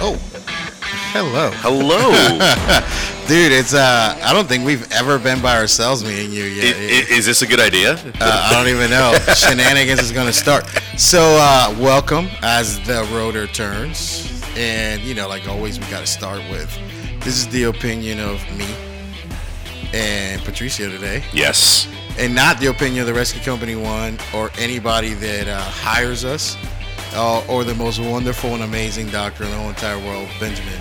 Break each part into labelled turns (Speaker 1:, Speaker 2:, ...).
Speaker 1: Oh. Hello.
Speaker 2: Hello.
Speaker 1: Dude, it's uh I don't think we've ever been by ourselves, me and you
Speaker 2: I-
Speaker 1: yet.
Speaker 2: i- is this a good idea?
Speaker 1: Uh, I don't even know. Shenanigans is gonna start. So uh welcome as the rotor turns. And you know, like always we gotta start with this is the opinion of me and Patricio today.
Speaker 2: Yes.
Speaker 1: and not the opinion of the rescue company one or anybody that uh, hires us uh, or the most wonderful and amazing doctor in the whole entire world, Benjamin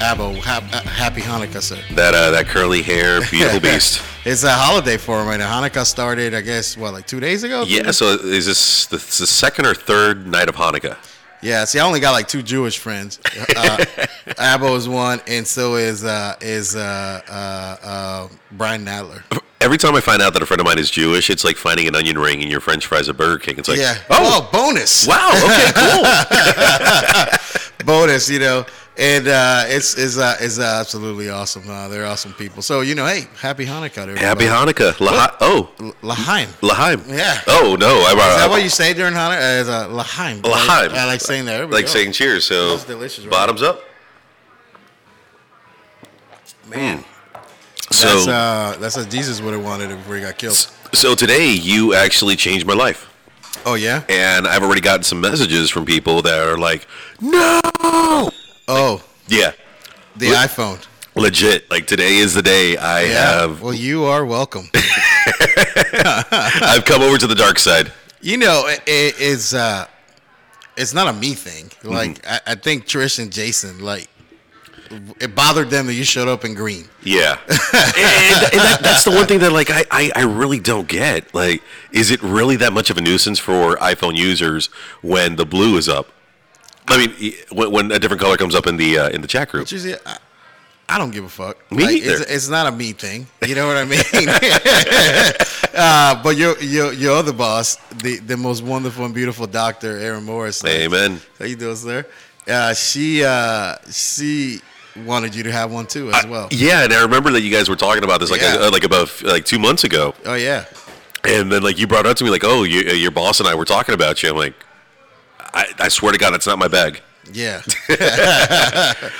Speaker 1: Abbo. Hap- uh, happy Hanukkah, sir.
Speaker 2: That uh, that curly hair, beautiful beast.
Speaker 1: It's a holiday for him right now. Hanukkah started, I guess, what, like two days ago?
Speaker 2: Yeah. So is this the, it's the second or third night of Hanukkah?
Speaker 1: Yeah, see, I only got like two Jewish friends. Uh, Abbo is one, and so is uh, is uh, uh, uh, Brian Nadler.
Speaker 2: Every time I find out that a friend of mine is Jewish, it's like finding an onion ring in your French fries at Burger King. It's like,
Speaker 1: Yeah.
Speaker 2: oh,
Speaker 1: oh bonus.
Speaker 2: wow, okay, cool.
Speaker 1: bonus, you know. And uh, it's it's uh, it's uh, absolutely awesome. Uh, they're awesome people. So you know, hey, happy Hanukkah, to
Speaker 2: Happy
Speaker 1: everybody.
Speaker 2: Hanukkah. Laha- oh,
Speaker 1: Lahaim. Is
Speaker 2: Lahaim.
Speaker 1: Yeah.
Speaker 2: Oh no, I, I,
Speaker 1: that what you say during Hanukkah? Uh, it's, uh, Lahaim.
Speaker 2: Lahaim.
Speaker 1: I, I like saying that. There we
Speaker 2: like
Speaker 1: go.
Speaker 2: saying cheers. So
Speaker 1: That's delicious, right?
Speaker 2: bottoms up.
Speaker 1: man.
Speaker 2: So
Speaker 1: that's uh, that's what Jesus would have wanted before he got killed.
Speaker 2: so today you actually changed my life.
Speaker 1: Oh yeah.
Speaker 2: and I've already gotten some messages from people that are like, "No,
Speaker 1: Oh,
Speaker 2: yeah,
Speaker 1: the
Speaker 2: Le-
Speaker 1: iPhone.
Speaker 2: legit. Like today is the day I
Speaker 1: Yeah.
Speaker 2: have
Speaker 1: Well, you are welcome.
Speaker 2: I've come over to the dark side."
Speaker 1: You know, it, it- it's uh, it's not a me thing. Like
Speaker 2: Mm-hmm.
Speaker 1: I, I think Trish and Jason, like it bothered them that you showed up in green.
Speaker 2: Yeah, and, and that, that's the one thing that like I, I I really don't get. Like, is it really that much of a nuisance for iPhone users when the blue is up? I mean, y- when, when a different color comes up in the uh, in the chat group.
Speaker 1: It's usually, I, I don't give a fuck.
Speaker 2: Me
Speaker 1: It's,
Speaker 2: either.
Speaker 1: it's not a me thing. You know what I mean? uh, but your your your other boss, the the most wonderful and beautiful doctor, Erin Morris. like,
Speaker 2: Amen.
Speaker 1: How you doing, sir? Uh, she uh, she wanted you to have one too, as well.
Speaker 2: Yeah, and I remember that you guys were talking about this like
Speaker 1: Yeah.
Speaker 2: uh, like about like two months ago.
Speaker 1: oh yeah.
Speaker 2: And then like you brought it up to me like, oh, you, uh, your boss and I were talking about you. I'm like, I, I swear to God, that's not my bag.
Speaker 1: Yeah,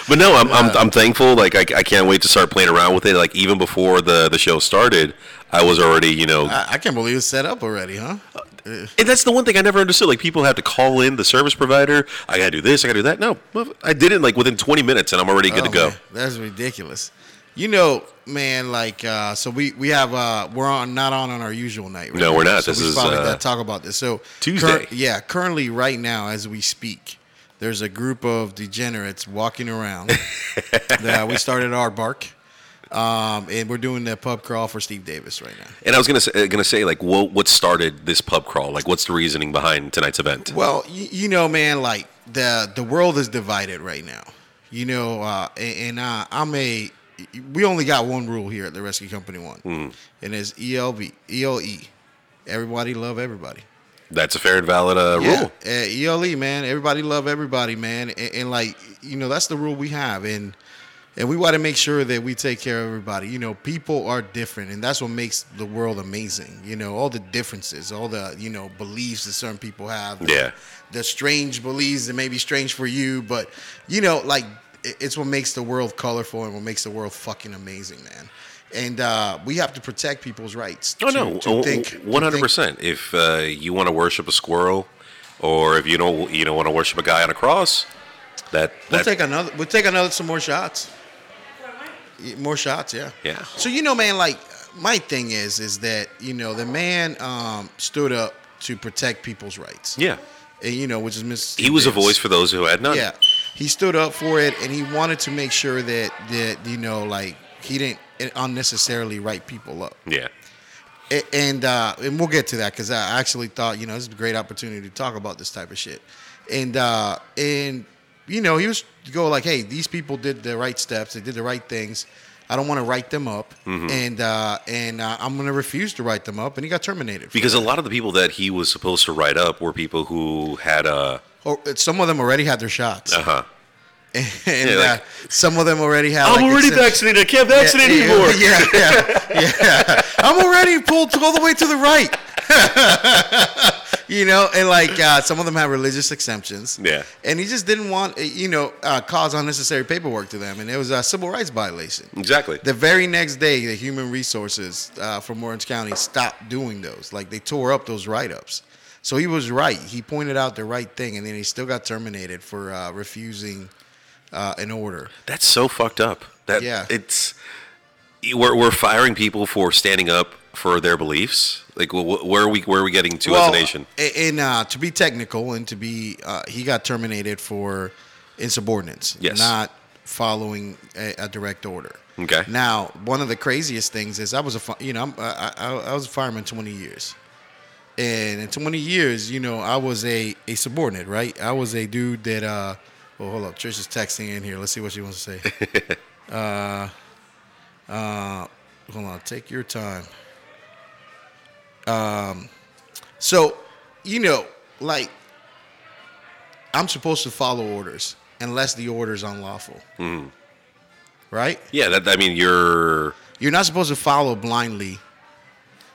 Speaker 2: But no, I'm, I'm, I'm thankful. Like I, I can't wait to start playing around with it. Like even before the, the show started, I was already you know.
Speaker 1: I, I can't believe it's set up already, huh?
Speaker 2: and that's the one thing I never understood. Like people have to call in the service provider. I gotta do this. I gotta do that. No, motherf- I did it like within 20 minutes, and I'm already good to
Speaker 1: Oh,
Speaker 2: go.
Speaker 1: man, that's ridiculous. You know, man, like uh, so we we have uh we're on not on on our usual night. Right
Speaker 2: No,
Speaker 1: now.
Speaker 2: we're not.
Speaker 1: So
Speaker 2: This
Speaker 1: we
Speaker 2: is,
Speaker 1: finally
Speaker 2: uh,
Speaker 1: gotta talk about this. So
Speaker 2: Tuesday.
Speaker 1: yeah, currently right now as we speak, there's a group of degenerates walking around. that we started our bark. Um, and we're doing the pub crawl for Steve Davis right now.
Speaker 2: And I was gonna say, uh, gonna say like, what what started this pub crawl? Like, what's the reasoning behind tonight's event?
Speaker 1: Well, you, you know, man, like the the world is divided right now. You know, uh, and, and uh, I'm a. We only got one rule here at the Rescue Company One, and it's E ELB, ELE. E. Everybody love everybody.
Speaker 2: That's a fair and valid uh, rule.
Speaker 1: Yeah, uh, ELE, man. Everybody love everybody, man. And, and like you know, that's the rule we have, and and we want to make sure that we take care of everybody. You know, people are different, and that's what makes the world amazing. You know, all the differences, all the you know beliefs that certain people have.
Speaker 2: Yeah.
Speaker 1: the strange beliefs that may be strange for you, but you know, like it- it's what makes the world colorful and what makes the world fucking amazing, man. And uh, we have to protect people's rights.
Speaker 2: Oh
Speaker 1: to-
Speaker 2: no,
Speaker 1: to
Speaker 2: o-
Speaker 1: think- to think-
Speaker 2: one hundred percent. If uh, you want to worship a squirrel, or if you don't, you don't want to worship a guy on a cross, that
Speaker 1: We'll
Speaker 2: that
Speaker 1: take another. We'll take another some more shots. Yeah, More shots, yeah.
Speaker 2: Yeah.
Speaker 1: So you know, man, like my thing is, is that you know the man um, stood up to protect people's rights.
Speaker 2: yeah,
Speaker 1: And you know, which is Miss.
Speaker 2: he was a voice for those who had none.
Speaker 1: Yeah. He stood up for it, and he wanted to make sure that that you know, like he didn't eh, unnecessarily write people up.
Speaker 2: yeah,
Speaker 1: A- and uh, and we'll get to that because I actually thought you know this is a great opportunity to talk about this type of shit, and uh, and you know he was to go like, hey, these people did the right steps, they did the right things. I don't want to write them up,
Speaker 2: Mm-hmm.
Speaker 1: and uh, and uh, I'm gonna refuse to write them up, and he got terminated.
Speaker 2: because a lot of the people that he was supposed to write up were people who had uh,
Speaker 1: Or Oh, some of them already had their shots,
Speaker 2: uh huh.
Speaker 1: and
Speaker 2: Yeah, like-
Speaker 1: uh, some of them already had. like, extensions.
Speaker 2: vaccinated. I can't
Speaker 1: Yeah, yeah, yeah, yeah. I'm already pulled all the way to the right. you know, and like uh, some of them have religious exemptions.
Speaker 2: Yeah.
Speaker 1: And he just didn't want, uh, you know, uh, cause unnecessary paperwork to them. And it was a civil rights violation.
Speaker 2: Exactly.
Speaker 1: The very next day, the human resources uh, from Orange County stopped doing those. Like they tore up those write ups. So he was right. He pointed out the right thing, and then he still got terminated for uh, refusing uh, an order.
Speaker 2: That's so fucked up. That
Speaker 1: Yeah.
Speaker 2: it's we're we're firing people for standing up for their beliefs. Like wh- wh- where are we where are we getting to as a nation?
Speaker 1: a- And uh, to be technical, and to be, uh, he got terminated for insubordinates,
Speaker 2: Yes.
Speaker 1: not following a, a direct order.
Speaker 2: Okay.
Speaker 1: Now, one of the craziest things is I was a, fi- you know, I'm, I, I, I was a fireman 20 years, and in 20 years, you know, I was a a subordinate, right? I was a dude that. uh well, hold up. Trish is texting in here. Let's see what she wants to say. uh, uh, hold on. Take your time. Um, So, you know, like I'm supposed to follow orders unless the order is unlawful.
Speaker 2: Mm.
Speaker 1: Right?
Speaker 2: Yeah, that I mean you're
Speaker 1: You're not supposed to follow blindly.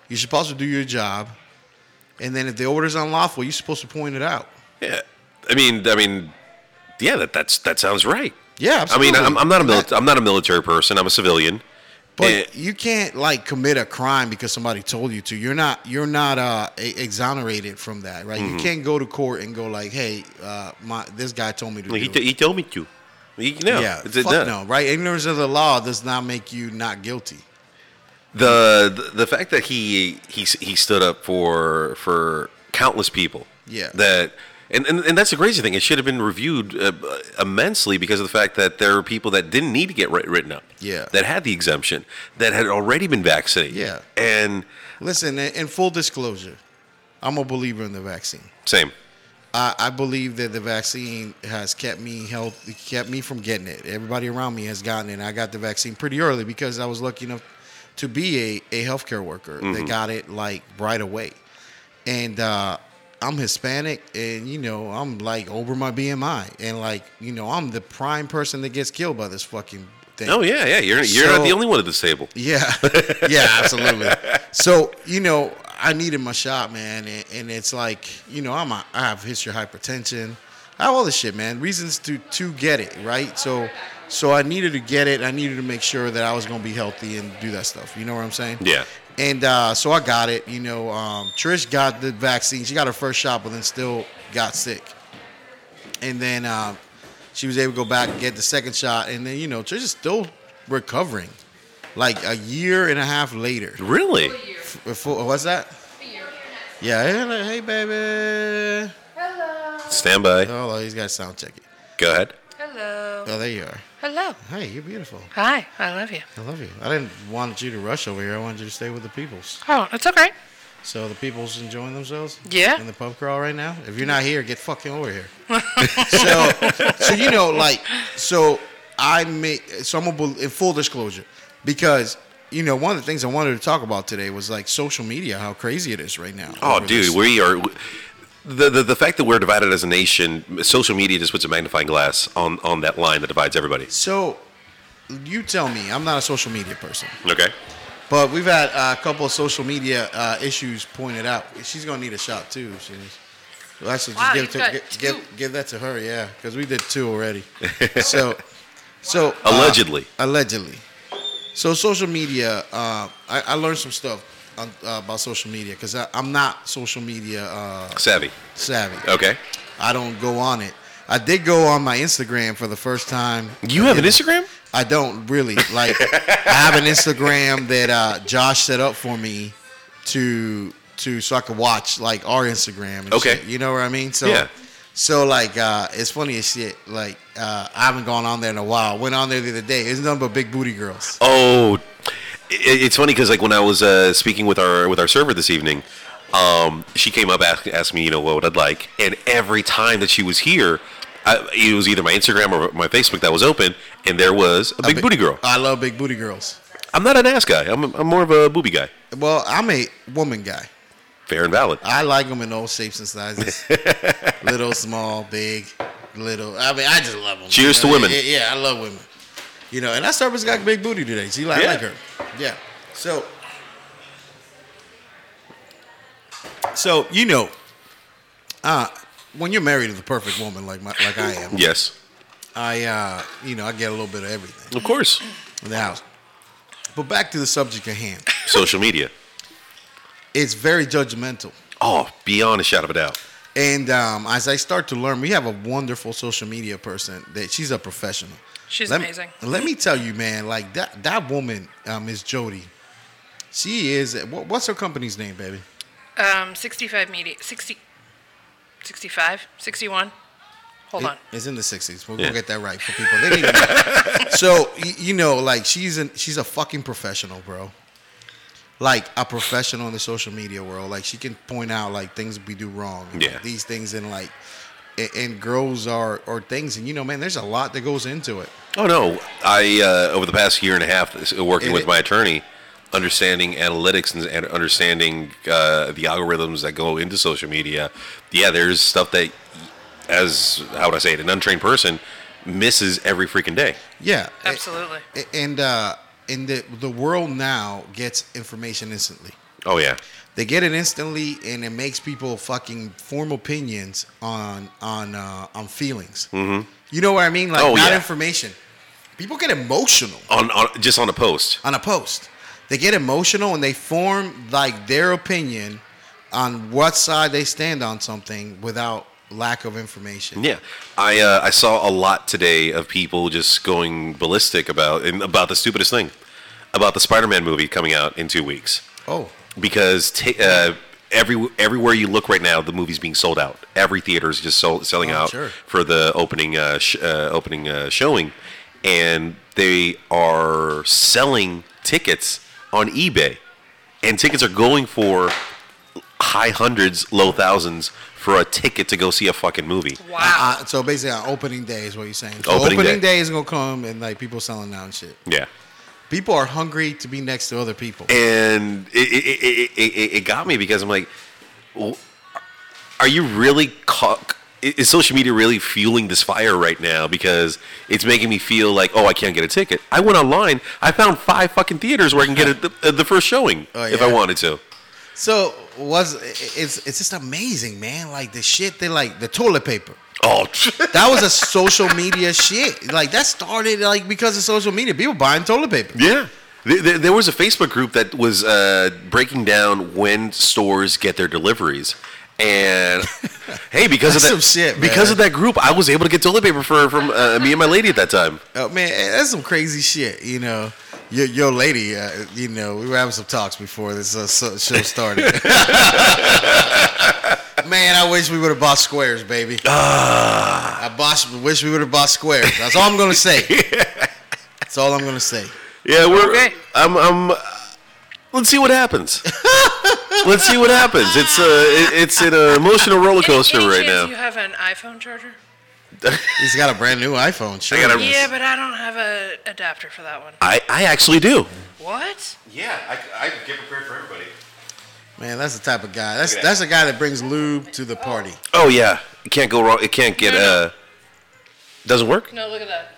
Speaker 1: You're supposed to do your job. And then if the order is unlawful, you're supposed to point it out.
Speaker 2: yeah. I mean I mean yeah, that that's that sounds right.
Speaker 1: Yeah, absolutely.
Speaker 2: I mean I'm, I'm not a mili- I'm not a military person. I'm a civilian.
Speaker 1: But
Speaker 2: Eh,
Speaker 1: you can't like commit a crime because somebody told you to. You're not you're not uh, e- exonerated from that, right?
Speaker 2: Mm-hmm.
Speaker 1: You can't go to court and go like, "Hey, uh, my this guy told me to." do
Speaker 2: he,
Speaker 1: it.
Speaker 2: t- he told me to. He, no,
Speaker 1: yeah,
Speaker 2: it's- it-
Speaker 1: fuck
Speaker 2: no.
Speaker 1: no, right? Ignorance of the law does not make you not guilty.
Speaker 2: The, the the fact that he he he stood up for for countless people.
Speaker 1: Yeah.
Speaker 2: That and and, and that's the crazy thing. It should have been reviewed uh, immensely because of the fact that there are people that didn't need to get writ- written up.
Speaker 1: Yeah.
Speaker 2: That had the exemption. That had already been vaccinated.
Speaker 1: Yeah.
Speaker 2: And
Speaker 1: Listen, in in full disclosure, I'm a believer in the vaccine.
Speaker 2: same.
Speaker 1: I, I believe that the vaccine has kept me healthy, kept me from getting it. Everybody around me has gotten it. and I got the vaccine pretty early because I was lucky enough to be a, a healthcare worker that got it like right away. And uh, I'm Hispanic and, you know, I'm like over my BMI. And like, you know, I'm the prime person that gets killed by this fucking thing.
Speaker 2: Oh yeah, yeah. You're you're
Speaker 1: So-
Speaker 2: not the only one at this table.
Speaker 1: Yeah, yeah, absolutely. so you know, I needed my shot, man, and, and it's like you know, I'm a, I have history of hypertension, I have all this shit, man. Reasons to to get it, right? So, so I needed to get it. I needed to make sure that I was gonna be healthy and do that stuff. You know what I'm saying?
Speaker 2: Yeah.
Speaker 1: And uh, so I got it. You know, um, Trish got the vaccine. She got her first shot, but then still got sick. And then uh, she was able to go back and get the second shot. And then, you know, Trish is still recovering. Like a year and a half later.
Speaker 2: Really?
Speaker 1: F- Before, what's that? Yeah. hey, like, Hey, baby.
Speaker 2: Stand by.
Speaker 1: Oh, he's got sound check it.
Speaker 2: Go ahead.
Speaker 3: Hello.
Speaker 1: Oh, there you are.
Speaker 3: Hello.
Speaker 1: Hey, you're beautiful.
Speaker 3: Hi. I love you.
Speaker 1: I love you. I didn't want you to rush over here. I wanted you to stay with the peoples.
Speaker 3: Oh, it's okay.
Speaker 1: So the people's enjoying themselves.
Speaker 3: Yeah.
Speaker 1: In the pub crawl right now. If you're not here, get fucking over here. so, so you know, like, so I made. So I'm a, bel- in full disclosure, because you know, one of the things I wanted to talk about today was like social media, how crazy it is right now.
Speaker 2: Oh,
Speaker 1: Over
Speaker 2: dude,
Speaker 1: this.
Speaker 2: we are. The, the, the fact that we're divided as a nation, social media just puts a magnifying glass on, on that line that divides everybody.
Speaker 1: So, you tell me. I'm not a social media person,
Speaker 2: Okay.
Speaker 1: but we've had uh, a couple of social media uh, issues pointed out. She's gonna need a shot too. She needs- Well, actually, just
Speaker 3: Wow,
Speaker 1: give,
Speaker 3: you
Speaker 1: it to,
Speaker 3: got
Speaker 1: gi-
Speaker 3: two.
Speaker 1: give give that to her, yeah, because we did two already. so, so uh,
Speaker 2: Allegedly.
Speaker 1: allegedly. So social media, uh, I, I learned some stuff on, uh, about social media because I'm not social media uh,
Speaker 2: Savvy.
Speaker 1: savvy.
Speaker 2: Okay.
Speaker 1: I don't go on it. I did go on my Instagram for the first time.
Speaker 2: You have an Instagram?
Speaker 1: I don't really like. I have an Instagram that uh, Josh set up for me to to so I could watch like our Instagram. And
Speaker 2: Okay.
Speaker 1: shit, you know what I mean? So
Speaker 2: Yeah.
Speaker 1: so like uh, it's funny as shit. Like uh, I haven't gone on there in a while. Went on there the other day. It's nothing but big booty girls.
Speaker 2: Oh, it, it's funny because like when I was uh, speaking with our with our server this evening, um, she came up ask, asked me you know what would I'd like, and every time that she was here, I, it was either my Instagram or my Facebook that was open, and there was a big
Speaker 1: Bi-
Speaker 2: booty girl.
Speaker 1: I love big booty girls.
Speaker 2: I'm not an ass guy. I'm a, I'm more of a booby guy.
Speaker 1: Well, I'm a woman guy.
Speaker 2: Fair and valid.
Speaker 1: I like them in all shapes and sizes. little, small, big, little. I mean, I just love them.
Speaker 2: Cheers to women.
Speaker 1: Yeah, yeah, I love women. You know, and that server's got big booty today. She like, I
Speaker 2: Yeah.
Speaker 1: like her. Yeah. So So you know, uh, when you're married to the perfect woman like my, like I am,
Speaker 2: Yes,
Speaker 1: I uh, you know I get a little bit of everything
Speaker 2: of course.
Speaker 1: in the house. But back to the subject at hand,
Speaker 2: Social media.
Speaker 1: it's very judgmental.
Speaker 2: Oh, beyond a shadow of a doubt.
Speaker 1: And um, as I start to learn, we have a wonderful social media person that she's a professional.
Speaker 3: She's
Speaker 1: Let me-
Speaker 3: amazing.
Speaker 1: let me tell you, man, like that that woman, um, is Jody. She is. What, what's her company's name, baby?
Speaker 3: Um, 65 media, 60, 65, 61. Hold on.
Speaker 1: It's in the sixties. We'll
Speaker 2: Yeah.
Speaker 1: go get that right for people. They didn't even know. so y- you know, like she's an, she's a fucking professional, bro. Like a professional in the social media world. Like she can point out like things we do wrong. and, like,
Speaker 2: Yeah.
Speaker 1: these things and like and, and girls are or things and you know, man, there's a lot that goes into it.
Speaker 2: Oh no! I uh, over the past year and a half s- working
Speaker 1: It-
Speaker 2: with my attorney, understanding analytics and, and understanding uh, the algorithms that go into social media. Yeah, there's stuff that, as how would I say it, an untrained person misses every freaking day.
Speaker 1: Yeah, a-
Speaker 3: Absolutely.
Speaker 1: a- And uh, and the the world now gets information instantly.
Speaker 2: Oh yeah,
Speaker 1: They get it instantly, and it makes people fucking form opinions on on uh, on feelings. Mm-hmm. You know what I mean? Like
Speaker 2: Oh,
Speaker 1: not
Speaker 2: yeah.
Speaker 1: information. People get emotional
Speaker 2: on, on just on a post.
Speaker 1: on a post. They get emotional and they form like their opinion on what side they stand on something without lack of information.
Speaker 2: Yeah, I uh, I saw a lot today of people just going ballistic about and about the stupidest thing, about the Spider-Man movie coming out in two weeks.
Speaker 1: Oh,
Speaker 2: because ta uh, every everywhere you look right now, the movie's being sold out. Every theater is just sold, selling
Speaker 1: Oh,
Speaker 2: out
Speaker 1: sure.
Speaker 2: for the opening uh, sh- uh, opening uh, showing, and they are selling tickets on eBay, and tickets are going for high hundreds, low thousands for a ticket to go see a fucking movie.
Speaker 3: Wow.
Speaker 1: Uh, so basically, on opening day is what you're saying. So
Speaker 2: Opening
Speaker 1: opening,
Speaker 2: day.
Speaker 1: day. is gonna come and like people selling out and shit.
Speaker 2: Yeah.
Speaker 1: People are hungry to be next to other people.
Speaker 2: and it, it, it, it, it- it got me because I'm like, w- are you really ca- i- Is social media really fueling this fire right now? Because it's making me feel like, oh, I can't get a ticket. I went online. I found five fucking theaters where I can get a, the, the first showing
Speaker 1: Oh,
Speaker 2: if I
Speaker 1: yeah.
Speaker 2: wanted to.
Speaker 1: So was i- i- it's it's just amazing, man. Like the shit they like the toilet paper.
Speaker 2: Oh,
Speaker 1: That was a social media shit. Like that started like because of social media. People buying toilet paper.
Speaker 2: yeah. There, there- there was a Facebook group that was uh, breaking down when stores get their deliveries. And hey, because of
Speaker 1: That's some
Speaker 2: that,
Speaker 1: shit,
Speaker 2: because
Speaker 1: man.
Speaker 2: of that group, I was able to get toilet paper for from uh, me and my lady at that time.
Speaker 1: Oh man, eh, that's some crazy shit. You know, your your lady. Uh, you know, we were having some talks before this uh, so- show started. man, I wish we would have bought squares, baby. I bought, wish we would have bought squares. That's all I'm gonna say. That's all I'm gonna say.
Speaker 2: Yeah, we're.
Speaker 3: Okay.
Speaker 2: I'm. I'm. uh, Let's see what happens. let's see what happens. It's a. it- It's an emotional roller
Speaker 3: Any-
Speaker 2: coaster
Speaker 3: any
Speaker 2: right now.
Speaker 3: chance You have an iPhone charger?
Speaker 1: He's got a brand new iPhone. Sure.
Speaker 2: gotta-
Speaker 1: he does.
Speaker 3: Yeah, but I don't have a adapter for that one.
Speaker 2: I. I actually do.
Speaker 3: What?
Speaker 2: Yeah, I. I get prepared for everybody.
Speaker 1: Man, that's the type of guy. That's
Speaker 2: Look at that.
Speaker 1: that's a guy that brings lube to the party.
Speaker 2: Oh yeah, it can't go wrong. It can't get.
Speaker 3: No, no.
Speaker 2: uh Doesn't work.
Speaker 3: No, look at that.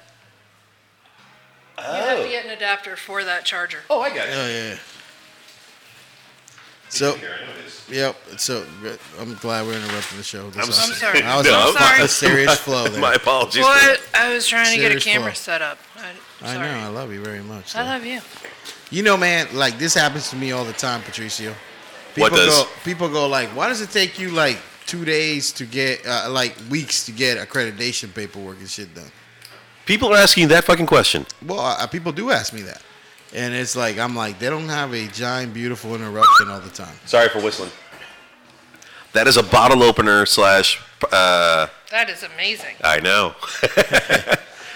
Speaker 3: You have to get an adapter for that charger.
Speaker 2: Oh, I got it.
Speaker 1: Oh yeah. So
Speaker 2: Here, I know this.
Speaker 1: yep. So uh, I'm glad we're interrupting the show. This
Speaker 2: I'm
Speaker 1: is-
Speaker 3: I'm sorry.
Speaker 1: I was
Speaker 2: No,
Speaker 1: on
Speaker 2: I'm sorry.
Speaker 1: a serious flow Oh, there.
Speaker 2: My apologies.
Speaker 3: What? I was trying to get a
Speaker 1: Serious
Speaker 3: camera
Speaker 1: fault.
Speaker 3: set up. I,
Speaker 1: I
Speaker 3: I'm
Speaker 1: know.
Speaker 3: sorry.
Speaker 1: I love you very much.
Speaker 3: I
Speaker 1: though.
Speaker 3: love you.
Speaker 1: you know, man. Like this happens to me all the time, Patricio.
Speaker 2: What
Speaker 1: People
Speaker 2: does?
Speaker 1: go, people go like, why does it take you like two days to get, uh, like weeks to get accreditation paperwork and shit done?
Speaker 2: People are asking that fucking question.
Speaker 1: Well, uh, people do ask me that, and it's like I'm like they don't have a giant, beautiful interruption all the time.
Speaker 2: Sorry for whistling. That is a bottle opener slash. uh
Speaker 3: That is amazing.
Speaker 2: I know.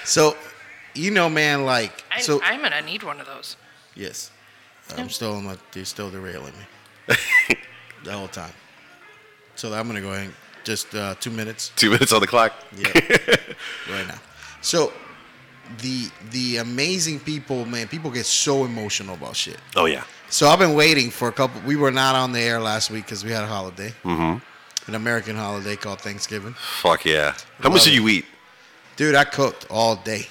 Speaker 1: So, you know, man, like
Speaker 3: I,
Speaker 1: so.
Speaker 3: I'm gonna need one of those.
Speaker 1: yes, I'm still on my. They're still derailing me the whole time. So I'm gonna go ahead and just uh, two minutes
Speaker 2: Two minutes on the clock.
Speaker 1: yeah, right now. So the the amazing people, man. People get so emotional about shit.
Speaker 2: Oh yeah.
Speaker 1: So I've been waiting for a couple. We were not on the air last week because we had a holiday, mm-hmm. an American holiday called Thanksgiving.
Speaker 2: Fuck yeah. How much
Speaker 1: Love
Speaker 2: did
Speaker 1: it.
Speaker 2: you eat?
Speaker 1: Dude, I cooked all day.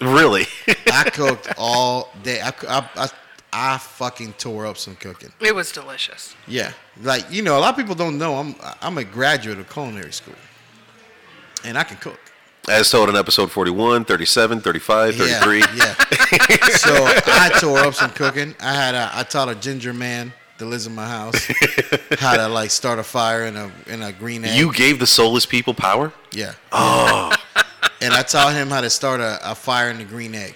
Speaker 2: Really?
Speaker 1: I cooked all day. I, I, I, I fucking tore up some cooking.
Speaker 3: It was delicious.
Speaker 1: Yeah, like you know, a lot of people don't know I'm I'm a graduate of culinary school, and I can cook.
Speaker 2: As told in episode 41, 37, 35, 33.
Speaker 1: Yeah, yeah. so I tore up some cooking. I had a, I taught a ginger man that lives in my house how to like start a fire in a in a green egg.
Speaker 2: You gave the soulless people power?
Speaker 1: yeah. Oh. And I taught him how to start a, a fire in the green egg.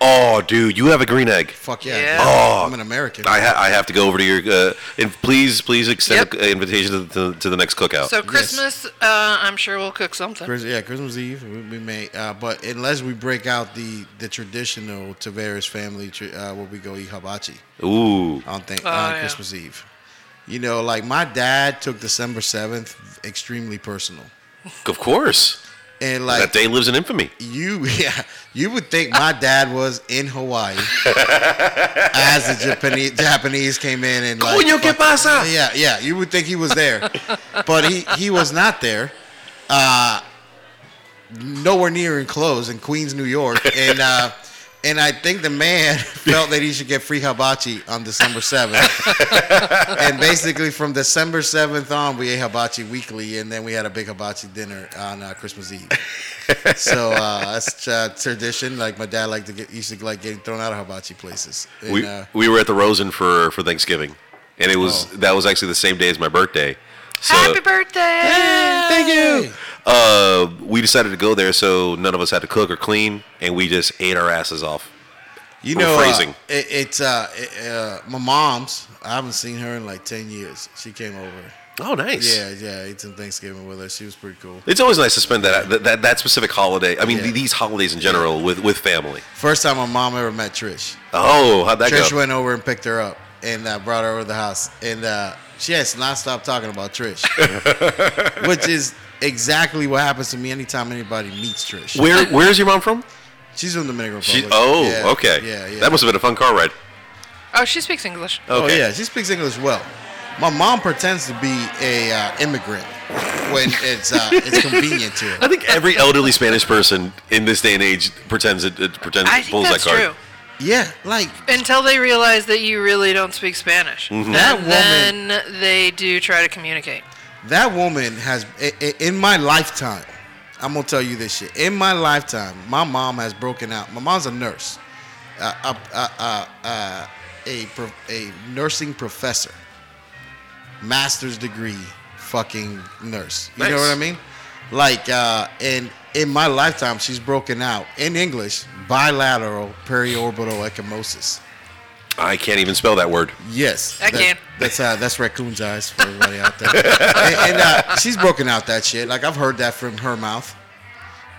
Speaker 2: Oh, dude, you have a green egg.
Speaker 1: Fuck yeah!
Speaker 3: Yeah.
Speaker 2: Oh.
Speaker 1: I'm an American.
Speaker 2: I, ha- I have to go over to your uh, and please please extend
Speaker 3: Yep.
Speaker 2: an invitation to, to, to the next cookout.
Speaker 3: So Christmas, uh, I'm sure we'll cook something.
Speaker 1: Chris, yeah, Christmas Eve we, we may, uh, but unless we break out the the traditional Tavares family, tr- uh, where we go eat hibachi
Speaker 2: Ooh,
Speaker 1: on th-
Speaker 3: Oh,
Speaker 1: on
Speaker 3: yeah.
Speaker 1: uh, Christmas Eve. You know, like my dad took December seventh extremely personal,
Speaker 2: of course.
Speaker 1: and like
Speaker 2: that day lives in infamy.
Speaker 1: you, yeah, you would think my dad was in Hawaii as the Japanese Japanese came in and like
Speaker 2: Coño, ¿qué
Speaker 1: fuck-
Speaker 2: pasa?
Speaker 1: Yeah, yeah, you would think he was there, but he he was not there. Uh, nowhere near in clothes in Queens, New York, and uh, and I think the man felt that he should get free hibachi on December seventh, and basically from December seventh on, we ate hibachi weekly, and then we had a big hibachi dinner on uh, Christmas Eve. so uh, that's uh, tradition. Like my dad liked to get used to like getting thrown out of hibachi places. And,
Speaker 2: we,
Speaker 1: uh,
Speaker 2: we were at the Rosen for, for Thanksgiving, and it was
Speaker 1: Oh.
Speaker 2: that was actually the same day as my birthday. So
Speaker 3: Happy birthday!
Speaker 1: thank you.
Speaker 2: uh, we decided to go there, so none of us had to cook or clean, and we just ate our asses off.
Speaker 1: You
Speaker 2: We're
Speaker 1: know, uh,
Speaker 2: freezing.
Speaker 1: it, it's uh, it, uh, my mom's. I haven't seen her in like ten years. She came over.
Speaker 2: Oh, nice.
Speaker 1: Yeah, yeah, ate some Thanksgiving with her. She was pretty cool.
Speaker 2: It's always nice to spend that that, that, that specific holiday. I mean,
Speaker 1: Yeah.
Speaker 2: th- these holidays in general with, with family.
Speaker 1: First time my mom ever met Trish.
Speaker 2: Oh, how'd that
Speaker 1: Trish
Speaker 2: go?
Speaker 1: went over and picked her up and uh, brought her over to the house. And uh, she has not stopped talking about Trish, which is exactly what happens to me anytime anybody meets Trish.
Speaker 2: Where Where's your mom from?
Speaker 1: She's from the Dominican Republic.
Speaker 2: She, oh,
Speaker 1: Yeah,
Speaker 2: okay.
Speaker 1: Yeah, yeah.
Speaker 2: That must have been a fun car ride.
Speaker 3: Oh, she speaks English.
Speaker 2: Okay.
Speaker 1: Oh yeah, she speaks English well. My mom pretends to be a uh, immigrant when it's uh, it's convenient to
Speaker 2: I
Speaker 1: her.
Speaker 2: think every elderly Spanish person in this day and age pretends it, it pretends
Speaker 3: I
Speaker 2: it
Speaker 3: think
Speaker 2: pulls
Speaker 3: that's
Speaker 2: that card.
Speaker 3: true.
Speaker 1: Yeah, like
Speaker 3: Until they realize that you really don't speak Spanish,
Speaker 2: Mm-hmm.
Speaker 1: That
Speaker 3: and
Speaker 1: woman-
Speaker 3: then they do try to communicate.
Speaker 1: That woman has, i- i- in my lifetime, I'm gonna tell you this shit. In my lifetime, my mom has broken out. My mom's a nurse, uh, uh, uh, uh, uh, a pro- a nursing professor, master's degree, fucking nurse. You know
Speaker 2: Nice.
Speaker 1: what I mean? Like, uh, and in my lifetime, she's broken out in English bilateral periorbital ecchymosis.
Speaker 2: I can't even spell that word.
Speaker 1: Yes,
Speaker 3: I
Speaker 1: that-
Speaker 3: can.
Speaker 1: That's uh, that's raccoon's eyes for everybody out there. and and uh, she's broken out that shit. Like I've heard that from her mouth.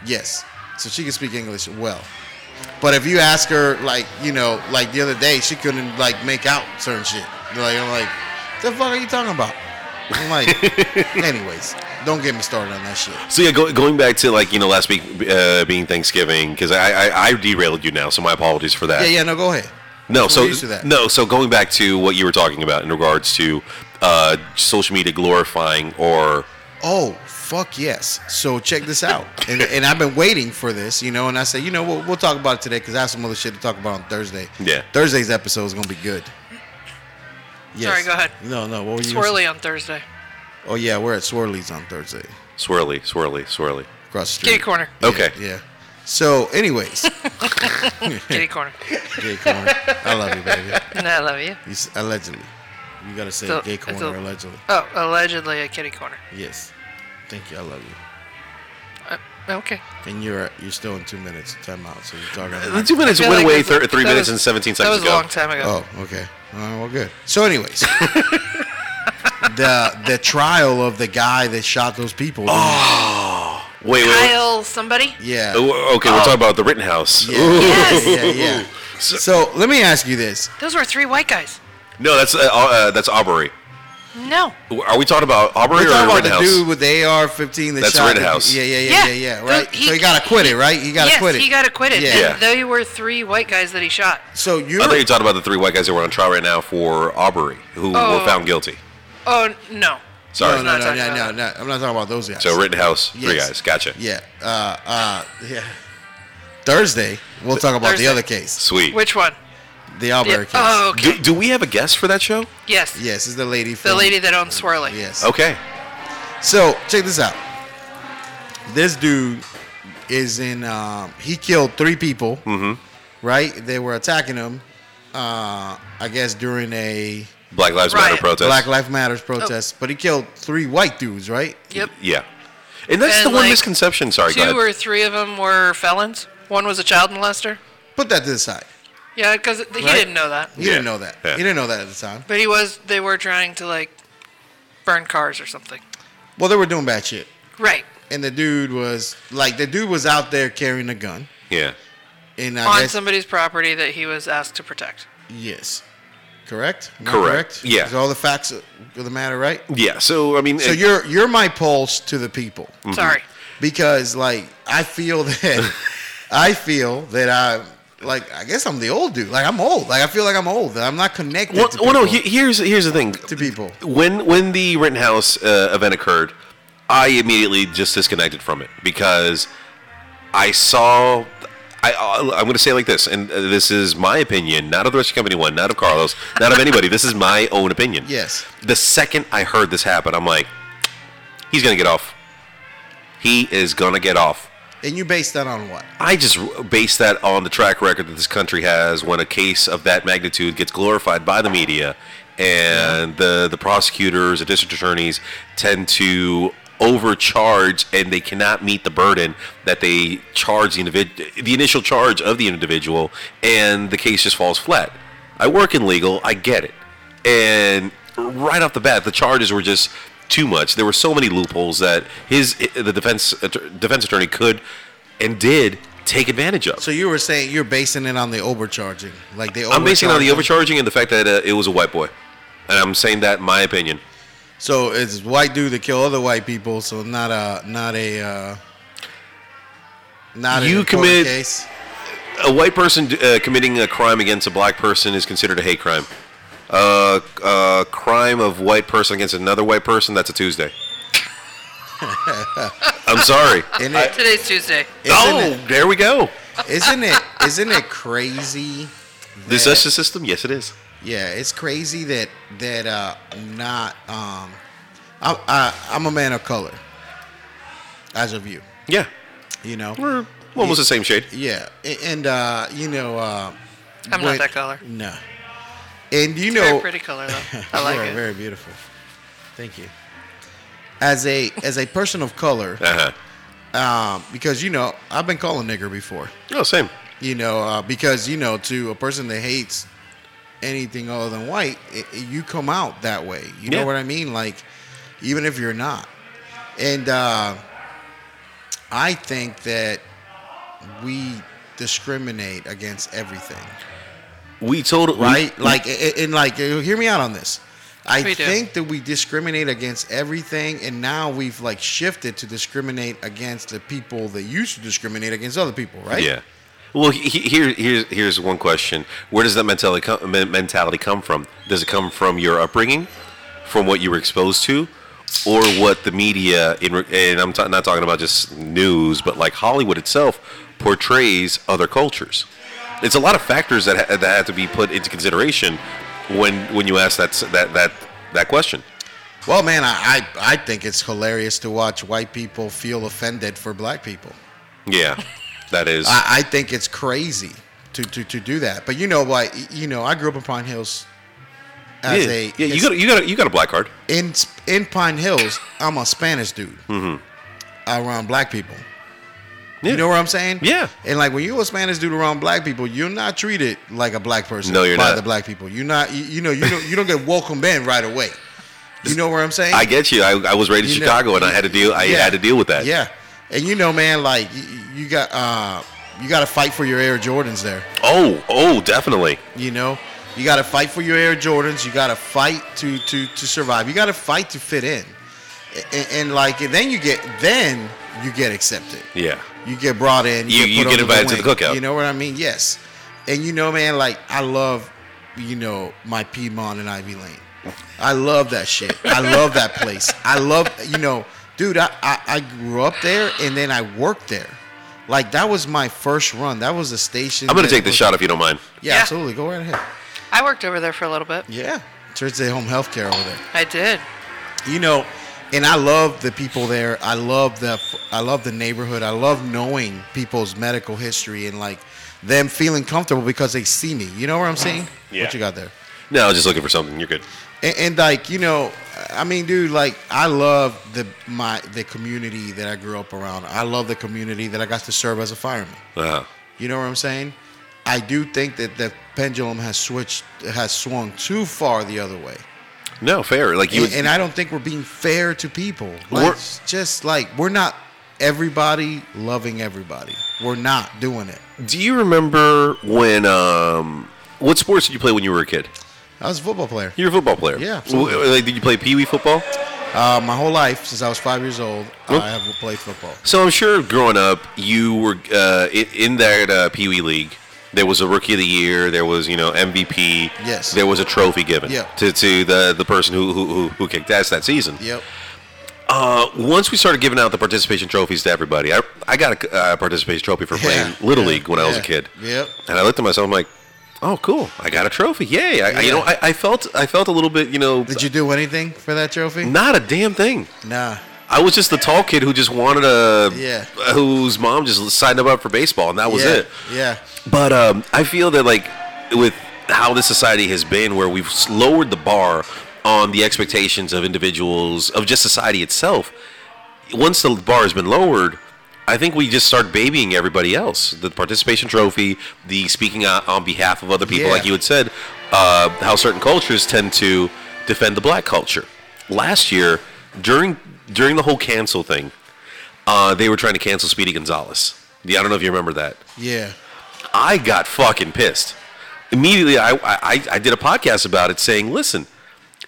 Speaker 1: Yes, so she can speak English well. But if you ask her, like you know, like the other day, she couldn't like make out certain shit. Like I'm like, the fuck are you talking about? I'm like, anyways, don't get me started on that shit.
Speaker 2: So yeah, go, going back to like you know last week uh, being Thanksgiving because I, I I derailed you now, so my apologies for that.
Speaker 1: Yeah, yeah, no, go ahead.
Speaker 2: No,
Speaker 1: We're
Speaker 2: so
Speaker 1: used to that.
Speaker 2: no, so going back to what you were talking about in regards to uh, social media glorifying or
Speaker 1: Oh, fuck yes. So check this out. And, and I've been waiting for this, you know, and I said, you know, we'll, we'll talk about it today because I have some other shit to talk about on Thursday.
Speaker 2: Yeah.
Speaker 1: Thursday's episode is going to be good. Yes.
Speaker 3: Sorry, go ahead.
Speaker 1: No, no. What were you
Speaker 3: Swirly on Thursday.
Speaker 1: Oh, yeah. We're at Swirly's on Thursday
Speaker 2: swirly, swirly, swirly.
Speaker 1: across the street.
Speaker 3: Kitty corner.
Speaker 1: Yeah,
Speaker 2: Okay.
Speaker 1: Yeah. So, anyways,
Speaker 3: Kitty corner.
Speaker 1: gay corner. I love you, baby.
Speaker 3: And I love you.
Speaker 1: You, s- allegedly. You got to say
Speaker 3: So-
Speaker 1: gay
Speaker 3: so-
Speaker 1: corner, allegedly.
Speaker 3: Oh, allegedly a kitty corner.
Speaker 1: Yes. Thank you. I love you.
Speaker 3: Uh, okay.
Speaker 1: And you're you're still in two minutes. Time out. So you're talking about
Speaker 2: The two minutes
Speaker 3: I feel
Speaker 2: went
Speaker 3: like
Speaker 2: away
Speaker 3: that's-
Speaker 2: thir- three
Speaker 3: that
Speaker 2: minutes
Speaker 3: was-
Speaker 2: and seventeen
Speaker 3: That
Speaker 2: seconds
Speaker 3: was
Speaker 2: ago.
Speaker 3: a long time ago.
Speaker 1: Oh, okay. All right, well, good. So, anyways, the the trial of the guy that shot those people.
Speaker 2: Oh. Wait, wait, wait.
Speaker 3: Kyle, somebody.
Speaker 1: Yeah.
Speaker 2: Oh, okay, we're talking about the Rittenhouse.
Speaker 1: Yeah.
Speaker 2: Ooh.
Speaker 3: Yes.
Speaker 1: Yeah, yeah. So, let me ask you this.
Speaker 3: Those were three white guys.
Speaker 2: No, that's uh, uh, that's Aubrey.
Speaker 3: No.
Speaker 2: Are we talking about Aubrey
Speaker 1: We're
Speaker 2: or
Speaker 1: talking about the
Speaker 2: Rittenhouse?
Speaker 1: dude with the AR-15 that
Speaker 2: That's
Speaker 1: shot. the-
Speaker 2: Rittenhouse.
Speaker 1: yeah, yeah, yeah, yeah,
Speaker 3: Yeah.
Speaker 1: yeah.
Speaker 3: Those-
Speaker 1: Right.
Speaker 3: he-
Speaker 1: so he got acquitted, right? He got
Speaker 3: yes,
Speaker 1: acquitted.
Speaker 3: he got acquitted.
Speaker 1: Yeah.
Speaker 2: Yeah.
Speaker 3: And they were three white guys that he shot.
Speaker 1: so
Speaker 2: I
Speaker 1: you're
Speaker 2: thought you were talking about the three white guys that were on trial right now for Aubrey, who were
Speaker 3: Oh.
Speaker 2: found guilty.
Speaker 3: Oh no.
Speaker 1: no,
Speaker 2: Sorry.
Speaker 1: no,
Speaker 3: Not
Speaker 1: no,
Speaker 3: talking
Speaker 1: no, no,
Speaker 3: about
Speaker 1: no. I'm not talking about those guys.
Speaker 2: So Rittenhouse, three
Speaker 1: Yes.
Speaker 2: guys. Gotcha.
Speaker 1: yeah, uh, uh, yeah. Thursday, we'll talk about the
Speaker 3: Thursday.
Speaker 1: other case.
Speaker 2: Sweet.
Speaker 3: Which one?
Speaker 1: The Albury
Speaker 3: Yeah,
Speaker 1: case.
Speaker 3: Oh, okay.
Speaker 2: Do, do we have a guest for that show?
Speaker 3: yes.
Speaker 1: Yes, is the lady. From,
Speaker 3: The lady that owns Swirly.
Speaker 1: Yes.
Speaker 2: Okay.
Speaker 1: So check this out. This dude is in. Um, he killed three people.
Speaker 2: Mm-hmm.
Speaker 1: Right, they were attacking him. Uh, I guess during a
Speaker 2: Black Lives
Speaker 3: Right.
Speaker 2: Matter protest.
Speaker 1: Black Lives Matters protest, but he killed three white dudes. Right.
Speaker 3: Yep.
Speaker 2: Yeah. And that's
Speaker 3: And,
Speaker 2: the one
Speaker 3: like,
Speaker 2: misconception. Sorry, go
Speaker 3: Two
Speaker 2: ahead.
Speaker 3: or three of them were felons. One was a child molester.
Speaker 1: Put that to the side.
Speaker 3: Yeah, because he
Speaker 1: Right.
Speaker 3: didn't know that.
Speaker 1: He
Speaker 2: Yeah.
Speaker 1: didn't know that.
Speaker 2: Yeah.
Speaker 1: He didn't know that at the time.
Speaker 3: But he was. They were trying to like burn cars or something.
Speaker 1: Well, they were doing bad shit,
Speaker 3: Right.
Speaker 1: and the dude was like, the dude was out there carrying a gun,
Speaker 2: yeah.
Speaker 1: and
Speaker 3: on
Speaker 1: I guess
Speaker 3: somebody's property that he was asked to protect.
Speaker 1: yes, correct. Am I
Speaker 2: Correct. Yeah.
Speaker 1: Is all the facts of the matter right?
Speaker 2: Yeah. So, I mean,
Speaker 1: So
Speaker 2: it-
Speaker 1: you're you're my pulse to the people
Speaker 2: Mm-hmm.
Speaker 3: Sorry.
Speaker 1: because like I feel that I feel that I like I guess I'm the old dude. Like I'm old. Like I feel like I'm old. that I'm not connected.
Speaker 2: well,
Speaker 1: to
Speaker 2: well, no,
Speaker 1: people.
Speaker 2: he- here's, here's the thing.
Speaker 1: to people.
Speaker 2: When, when the Rittenhouse uh, event occurred, I immediately just disconnected from it because I saw. I, I'll- I'm going to say it like this, and uh, this is my opinion, not of the Rich Company One, not of Carlos, not of anybody. this is my own opinion.
Speaker 1: Yes.
Speaker 2: The second I heard this happen, I'm like, he's going to get off. He is going to get off.
Speaker 1: And you base that on what?
Speaker 2: I just r- base that on the track record that this country has when a case of that magnitude gets glorified by the media, and the the prosecutors, the district attorneys tend to overcharge, and they cannot meet the burden that they charge the individ- the initial charge of the individual, and the case just falls flat. I work in legal, I get it, and right off the bat, the charges were just too much. There were so many loopholes that his the defense att- defense attorney could and did take advantage of.
Speaker 1: So you were saying you're basing it on the overcharging. Like they.
Speaker 2: I'm basing it on the
Speaker 1: overcharged
Speaker 2: overcharging and the fact that uh, it was a white boy, and I'm saying that in my opinion.
Speaker 1: them. So it's white dude that kill other white people. So not a not a. Uh, not an
Speaker 2: You
Speaker 1: important
Speaker 2: commit-
Speaker 1: case.
Speaker 2: A white person uh, committing a crime against a black person is considered a hate crime. Uh, uh, crime of white person against another white person that's a Tuesday. I'm sorry.
Speaker 1: And it,
Speaker 3: Today's Tuesday.
Speaker 1: Isn't
Speaker 2: oh, there we go.
Speaker 1: isn't it isn't it crazy?
Speaker 2: The
Speaker 1: that-
Speaker 2: justice system? Yes, it is.
Speaker 1: Yeah, it's crazy that that uh not um I, I I'm a man of color. As of you,
Speaker 2: Yeah,
Speaker 1: you know.
Speaker 2: we're almost the same shade.
Speaker 1: Yeah, a- and uh you know uh
Speaker 3: I'm not that color.
Speaker 1: No. And you know
Speaker 3: Very pretty color though. I like
Speaker 1: you are
Speaker 3: it.
Speaker 1: very beautiful. Thank you. As a as a person of color,
Speaker 2: Uh huh.
Speaker 1: um because you know, I've been called a nigger before.
Speaker 2: Oh, same.
Speaker 1: you know, uh, because you know, to a person that hates anything other than white, it, it- you come out that way. You
Speaker 2: Yeah.
Speaker 1: know what I mean? Like, even if you're not, and uh, I think that we discriminate against everything,
Speaker 2: We told
Speaker 1: right? Like, a- a- and like, uh, hear me out on this. I
Speaker 3: We do.
Speaker 1: think that we discriminate against everything, and now we've like shifted to discriminate against the people that used to discriminate against other people, right?
Speaker 2: Yeah. Well, he, he- here, here's here's one question: Where does that mentality come, men- mentality come from? Does it come from your upbringing, from what you were exposed to, or what the media in re- and I'm ta- not talking about just news, but like Hollywood itself portrays other cultures. It's a lot of factors that ha- that have to be put into consideration when when you ask that s- that that that question.
Speaker 1: Well, man, I, I I think it's hilarious to watch white people feel offended for black people.
Speaker 2: Yeah, that is.
Speaker 1: I, I think it's crazy to, to, to do that. But you know what? You know, I grew up in Pine Hills. As
Speaker 2: yeah,
Speaker 1: a
Speaker 2: yeah, you got a- you got a, you got a black card.
Speaker 1: in in Pine Hills, I'm a Spanish dude around black people.
Speaker 2: Mm-hmm. Yeah.
Speaker 1: You know what I'm saying?
Speaker 2: Yeah.
Speaker 1: And like when you a Spanish dude around black people, you're not treated like a black person.
Speaker 2: No, you're
Speaker 1: by
Speaker 2: not.
Speaker 1: the black people. You're not. You, you know. You don't. You don't get welcomed in right away. You know what I'm saying?
Speaker 2: I get you. I, I was raised in
Speaker 1: You know-
Speaker 2: Chicago, and I had to deal. I
Speaker 1: Yeah.
Speaker 2: had to deal with that.
Speaker 1: Yeah, and you know, man, like you, you got uh, you got to fight for your Air Jordans there.
Speaker 2: Oh, oh, definitely.
Speaker 1: You know, you got to fight for your Air Jordans. You got to fight to to to survive. You got to fight to fit in, A- and, and like and then you get then you get accepted.
Speaker 2: Yeah.
Speaker 1: You get brought in.
Speaker 2: You- you
Speaker 1: put
Speaker 2: get
Speaker 1: under
Speaker 2: invited to the
Speaker 1: wing.
Speaker 2: cookout.
Speaker 1: You know what I mean? Yes, and you know, man, like I love, you know, my Piedmont and Ivy Lane. I love that shit. I love that place. I love, you know, dude. I, I I grew up there and then I worked there. Like that was my first run. That was a station.
Speaker 2: I'm going
Speaker 1: that
Speaker 2: to take this
Speaker 1: was-
Speaker 2: shot if you don't mind.
Speaker 1: Yeah,
Speaker 3: Yeah.
Speaker 1: absolutely. Go right ahead.
Speaker 3: I worked over there for a little bit.
Speaker 1: Yeah, Church Day Home Healthcare over there.
Speaker 3: I did.
Speaker 1: you know and i love the people there i love the i love the neighborhood i love knowing people's medical history and like them feeling comfortable because they see me you know what i'm saying
Speaker 2: Yeah.
Speaker 1: what you got there
Speaker 2: No, I was just looking for something. You're good.
Speaker 1: and, and like you know i mean dude like i love the my the community that i grew up around i love the community that i got to serve as a fireman
Speaker 2: Uh,
Speaker 1: you know what i'm saying i do think that the pendulum has switched has swung too far the other way
Speaker 2: no, fair. Like you,
Speaker 1: and, and I don't think we're being fair to people. Like,
Speaker 2: We're-
Speaker 1: it's just like we're not everybody loving everybody. We're not doing it.
Speaker 2: do you remember when? Um, what sports did you play when you were a kid?
Speaker 1: I was a football player
Speaker 2: You're a football player.
Speaker 1: Yeah, absolutely.
Speaker 2: W- Like, did you play pee wee football?
Speaker 1: uh, my whole life since I was five years old.
Speaker 2: Oop.
Speaker 1: I have played football.
Speaker 2: So I'm sure growing up, you were uh, i- in that uh, Pee Wee League. There was a Rookie of the Year. There was, you know, MVP.
Speaker 1: Yes.
Speaker 2: There was a trophy given
Speaker 1: Yeah.
Speaker 2: to, to the, the person who, who, who- who kicked ass that season.
Speaker 1: Yep.
Speaker 2: Uh, once we started giving out the participation trophies to everybody, I, I got a uh, participation trophy for playing Little
Speaker 1: yeah,
Speaker 2: League when I was a
Speaker 1: yeah,
Speaker 2: kid.
Speaker 1: Yep.
Speaker 2: And I looked at myself, I'm like, oh, cool. I got a trophy. Yay. I, I- you know, I, I felt I felt a little bit, you know,
Speaker 1: Did you do anything for that trophy?
Speaker 2: not a damn thing.
Speaker 1: Nah.
Speaker 2: I was just the tall kid who just wanted a
Speaker 1: Yeah.
Speaker 2: whose mom just signed him up for baseball, and that was
Speaker 1: yeah.
Speaker 2: it.
Speaker 1: Yeah.
Speaker 2: But um, I feel that like with how this society has been, where we've s- lowered the bar on the expectations of individuals of just society itself. Once the bar has been lowered, I think we just start babying everybody else. The participation trophy, the speaking on, on behalf of other people,
Speaker 1: Yeah.
Speaker 2: like you had said, uh, how certain cultures tend to defend the black culture. Last year, during during the whole cancel thing, uh, they were trying to cancel Speedy Gonzalez. Yeah, I don't know if you remember that.
Speaker 1: Yeah.
Speaker 2: I got fucking pissed. Immediately, I, I, I did a podcast about it saying, listen,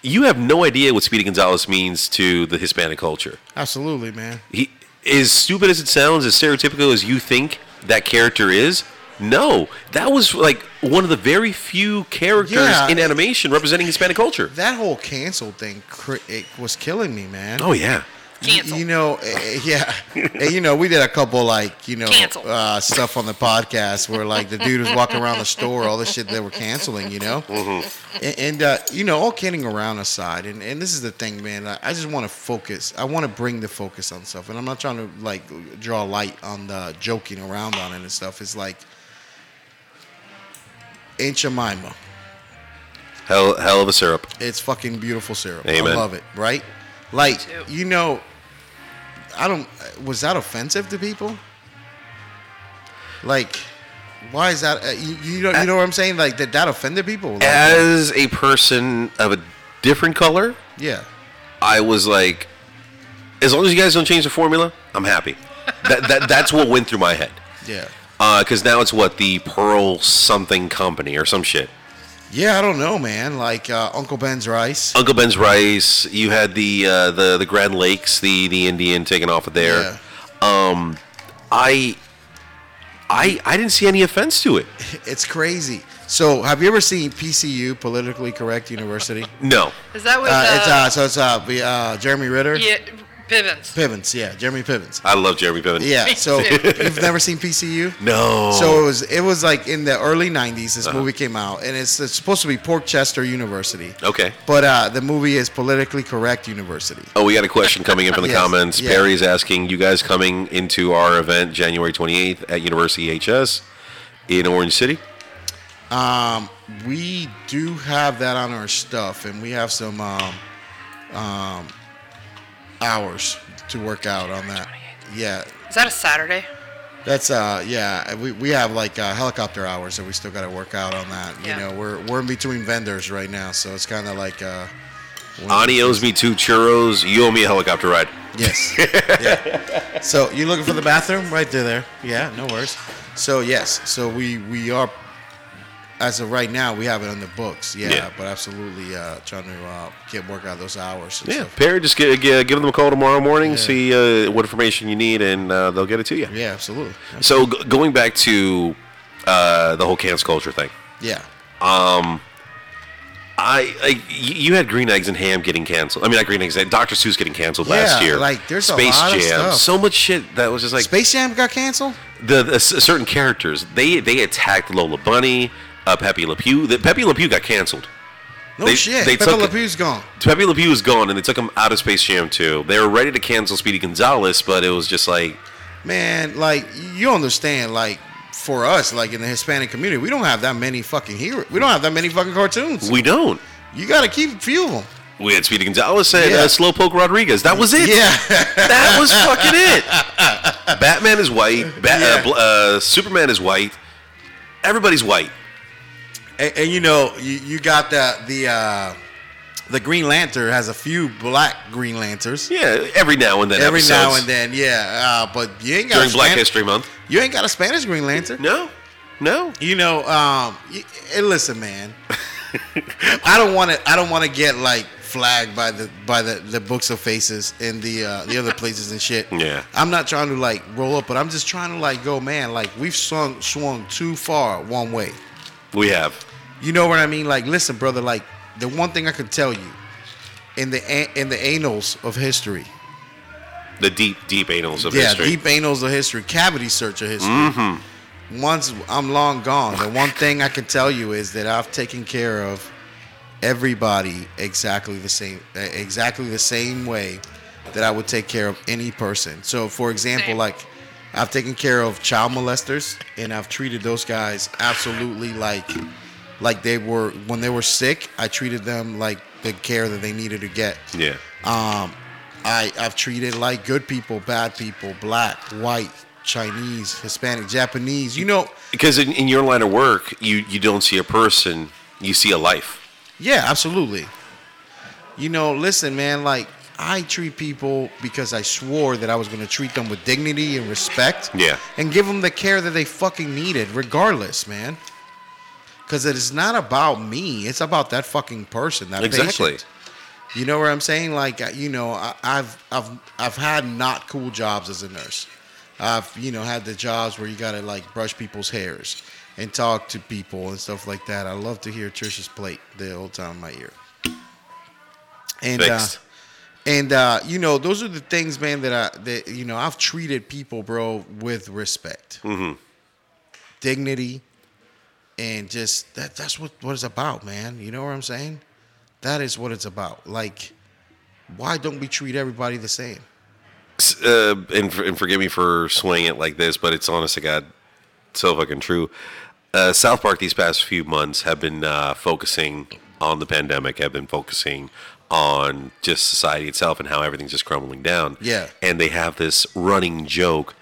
Speaker 2: you have no idea what Speedy Gonzalez means to the Hispanic culture.
Speaker 1: Absolutely, man.
Speaker 2: He, as stupid as it sounds, as stereotypical as you think that character is, no, that was like one of the very few characters
Speaker 1: Yeah.
Speaker 2: in animation representing Hispanic culture.
Speaker 1: That whole cancel thing cr- it was killing me, man.
Speaker 2: Oh, yeah.
Speaker 1: Y-
Speaker 3: Cancel.
Speaker 1: You know, eh, eh, yeah. Eh, you know, we did a couple like you know
Speaker 3: Cancel.
Speaker 1: uh, stuff on the podcast where like the dude was walking around the store, all the shit they were canceling. You know, and, and uh, you know, all kidding around aside, and, and this is the thing, man. I, I just want to focus. I want to bring the focus on stuff, and I'm not trying to like draw light on the joking around on it and stuff. It's like Aunt Jemima.
Speaker 2: Hell, hell of a syrup.
Speaker 1: It's fucking beautiful syrup.
Speaker 2: Amen.
Speaker 1: I love it. Right? Like
Speaker 3: too.
Speaker 1: you know, I don't. Was that offensive to people? Like, why is that? Uh, you, you know, you know what I'm saying? Like that that offended people. Like,
Speaker 2: uh, As a person of a different color,
Speaker 1: yeah.
Speaker 2: I was like, as long as you guys don't change the formula, I'm happy. that, that that's what went through my head.
Speaker 1: Yeah.
Speaker 2: Because now it's what the Pearl something company or some shit.
Speaker 1: Yeah, I don't know, man. Like uh, Uncle Ben's rice.
Speaker 2: Uncle Ben's rice. You had the uh, the the Grand Lakes, the the Indian taken off of there.
Speaker 1: Yeah.
Speaker 2: Um, I. I, I didn't see any offense to it.
Speaker 1: It's crazy. So, have you ever seen PCU, Politically Correct University?
Speaker 2: No.
Speaker 3: Is that what?
Speaker 1: Uh, it's uh, so it's uh, the, uh Jeremy Ritter.
Speaker 3: yeah, Bivens.
Speaker 1: Pivens, yeah, Jeremy Pivens.
Speaker 2: I love Jeremy Piven.
Speaker 1: Yeah.
Speaker 3: Me
Speaker 1: So
Speaker 3: too.
Speaker 1: you've never seen PCU?
Speaker 2: No.
Speaker 1: So it was it was like in the early '90s. This movie came out, and it's, it's supposed to be Porkchester University.
Speaker 2: Okay.
Speaker 1: But uh, the movie is politically correct university.
Speaker 2: Oh, we got a question coming in from the
Speaker 1: Yes,
Speaker 2: comments.
Speaker 1: yeah.
Speaker 2: Perry's asking, you guys coming into our event January 28th at University HS in Orange City?
Speaker 1: Um, we do have that on our stuff, and we have some um, um, hours to work out on that. Yeah,
Speaker 3: Is that a Saturday?
Speaker 1: that's uh, yeah. We, we have like uh, helicopter hours that we still got to work out on that.
Speaker 3: Yeah.
Speaker 1: You know, we're we're in between vendors right now, so it's kind of like uh,
Speaker 2: Ani owes me two churros. You owe me a helicopter ride.
Speaker 1: Yes. yeah. So you looking for the bathroom right there? There. Yeah. No worries. So yes. So we we are as of right now we have it on the books. Yeah.
Speaker 2: Yeah.
Speaker 1: But absolutely uh, trying to uh, get work out those hours. And
Speaker 2: Yeah,
Speaker 1: Stuff.
Speaker 2: Perry, just give, give them a call tomorrow morning, see uh, what information you need, and uh, they'll get it to you.
Speaker 1: Yeah. Absolutely.
Speaker 2: So g- going back to uh, the whole cancel culture thing,
Speaker 1: Yeah.
Speaker 2: I, I y- you had Green Eggs and Ham getting canceled. I mean, not Green Eggs, Dr. Seuss getting canceled last
Speaker 1: Yeah,
Speaker 2: year.
Speaker 1: like, there's a
Speaker 2: Space
Speaker 1: lot of
Speaker 2: Jam,
Speaker 1: stuff.
Speaker 2: so much shit that was just like
Speaker 1: Space Jam got canceled.
Speaker 2: the, the s- certain characters they they attacked Lola Bunny, uh, Pepe Le Pew. The, Pepe Le Pew got canceled.
Speaker 1: No
Speaker 2: They-
Speaker 1: shit.
Speaker 2: they
Speaker 1: Pepe
Speaker 2: took
Speaker 1: Le
Speaker 2: it.
Speaker 1: Pew's gone.
Speaker 2: Pepe Le Pew was gone, and they took him out of Space Jam 2. They were ready to cancel Speedy Gonzalez, but it was just like
Speaker 1: Man, like you understand, like for us, like in the Hispanic community, we don't have that many fucking heroes. We don't have that many fucking cartoons.
Speaker 2: we don't.
Speaker 1: you gotta keep a few of them.
Speaker 2: We had Speedy Gonzalez and
Speaker 1: Yeah.
Speaker 2: uh, Slowpoke Rodriguez. That was it.
Speaker 1: Yeah.
Speaker 2: That was fucking it. Batman is white. Ba-
Speaker 1: Yeah.
Speaker 2: uh, bl- uh, Superman is white. Everybody's white.
Speaker 1: and, and, you know, you, you got the the uh, the Green Lantern has a few black Green Lanterns
Speaker 2: Yeah, every now and then.
Speaker 1: every now
Speaker 2: episodes.
Speaker 1: and then. Yeah, uh, but you ain't got
Speaker 2: during
Speaker 1: a
Speaker 2: Black
Speaker 1: Span-
Speaker 2: History Month.
Speaker 1: You ain't got a Spanish Green Lantern.
Speaker 2: No, no.
Speaker 1: You know, um, y- and listen, man. I don't want to. I don't want to get like flagged by the by the, the books of faces and the uh, the other places and shit.
Speaker 2: Yeah.
Speaker 1: I'm not trying to like roll up, but I'm just trying to like go, man. Like we've swung swung too far one way.
Speaker 2: We have.
Speaker 1: You know what I mean? Like, listen, brother. Like the one thing I could tell you in the a- in the annals of history,
Speaker 2: The deep, deep anals of
Speaker 1: yeah,
Speaker 2: history.
Speaker 1: deep annals of history, cavity search of history.
Speaker 2: Mm-hmm.
Speaker 1: Once I'm long gone, the one thing I can tell you is that I've taken care of everybody exactly the same, eh, exactly the same way that I would take care of any person. So, for example,
Speaker 3: Same.
Speaker 1: like I've taken care of child molesters, and I've treated those guys absolutely like, like they were when they were sick. I treated them like the care that they needed to get.
Speaker 2: Yeah.
Speaker 1: Um, I I've treated like good people, bad people, black, white, Chinese, Hispanic, Japanese. You know,
Speaker 2: Because in, in your line of work, you, you don't see a person, you see a life.
Speaker 1: yeah, absolutely. You know, listen, man. Like I treat people because I swore that I was going to treat them with dignity and respect.
Speaker 2: Yeah.
Speaker 1: and give them the care that they fucking needed, regardless, man. Because it is not about me; it's about that fucking person, that
Speaker 2: Exactly.
Speaker 1: patient. You know what I'm saying? Like uh, you know, I, I've I've I've had not cool jobs as a nurse. I've you know had the jobs where you gotta like brush people's hairs and talk to people and stuff like that. I love to hear Trisha's plate the whole time in my ear. And uh,
Speaker 2: Fixed.
Speaker 1: and uh, you know those are the things, man. That I that you know I've treated people, bro, with respect, dignity, and just that that's what what it's about, man. You know what I'm saying? That is what it's about. Like, why don't we treat everybody the same?
Speaker 2: S- uh, and, for- and forgive me for swaying it like this, but it's honest to God, so fucking true. Uh, South Park these past few months have been uh, focusing on the pandemic, have been focusing on just society itself and how everything's just crumbling down.
Speaker 1: Yeah.
Speaker 2: And they have this running joke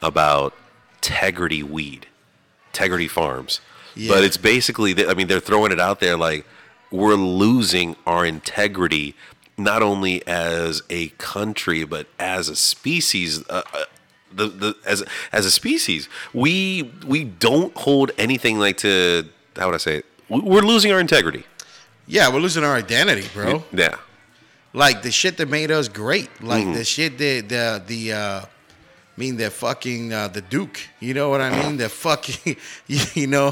Speaker 2: about Tegrity Weed, Tegrity Farms.
Speaker 1: Yeah.
Speaker 2: But it's basically, th- I mean, they're throwing it out there like we're losing our integrity, not only as a country, but as a species. Uh, uh, the, the as as a species, we we don't hold anything like to how would I say it? We- We're losing our integrity.
Speaker 1: Yeah, we're losing our identity, bro.
Speaker 2: Yeah,
Speaker 1: Like the shit that made us great. Like the shit that the the. Uh, I mean the fucking uh, the Duke, you know what I mean? The fucking, you know,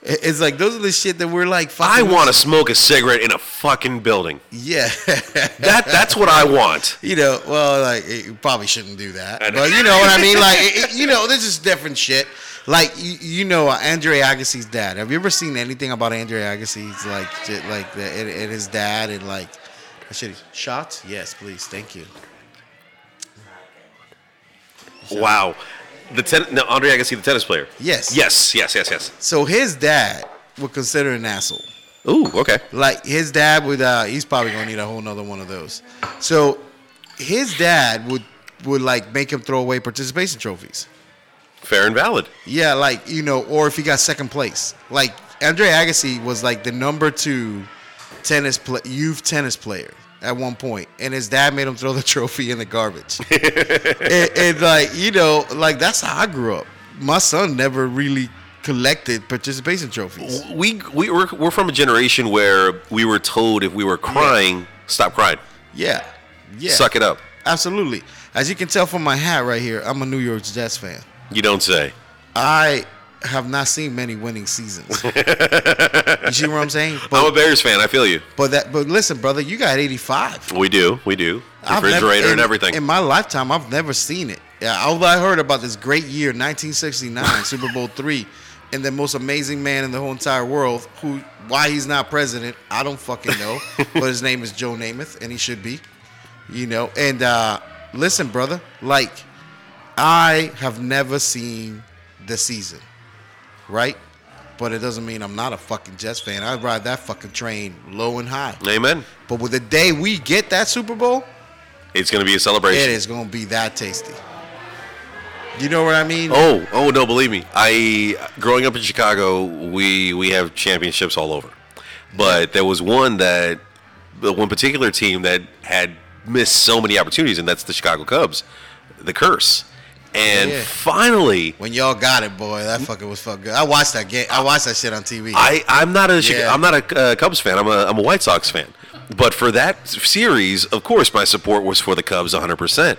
Speaker 1: it- it's like those are the shit that we're like.
Speaker 2: I
Speaker 1: fucking-
Speaker 2: want to smoke a cigarette in a fucking building.
Speaker 1: Yeah.
Speaker 2: That that's what I want.
Speaker 1: you know, well, like, eh, you probably shouldn't do that. But you know what I mean? Like, eh, eh, you know, this is different shit. Like, you, you know, uh, Andre Agassi's dad. Have you ever seen anything about Andre Agassi's, like, shit, like, the, and, and his dad and, like, that shit? Shots? Yes, please. Thank you.
Speaker 2: Wow. The ten- no, Andre Agassi, the tennis player.
Speaker 1: Yes.
Speaker 2: Yes, yes, yes, yes.
Speaker 1: So his dad would consider an asshole.
Speaker 2: Ooh, okay.
Speaker 1: Like his dad would, uh, he's probably gonna need a whole nother one of those. So his dad would would like make him throw away participation trophies.
Speaker 2: Fair and valid.
Speaker 1: Yeah, like you know, or if he got second place, like Andre Agassi was like the number two tennis pla youth tennis player at one point, and his dad made him throw the trophy in the garbage. and, and like you know, like that's how I grew up. My son never really collected participation trophies.
Speaker 2: We we we're, we're from a generation where we were told if we were crying, stop crying,
Speaker 1: Yeah, yeah,
Speaker 2: suck it up.
Speaker 1: absolutely. As you can tell from my hat right here, I'm a New York Jets fan.
Speaker 2: You don't say.
Speaker 1: I have not seen many winning seasons. you see what I'm saying? But
Speaker 2: I'm a Bears fan. I feel you.
Speaker 1: But that, but listen, brother, you got 85.
Speaker 2: We do. We do.
Speaker 1: I've never-
Speaker 2: Refrigerator
Speaker 1: in-
Speaker 2: and everything.
Speaker 1: In my lifetime, I've never seen it. Yeah, all I heard about this great year, 1969, Super Bowl three, and the most amazing man in the whole entire world. Who, why he's not president, I don't fucking know. but his name is Joe Namath, and he should be. You know. And uh, listen, brother, like I have never seen the season, right? But it doesn't mean I'm not a fucking Jets fan. I'd ride that fucking train low and high.
Speaker 2: Amen.
Speaker 1: But with the day we get that Super Bowl,
Speaker 2: It's going to be a
Speaker 1: it
Speaker 2: celebration.
Speaker 1: is gonna be that tasty. You know what I mean?
Speaker 2: Oh, oh no, believe me. I growing up in Chicago, we we have championships all over. But there was one that the one particular team that had missed so many opportunities and that's the Chicago Cubs. The curse. And
Speaker 1: Yeah.
Speaker 2: finally,
Speaker 1: When y'all got it, boy, that fucking was fuck good. I watched that game. I watched that shit on TV.
Speaker 2: Mm. I I'm not a Chica-
Speaker 1: Yeah.
Speaker 2: I'm not a uh, Cubs fan. I'm a I'm a White Sox fan. But for that series, of course, my support was for the Cubs 100%.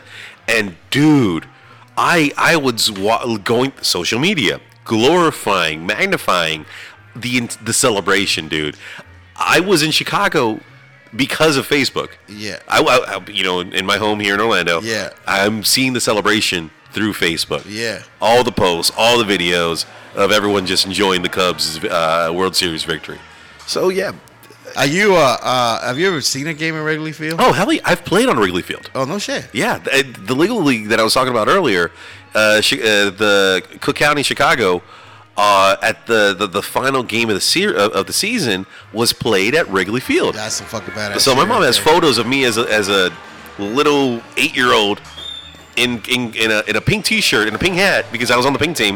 Speaker 2: And dude, I I was wa- going social media glorifying, magnifying the in- the celebration, dude. I was in Chicago because of Facebook.
Speaker 1: Yeah.
Speaker 2: I, I- I- you know in, in my home here in Orlando.
Speaker 1: Yeah.
Speaker 2: I'm seeing the celebration through Facebook
Speaker 1: yeah.
Speaker 2: all the posts, all the videos of everyone just enjoying the Cubs' uh, World Series victory. So yeah.
Speaker 1: Are you? Uh, uh, have you ever seen a game in Wrigley Field?
Speaker 2: Oh hell, yeah, I've played on Wrigley Field.
Speaker 1: Oh no shit.
Speaker 2: Yeah, th- the legal league that I was talking about earlier, uh, Chi- uh, the Cook County Chicago, uh, at the, the the final game of the se- of of the season was played at Wrigley Field.
Speaker 1: That's some fucking badass.
Speaker 2: So my
Speaker 1: shit
Speaker 2: mom
Speaker 1: right
Speaker 2: has
Speaker 1: there.
Speaker 2: photos of me as a, as a little eight year old in in in a, in a pink t shirt and a pink hat because I was on the pink team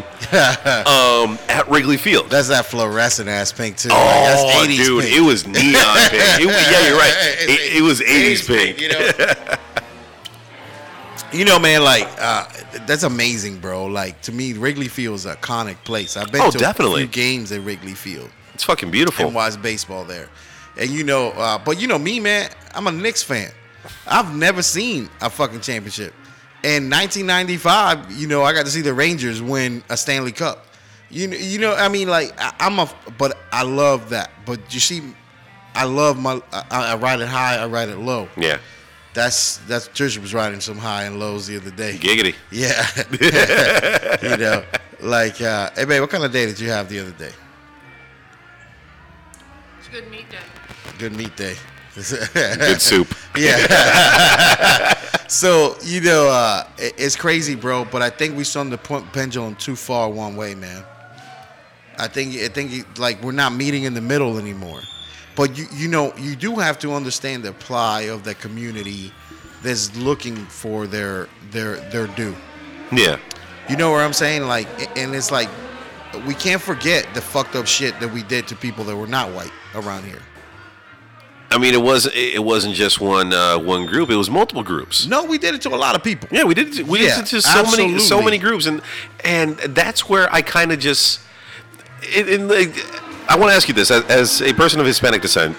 Speaker 2: um, at Wrigley Field.
Speaker 1: That's that fluorescent ass pink too.
Speaker 2: Oh,
Speaker 1: Like, that's 80s
Speaker 2: dude,
Speaker 1: pink.
Speaker 2: it was neon pink. It, was- yeah, you're right. It, it was 80s pink.
Speaker 1: You know. You know, man, like uh, that's amazing, bro. Like to me, Wrigley Field is an iconic place. I've been
Speaker 2: Oh,
Speaker 1: to
Speaker 2: definitely.
Speaker 1: a few games at Wrigley Field.
Speaker 2: It's fucking beautiful.
Speaker 1: and watch baseball there. And you know, uh, but you know me, man. I'm a Knicks fan. I've never seen a fucking championship. In 1995, you know, I got to see the Rangers win a Stanley Cup. You kn- you know, I mean, like I, I'm a, but I love that. But you see, I love my. I, I ride it high. I ride it low.
Speaker 2: Yeah.
Speaker 1: That's that's Trisha was riding some high and lows the other day.
Speaker 2: Giggity.
Speaker 1: Yeah. you know, like, uh, hey, babe, what kind of day did you have the other day?
Speaker 3: It's a good meat day.
Speaker 1: Good meat day.
Speaker 2: Good soup.
Speaker 1: Yeah. so you know, uh, it- it's crazy, bro. But I think we swung the pen- pendulum too far one way, man. I think I think like we're not meeting in the middle anymore. But you you know you do have to understand the plight of the community that's looking for their their their due.
Speaker 2: Yeah.
Speaker 1: You know what I'm saying? Like, and it's like we can't forget the fucked up shit that we did to people that were not white around here.
Speaker 2: I mean, it was it it wasn't just one uh, one group. It was multiple groups.
Speaker 1: No, we did it to a lot of people.
Speaker 2: Yeah, we did. We
Speaker 1: Yeah,
Speaker 2: did just so many so
Speaker 1: absolutely.
Speaker 2: many groups, and and that's where I kind of just. It, it, like, I want to ask you this as, as a person of Hispanic descent.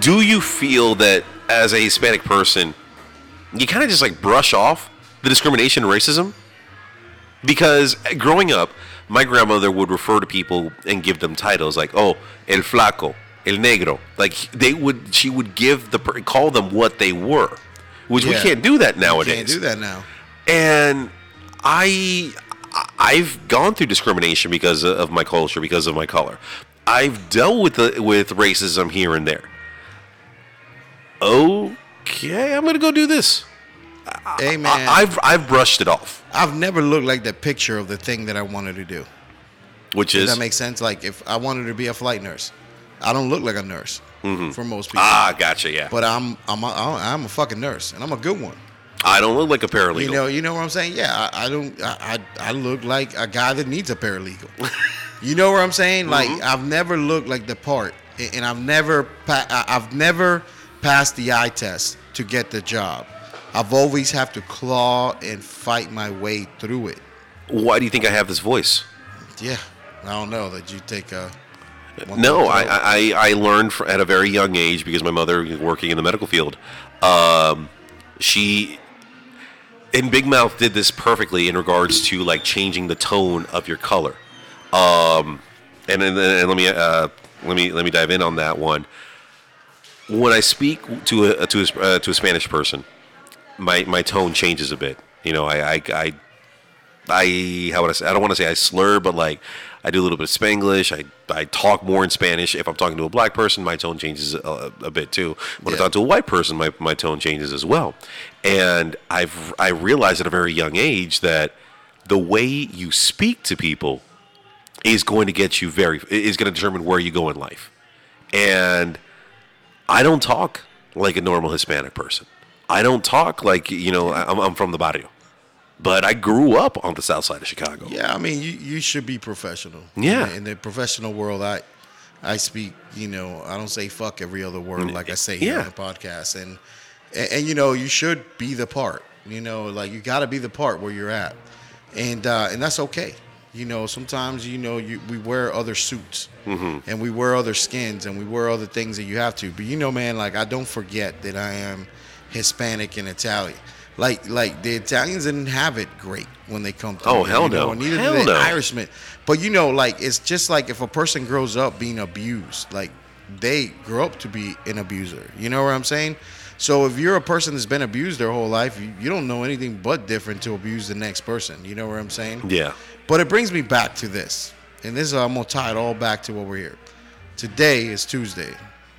Speaker 2: Do you feel that as a Hispanic person, you kind of just like brush off the discrimination and racism? Because growing up, my grandmother would refer to people and give them titles like, "Oh, el flaco, el negro." Like they would, she would give the per- call them what they were, which we
Speaker 1: Yeah.
Speaker 2: can't do that
Speaker 1: We
Speaker 2: nowadays
Speaker 1: can't do that now.
Speaker 2: and I I've gone through discrimination because of my culture, because of my color. I've dealt with the, with racism here and there. Okay, I'm gonna go do this.
Speaker 1: Hey man,
Speaker 2: I, I've I've brushed it off,
Speaker 1: I've never looked like that picture of the thing that I wanted to do.
Speaker 2: which
Speaker 1: Does
Speaker 2: is
Speaker 1: that make sense? Like if I wanted to be a flight nurse, I don't look like a nurse for most people.
Speaker 2: ah, gotcha, yeah.
Speaker 1: But I'm I'm a, I'm a fucking nurse, and I'm a good one.
Speaker 2: I don't look like a paralegal.
Speaker 1: You know, you know what I'm saying? Yeah, I, I don't. I, I I look like a guy that needs a paralegal. you know what I'm saying? Like
Speaker 2: Mm-hmm.
Speaker 1: I've never looked like the part, a- and I've never pa- I- I've never passed the eye test to get the job. I've always have to claw and fight my way through it.
Speaker 2: Why do you think I have this voice?
Speaker 1: Yeah, I don't know that you take a. one
Speaker 2: No,
Speaker 1: look
Speaker 2: I,
Speaker 1: at it.
Speaker 2: I, I learned fr at a very young age because my mother working in the medical field. Um, she and Big Mouth did this perfectly in regards to like changing the tone of your color. Um, and, and, and let me uh, let me let me dive in on that one. When I speak to a to a, uh, to a Spanish person, my my tone changes a bit. You know, I I, I I how would I say I don't want to say I slur, but like I do a little bit of Spanglish. I I talk more in Spanish if I'm talking to a black person. My tone changes a, a bit too. When I
Speaker 1: Yeah.
Speaker 2: talk to a white person, my, my tone changes as well. And I've I realized at a very young age that the way you speak to people is going to get you very is going to determine where you go in life. And I don't talk like a normal Hispanic person. I don't talk like you know I- I'm, I'm from the barrio, but I grew up on the south side of Chicago.
Speaker 1: Yeah, I mean, you, you should be professional.
Speaker 2: Yeah.
Speaker 1: In the, in the professional world, I I speak, you know, I don't say fuck every other word like I say here
Speaker 2: Mm, Yeah.
Speaker 1: on the podcast, and, and and, you know, you should be the part. You know, like you got to be the part where you're at, and uh, and that's okay. You know, sometimes you know you we wear other suits,
Speaker 2: Mm-hmm.
Speaker 1: and we wear other skins, and we wear other things that you have to. But you know, man, like I don't forget that I am Hispanic and Italian. Like like the Italians didn't have it great when they come
Speaker 2: Oh,
Speaker 1: you
Speaker 2: hell
Speaker 1: know,
Speaker 2: no.
Speaker 1: and neither
Speaker 2: Hell
Speaker 1: do the
Speaker 2: no.
Speaker 1: Irishmen. But you know, like it's just like if a person grows up being abused, like they grow up to be an abuser. You know what I'm saying? So if you're a person that's been abused their whole life, you, you don't know anything but different to abuse the next person. You know what I'm saying?
Speaker 2: Yeah.
Speaker 1: But it brings me back to this, and this is I'm gonna tie it all back to what we're here. Today is Tuesday.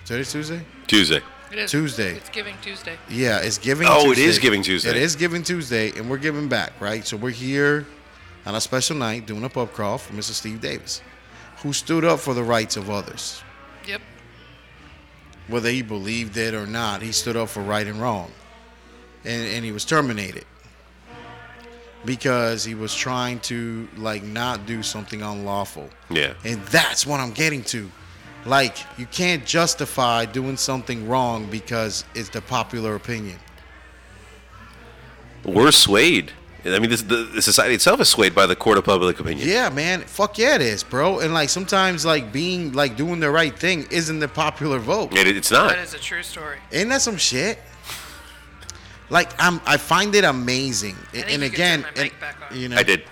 Speaker 1: Today's Tuesday.
Speaker 2: Tuesday.
Speaker 3: It is.
Speaker 1: Tuesday.
Speaker 3: It's Giving Tuesday.
Speaker 1: Yeah, it's giving.
Speaker 2: Oh, it
Speaker 1: Tuesday.
Speaker 2: is Giving Tuesday.
Speaker 1: It is giving Tuesday, and we're giving back, right? So we're here on a special night doing a pub crawl for Mr. Steve Davis, who stood up for the rights of others,
Speaker 3: Yep.
Speaker 1: whether he believed it or not. He stood up for right and wrong, and and he was terminated because he was trying to like not do something unlawful.
Speaker 2: Yeah.
Speaker 1: And that's what I'm getting to. Like, you can't justify doing something wrong because it's the popular opinion.
Speaker 2: We're swayed. I mean, this, the, the society itself is swayed by the court of public opinion.
Speaker 1: Yeah, man. Fuck yeah, it is, bro. And like sometimes, like being like doing the right thing isn't the popular vote.
Speaker 2: It, it's not.
Speaker 3: That is a true story.
Speaker 1: Ain't that some shit? Like I'm, I find it amazing. And,
Speaker 3: think
Speaker 1: and
Speaker 3: you can
Speaker 1: again,
Speaker 3: turn my
Speaker 1: and,
Speaker 3: mic back on.
Speaker 1: you know,
Speaker 2: I did.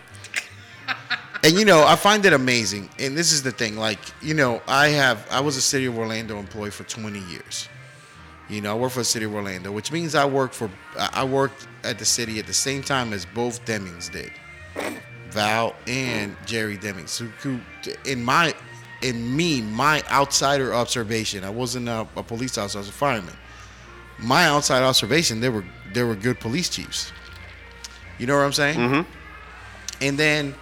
Speaker 1: and you know, I find it amazing. And this is the thing, like you know, I have, I was a city of Orlando employee for 20 years. You know, I work for the city of Orlando, which means I work for, I I worked at the city at the same time as both Demings did. Val and Jerry Demings, who, who in my in me, my outsider observation, I wasn't a, a police officer, I was a fireman. My outside observation, they were they were good police chiefs. You know what I'm saying? Mm-hmm. And then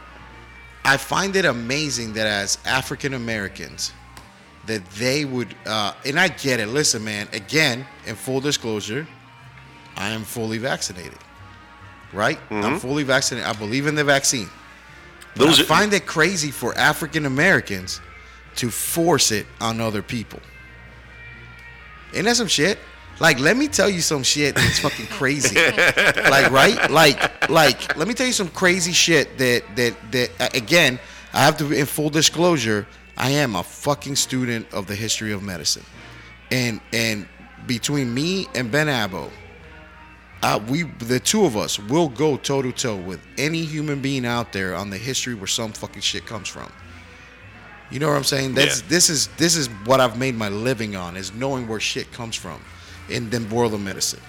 Speaker 1: I find it amazing that as African Americans, that they would, uh, and I get it. Listen, man. Again, in full disclosure, I am fully vaccinated. Right? I'm fully vaccinated. I believe in the vaccine. But
Speaker 2: Those
Speaker 1: I
Speaker 2: are-
Speaker 1: find it crazy for African Americans to force it on other people. Ain't that some shit? Like, let me tell you some shit that's fucking crazy. like, right? Like, like, let me tell you some crazy shit that that that uh, again, I have to in full disclosure, I am a fucking student of the history of medicine. And and between me and Ben Abo, uh, we the two of us will go toe to toe with any human being out there on the history where some fucking shit comes from. You know what I'm saying? That's
Speaker 2: Yeah.
Speaker 1: this is this is what I've made my living on is knowing where shit comes from in the world of medicine.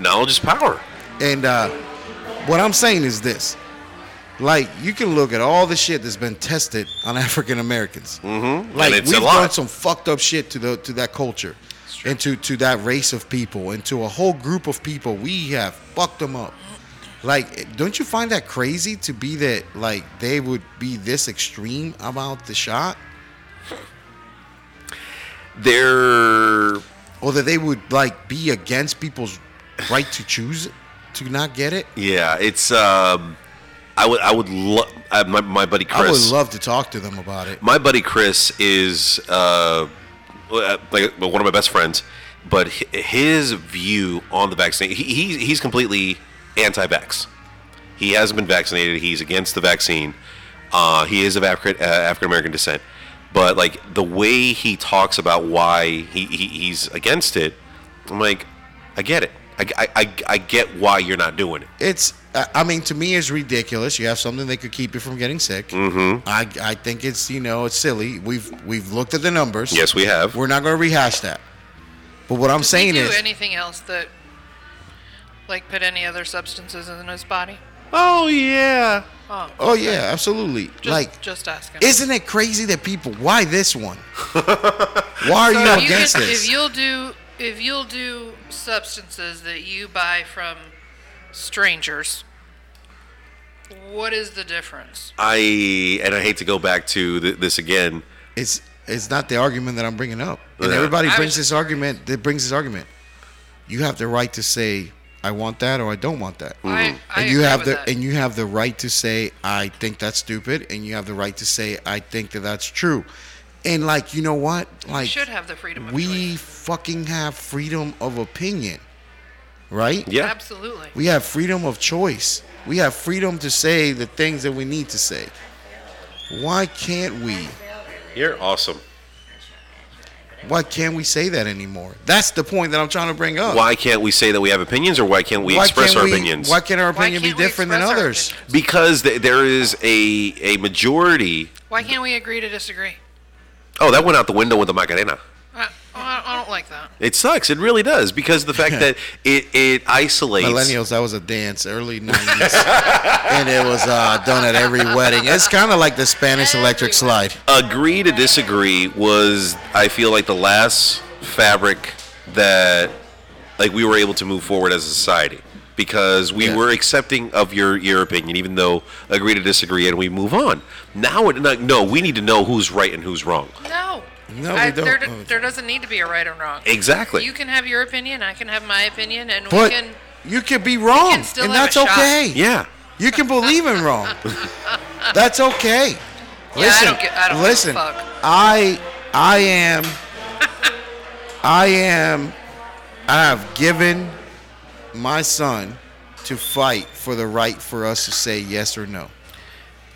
Speaker 2: Knowledge is power.
Speaker 1: And uh, what I'm saying is this: like you can look at all the shit that's been tested on African Americans. Mm-hmm. Like
Speaker 2: And it's a
Speaker 1: we've
Speaker 2: lot.
Speaker 1: done some fucked up shit to the to that culture, and to to that race of people, and to a whole group of people. We have fucked them up. Like, don't you find that crazy to be that like they would be this extreme about the shot,
Speaker 2: They're
Speaker 1: or that they would like be against people's right to choose to not get it?
Speaker 2: yeah. It's um. I would I would love my my buddy Chris.
Speaker 1: I would love to talk to them about it.
Speaker 2: my buddy Chris is uh, like uh, one of my best friends, but hi- his view on the vaccine, he, he he's completely anti-vax. He hasn't been vaccinated. He's against the vaccine. Uh, he is of Afri- uh, African American descent, but like the way he talks about why he, he he's against it, I'm like, I get it. I, I, I, I get why you're not doing it.
Speaker 1: it's uh, I I mean to me it's ridiculous. You have something that could keep you from getting sick. Mm-hmm. I I think it's you know it's silly. We've we've looked at the numbers.
Speaker 2: Yes, we have.
Speaker 1: We're not going to rehash that. But what I'm
Speaker 3: Did
Speaker 1: saying
Speaker 3: he do
Speaker 1: is
Speaker 3: anything else that, like, put any other substances in his body?
Speaker 2: Oh yeah.
Speaker 3: Oh,
Speaker 1: Oh yeah, absolutely.
Speaker 3: just,
Speaker 1: like,
Speaker 3: just asking.
Speaker 1: isn't it crazy that people? Why this one? why are
Speaker 3: So
Speaker 1: you
Speaker 3: if
Speaker 1: against
Speaker 3: can-
Speaker 1: this?
Speaker 3: If you'll do if you'll do substances that you buy from strangers, what is the difference?
Speaker 2: I and I hate to go back to th- this again.
Speaker 1: it's it's not the argument that I'm bringing up. And
Speaker 2: Yeah.
Speaker 1: everybody
Speaker 3: I
Speaker 1: brings
Speaker 3: was-
Speaker 1: this argument. That brings this argument. You have the right to say I want that or I don't want that.
Speaker 3: I, I
Speaker 1: and you
Speaker 3: agree
Speaker 1: have
Speaker 3: with
Speaker 1: the
Speaker 3: that.
Speaker 1: and you have the right to say I think that's stupid, and you have the right to say I think that that's true. And like you know what, like
Speaker 3: should have the freedom of
Speaker 1: we
Speaker 3: choice.
Speaker 1: fucking have freedom of opinion, right?
Speaker 2: Yeah,
Speaker 3: Absolutely.
Speaker 1: We have freedom of choice. We have freedom to say the things that we need to say. Why can't we?
Speaker 2: you're awesome.
Speaker 1: Why can't we say that anymore? That's the point that I'm trying to bring up.
Speaker 2: Why can't we say that we have opinions, or why can't we
Speaker 1: Why
Speaker 2: express
Speaker 1: can't
Speaker 2: our
Speaker 1: we-
Speaker 2: opinions?
Speaker 1: Why can't our
Speaker 3: Why
Speaker 1: opinion be
Speaker 3: can't we
Speaker 1: different than
Speaker 3: express our
Speaker 1: others?
Speaker 3: opinion?
Speaker 2: Because th- there is a a majority.
Speaker 3: Why can't we agree to disagree?
Speaker 2: Oh, that went out the window with the Macarena.
Speaker 3: I, I I don't like that.
Speaker 2: It sucks. It really does because the fact that it it isolates.
Speaker 1: Millennials, that was a dance, early 90s. and it was uh, done at every wedding. It's kind of like the Spanish electric slide.
Speaker 2: agree to disagree was I feel like the last fabric that like we were able to move forward as a society because we
Speaker 1: Yeah.
Speaker 2: were accepting of your your opinion even though agree to disagree and we move on. Now it like no, we need to know who's right and who's wrong.
Speaker 3: No.
Speaker 1: No, we
Speaker 3: I, There,
Speaker 1: don't. Oh,
Speaker 3: d- there doesn't need to be a right or wrong.
Speaker 2: Exactly.
Speaker 3: You can have your opinion. I can have my opinion, and we
Speaker 1: But
Speaker 3: can.
Speaker 1: you could be wrong,
Speaker 3: still
Speaker 1: and
Speaker 3: have
Speaker 1: that's
Speaker 3: a shot.
Speaker 1: okay.
Speaker 2: yeah.
Speaker 1: You can believe in wrong. that's okay.
Speaker 3: Yeah, I don't get- I don't give a
Speaker 1: listen.
Speaker 3: fuck.
Speaker 1: I I am I am I have given my son to fight for the right for us to say yes or no.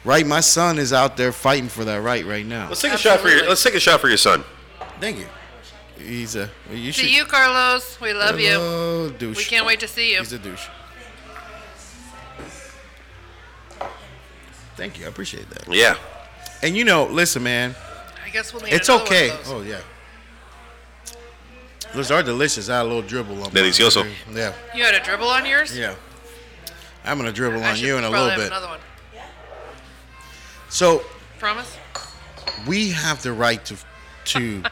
Speaker 1: Right, my son is out there fighting for that right right now.
Speaker 2: Let's take a shot for your
Speaker 3: Absolutely.
Speaker 2: let's take a shot for your son.
Speaker 1: Thank you. He's a you should
Speaker 3: To you, Carlos, we love you.
Speaker 1: Hello, douche.
Speaker 3: We can't wait to see you.
Speaker 1: He's a douche. Thank you. I appreciate that.
Speaker 2: Yeah.
Speaker 1: And you know, listen, man,
Speaker 3: I guess we'll need
Speaker 1: it's
Speaker 3: another
Speaker 1: okay.
Speaker 3: One of those.
Speaker 1: Oh yeah, those are delicious. I had a little dribble on. mine.
Speaker 2: Delicioso.
Speaker 1: Yeah,
Speaker 3: You had a dribble on yours.
Speaker 1: yeah. I'm gonna dribble
Speaker 3: I
Speaker 1: on
Speaker 3: should
Speaker 1: you in a
Speaker 3: probably
Speaker 1: little
Speaker 3: have
Speaker 1: bit.
Speaker 3: Another one.
Speaker 1: So
Speaker 3: Promise.
Speaker 1: we have the right to, to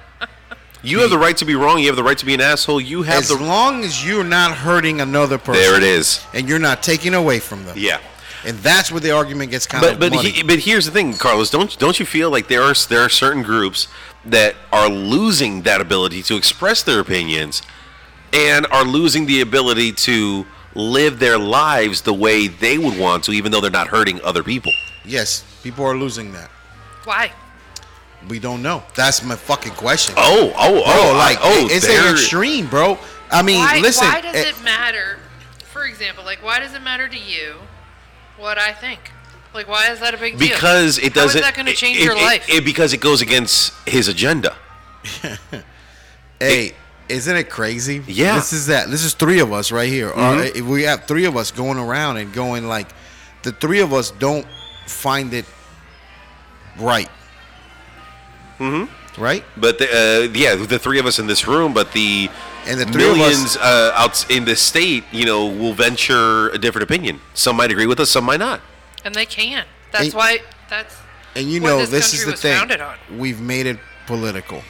Speaker 2: You have the right to be wrong, you have the right to be an asshole, you have
Speaker 1: as
Speaker 2: the
Speaker 1: long as you're not hurting another person.
Speaker 2: There it is.
Speaker 1: And you're not taking away from them.
Speaker 2: Yeah.
Speaker 1: And that's where the argument gets kind
Speaker 2: But
Speaker 1: of
Speaker 2: but
Speaker 1: muddy.
Speaker 2: he, but here's the thing, Carlos. Don't don't you feel like there are there are certain groups that are losing that ability to express their opinions, and are losing the ability to live their lives the way they would want to, even though they're not hurting other people.
Speaker 1: yes, people are losing that.
Speaker 3: Why?
Speaker 1: We don't know. That's my fucking question.
Speaker 2: Oh oh oh!
Speaker 1: Bro, like
Speaker 2: I- oh,
Speaker 1: it's
Speaker 2: they're-
Speaker 1: an extreme, bro. I mean,
Speaker 3: Why,
Speaker 1: listen.
Speaker 3: why does
Speaker 1: eh,
Speaker 3: it matter? For example, like why does it matter to you what I think? Like why is that a big deal?
Speaker 2: because it doesn't.
Speaker 3: How is that going to
Speaker 2: it-
Speaker 3: change
Speaker 2: it-
Speaker 3: your
Speaker 2: it-
Speaker 3: life?
Speaker 2: it- because it goes against his agenda.
Speaker 1: Hey, isn't it crazy?
Speaker 2: Yeah.
Speaker 1: This is that. This is three of us right here. All right, we have three of us going around and going like, the three of us don't find it right. Mm-hmm. Right.
Speaker 2: But the, uh, yeah, the three of us in this room, but the
Speaker 1: And the three of us-
Speaker 2: millions uh, out in the state, you know, will venture a different opinion. Some might agree with us, some might not.
Speaker 3: and they can. That's
Speaker 1: And-
Speaker 3: why. That's.
Speaker 1: And you
Speaker 3: what
Speaker 1: know,
Speaker 3: this,
Speaker 1: this, is
Speaker 3: country
Speaker 1: the
Speaker 3: was
Speaker 1: thing.
Speaker 3: Founded on.
Speaker 1: We've made it political.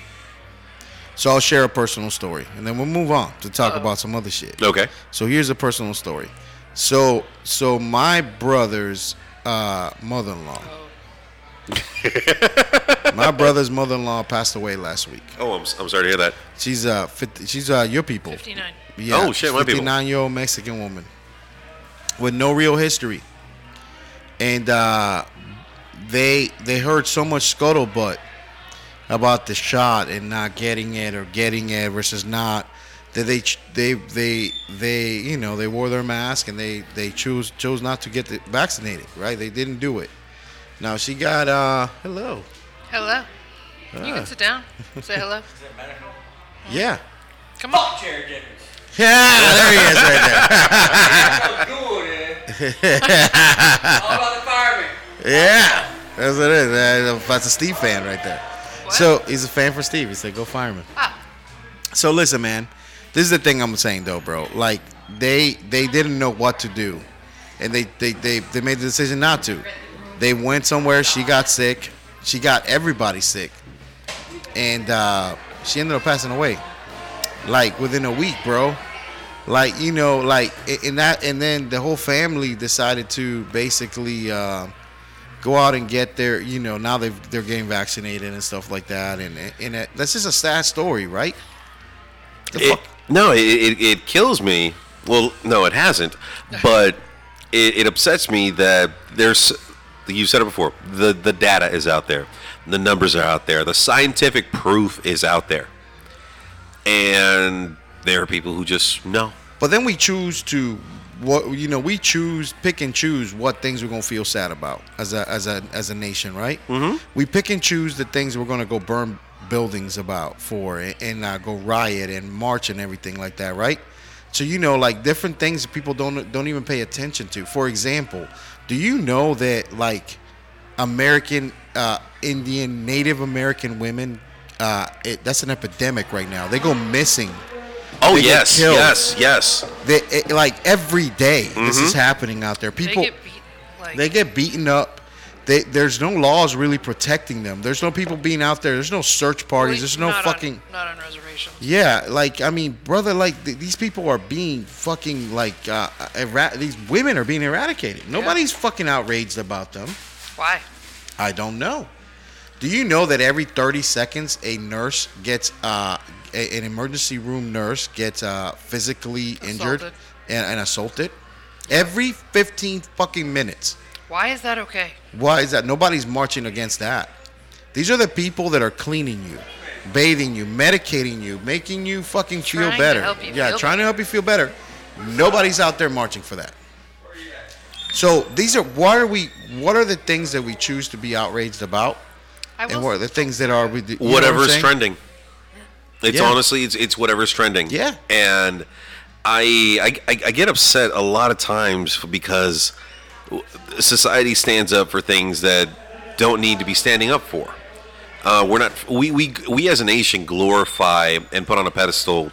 Speaker 1: So I'll share a personal story, and then we'll move on to talk about some other shit.
Speaker 2: Okay.
Speaker 1: So here's a personal story. So so my brother's uh, mother-in-law. my brother's mother-in-law passed away last week.
Speaker 2: Oh, I'm, s- I'm sorry to hear that.
Speaker 1: She's uh 50, she's uh your people.
Speaker 3: Fifty-nine.
Speaker 1: Yeah,
Speaker 2: Oh, shit, my people.
Speaker 1: 59 year old Mexican woman with no real history. And uh, they they heard so much scuttlebutt about the shot and not getting it or getting it versus not that they ch- they they they you know they wore their mask and they they chose chose not to get the, vaccinated right they didn't do it now she got uh hello
Speaker 3: Hello. You
Speaker 1: Ah.
Speaker 3: can sit down. Say hello.
Speaker 1: yeah
Speaker 3: Come on.
Speaker 4: Chair dinners.
Speaker 1: yeah there he is right
Speaker 4: That was good, eh? All about the firemen.
Speaker 1: there yeah that's what it is Uh, that's a Steve fan right there
Speaker 3: What?
Speaker 1: So he's a fan for Steve. He said, "Go fireman."
Speaker 3: Ah.
Speaker 1: So listen, man, this is the thing I'm saying though, bro. Like they they didn't know what to do, and they, they, they, they made the decision not to. They went somewhere. She got sick. She got everybody sick, and uh, she ended up passing away, like within a week, bro. Like you know, like i- in that, and then the whole family decided to basically uh, go out and get their, you know, now they they're getting vaccinated and stuff like that, and and it, that's just a sad story, right? The
Speaker 2: It, no, it, it, it kills me. Well, no, it hasn't, but it, it upsets me that there's. You said it before. The the data is out there, the numbers are out there, the scientific proof is out there, and there are people who just no.
Speaker 1: But then we choose to what you know, we choose pick and choose what things we're gonna feel sad about as a as a as a nation, right? Mm-hmm. We pick and choose the things we're gonna go burn buildings about for and, and uh, go riot and march and everything like that, right? So you know, like different things that people don't don't even pay attention to. For example, do you know that like American uh, Indian Native American women? Uh, it, that's an epidemic right now. They go missing
Speaker 2: Oh
Speaker 1: They get
Speaker 2: yes,
Speaker 1: killed.
Speaker 2: yes, yes.
Speaker 1: they, it, like every day, this is happening out there. People
Speaker 3: they get beat. Like,
Speaker 1: they get beaten up. They, there's no laws really protecting them. There's no people being out there. There's no search parties. There's no
Speaker 3: not
Speaker 1: fucking
Speaker 3: On, not on reservation.
Speaker 1: yeah. Like I mean, brother, like th- these people are being fucking like uh, era- these women are being eradicated. Nobody's fucking outraged about them.
Speaker 3: Why?
Speaker 1: I don't know. Do you know that every 30 seconds a nurse gets uh, a- an emergency room nurse gets uh, physically injured
Speaker 3: Assaulted.
Speaker 1: and, and assaulted every 15 fucking minutes?
Speaker 3: Why is that okay?
Speaker 1: Why is that? Nobody's marching against that. These are the people that are cleaning you, bathing you, medicating you, making you fucking feel
Speaker 3: Trying to
Speaker 1: better.
Speaker 3: help you
Speaker 1: yeah,
Speaker 3: feel
Speaker 1: trying to help you feel better. Nobody's out there marching for that. So these are why are we? What are the things that we choose to be outraged about,
Speaker 3: I
Speaker 1: and
Speaker 3: will.
Speaker 1: what are the things that are we? You know what I'm
Speaker 2: whatever's
Speaker 1: saying?
Speaker 2: trending. It's
Speaker 1: Yeah.
Speaker 2: honestly, it's it's whatever's trending.
Speaker 1: Yeah.
Speaker 2: and I, I I get upset a lot of times because society stands up for things that don't need to be standing up for. Uh, we're not we, we we as a nation glorify and put on a pedestal,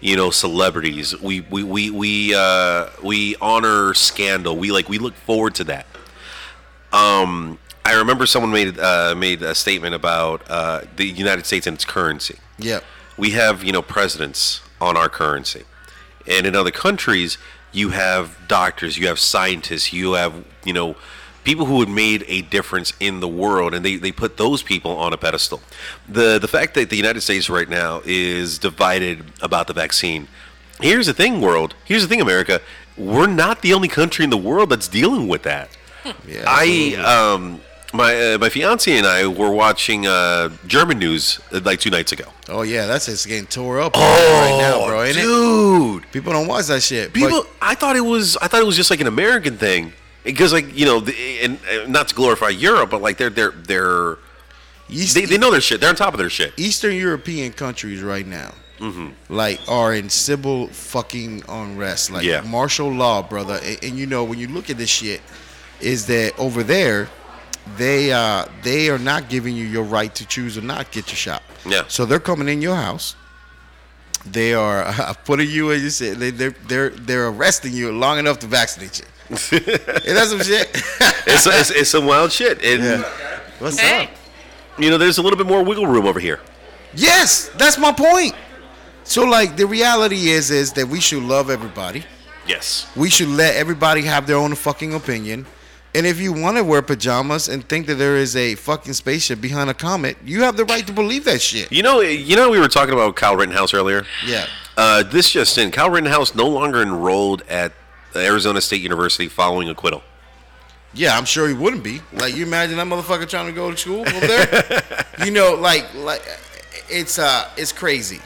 Speaker 2: you know, celebrities. We we we we uh, we honor scandal. We like we look forward to that. Um, I remember someone made uh, made a statement about uh, the United States and its currency
Speaker 1: Yeah,
Speaker 2: we have you know presidents on our currency and in other countries you have doctors you have scientists you have you know people who have made a difference in the world and they, they put those people on a pedestal the the fact that the united states right now is divided about the vaccine here's the thing world here's the thing america we're not the only country in the world that's dealing with that
Speaker 1: yeah.
Speaker 2: I um my uh, my fiance and I were watching uh, German news uh, like two nights ago.
Speaker 1: oh yeah, that's just getting tore up right now, bro. ain't it?
Speaker 2: Oh, dude,
Speaker 1: People don't watch that shit. but-
Speaker 2: people! I thought it was I thought it was just like an American thing because like you know the, and, and not to glorify Europe, but like they're they're they're
Speaker 1: Yeast-
Speaker 2: they, they know their shit. They're on top of their shit.
Speaker 1: Eastern European countries right now,
Speaker 2: Mm-hmm.
Speaker 1: like are in civil fucking unrest, like
Speaker 2: Yeah.
Speaker 1: martial law, brother. And, and you know when you look at this shit, is that over there, they uh they are not giving you your right to choose or not get your shot.
Speaker 2: Yeah.
Speaker 1: So they're coming in your house. They are uh, putting you in your shit. They, they're they're they're arresting you long enough to vaccinate you. Is that some shit?
Speaker 2: It's, it's, it's some wild shit, and
Speaker 1: What's
Speaker 3: Hey.
Speaker 1: up?
Speaker 2: you know there's a little bit more wiggle room over here.
Speaker 1: Yes, that's my point. So like the reality is is that we should love everybody.
Speaker 2: Yes,
Speaker 1: We should let everybody have their own fucking opinion. And if you want to wear pajamas and think that there is a fucking spaceship behind a comet, you have the right to believe that shit.
Speaker 2: you know you know we were talking about Kyle Rittenhouse earlier.
Speaker 1: Yeah.
Speaker 2: Uh, this just in: Kyle Rittenhouse no longer enrolled at Arizona State University following acquittal.
Speaker 1: Yeah, I'm sure he wouldn't be. Like you imagine that motherfucker trying to go to school over there? you know, like like it's uh it's crazy.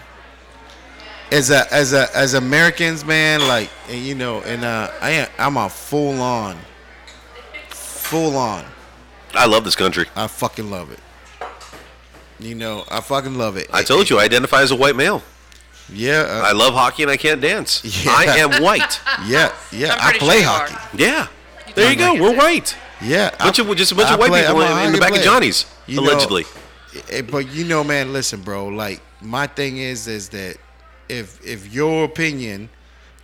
Speaker 1: As a as a as Americans, man, like and, you know, and uh I am, I'm a full on full on
Speaker 2: I love this country.
Speaker 1: I fucking love it. You know, I fucking love it.
Speaker 2: I told you, I identify as a white male.
Speaker 1: Yeah, uh,
Speaker 2: I love hockey and I can't dance.
Speaker 1: Yeah.
Speaker 2: I am white.
Speaker 1: uh, yeah, yeah.
Speaker 3: I'm
Speaker 1: I
Speaker 3: pretty
Speaker 1: play
Speaker 3: sure you
Speaker 1: hockey.
Speaker 3: are.
Speaker 2: Yeah. There you
Speaker 3: don't
Speaker 2: go.
Speaker 3: like it,
Speaker 2: We're
Speaker 3: dude.
Speaker 2: white.
Speaker 1: Yeah,
Speaker 2: Bunch
Speaker 1: I-
Speaker 2: of just a bunch
Speaker 1: I
Speaker 2: of white
Speaker 1: play-
Speaker 2: people
Speaker 1: I'm a
Speaker 2: in, in the
Speaker 1: hockey
Speaker 2: back
Speaker 1: player.
Speaker 2: of Johnny's,
Speaker 1: You know,
Speaker 2: allegedly.
Speaker 1: eh, but you know, man, listen, bro. Like my thing is, is that if if your opinion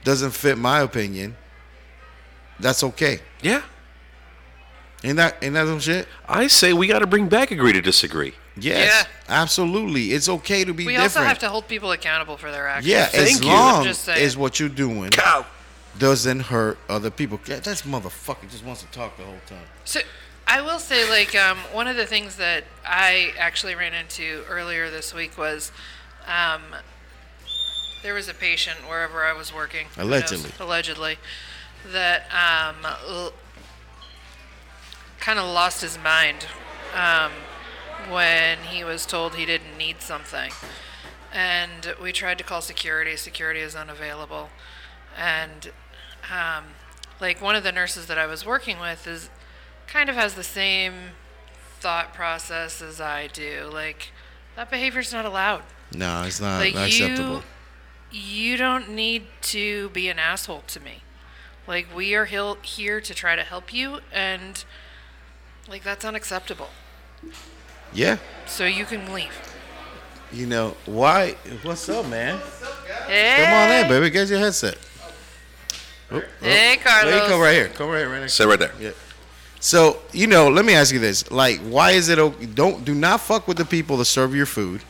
Speaker 1: doesn't fit my opinion, That's okay.
Speaker 2: Yeah.
Speaker 1: Ain't that ain't that some shit?
Speaker 2: I say we got to bring back agree to disagree.
Speaker 1: Yes,
Speaker 3: Yeah.
Speaker 1: absolutely. It's okay to be
Speaker 3: We
Speaker 1: different.
Speaker 3: also have to hold people accountable for their actions.
Speaker 1: yeah,
Speaker 2: Thank
Speaker 1: as
Speaker 2: you.
Speaker 1: long
Speaker 3: Just saying.
Speaker 1: as what you're doing
Speaker 2: Cow.
Speaker 1: doesn't hurt other people. Yeah, This motherfucker just wants to talk the whole time.
Speaker 3: So I will say, like, um, one of the things that I actually ran into earlier this week was um, there was a patient wherever I was working. who knows,
Speaker 1: Allegedly.
Speaker 3: allegedly. That um, l- kind of lost his mind um, when he was told he didn't need something. And we tried to call security. Security is unavailable. And um, like one of the nurses that I was working with is kind of has the same thought process as I do. Like that behavior's not allowed.
Speaker 1: No, it's not
Speaker 3: Like
Speaker 1: acceptable.
Speaker 3: you, you don't need to be an asshole to me. Like we are hil- here to try to help you, and like that's unacceptable.
Speaker 1: Yeah,
Speaker 3: So you can leave.
Speaker 1: you know why? What's up, man?
Speaker 3: Hey,
Speaker 1: Come on in, baby. Get your headset. Oh, oh.
Speaker 3: Hey,
Speaker 1: Well,
Speaker 3: Carlos.
Speaker 1: you come right here. Come right here, right next.
Speaker 2: Sit right there.
Speaker 1: Yeah. So you know, let me ask you this: like, why is it? o- Don't do not fuck with the people that serve your food.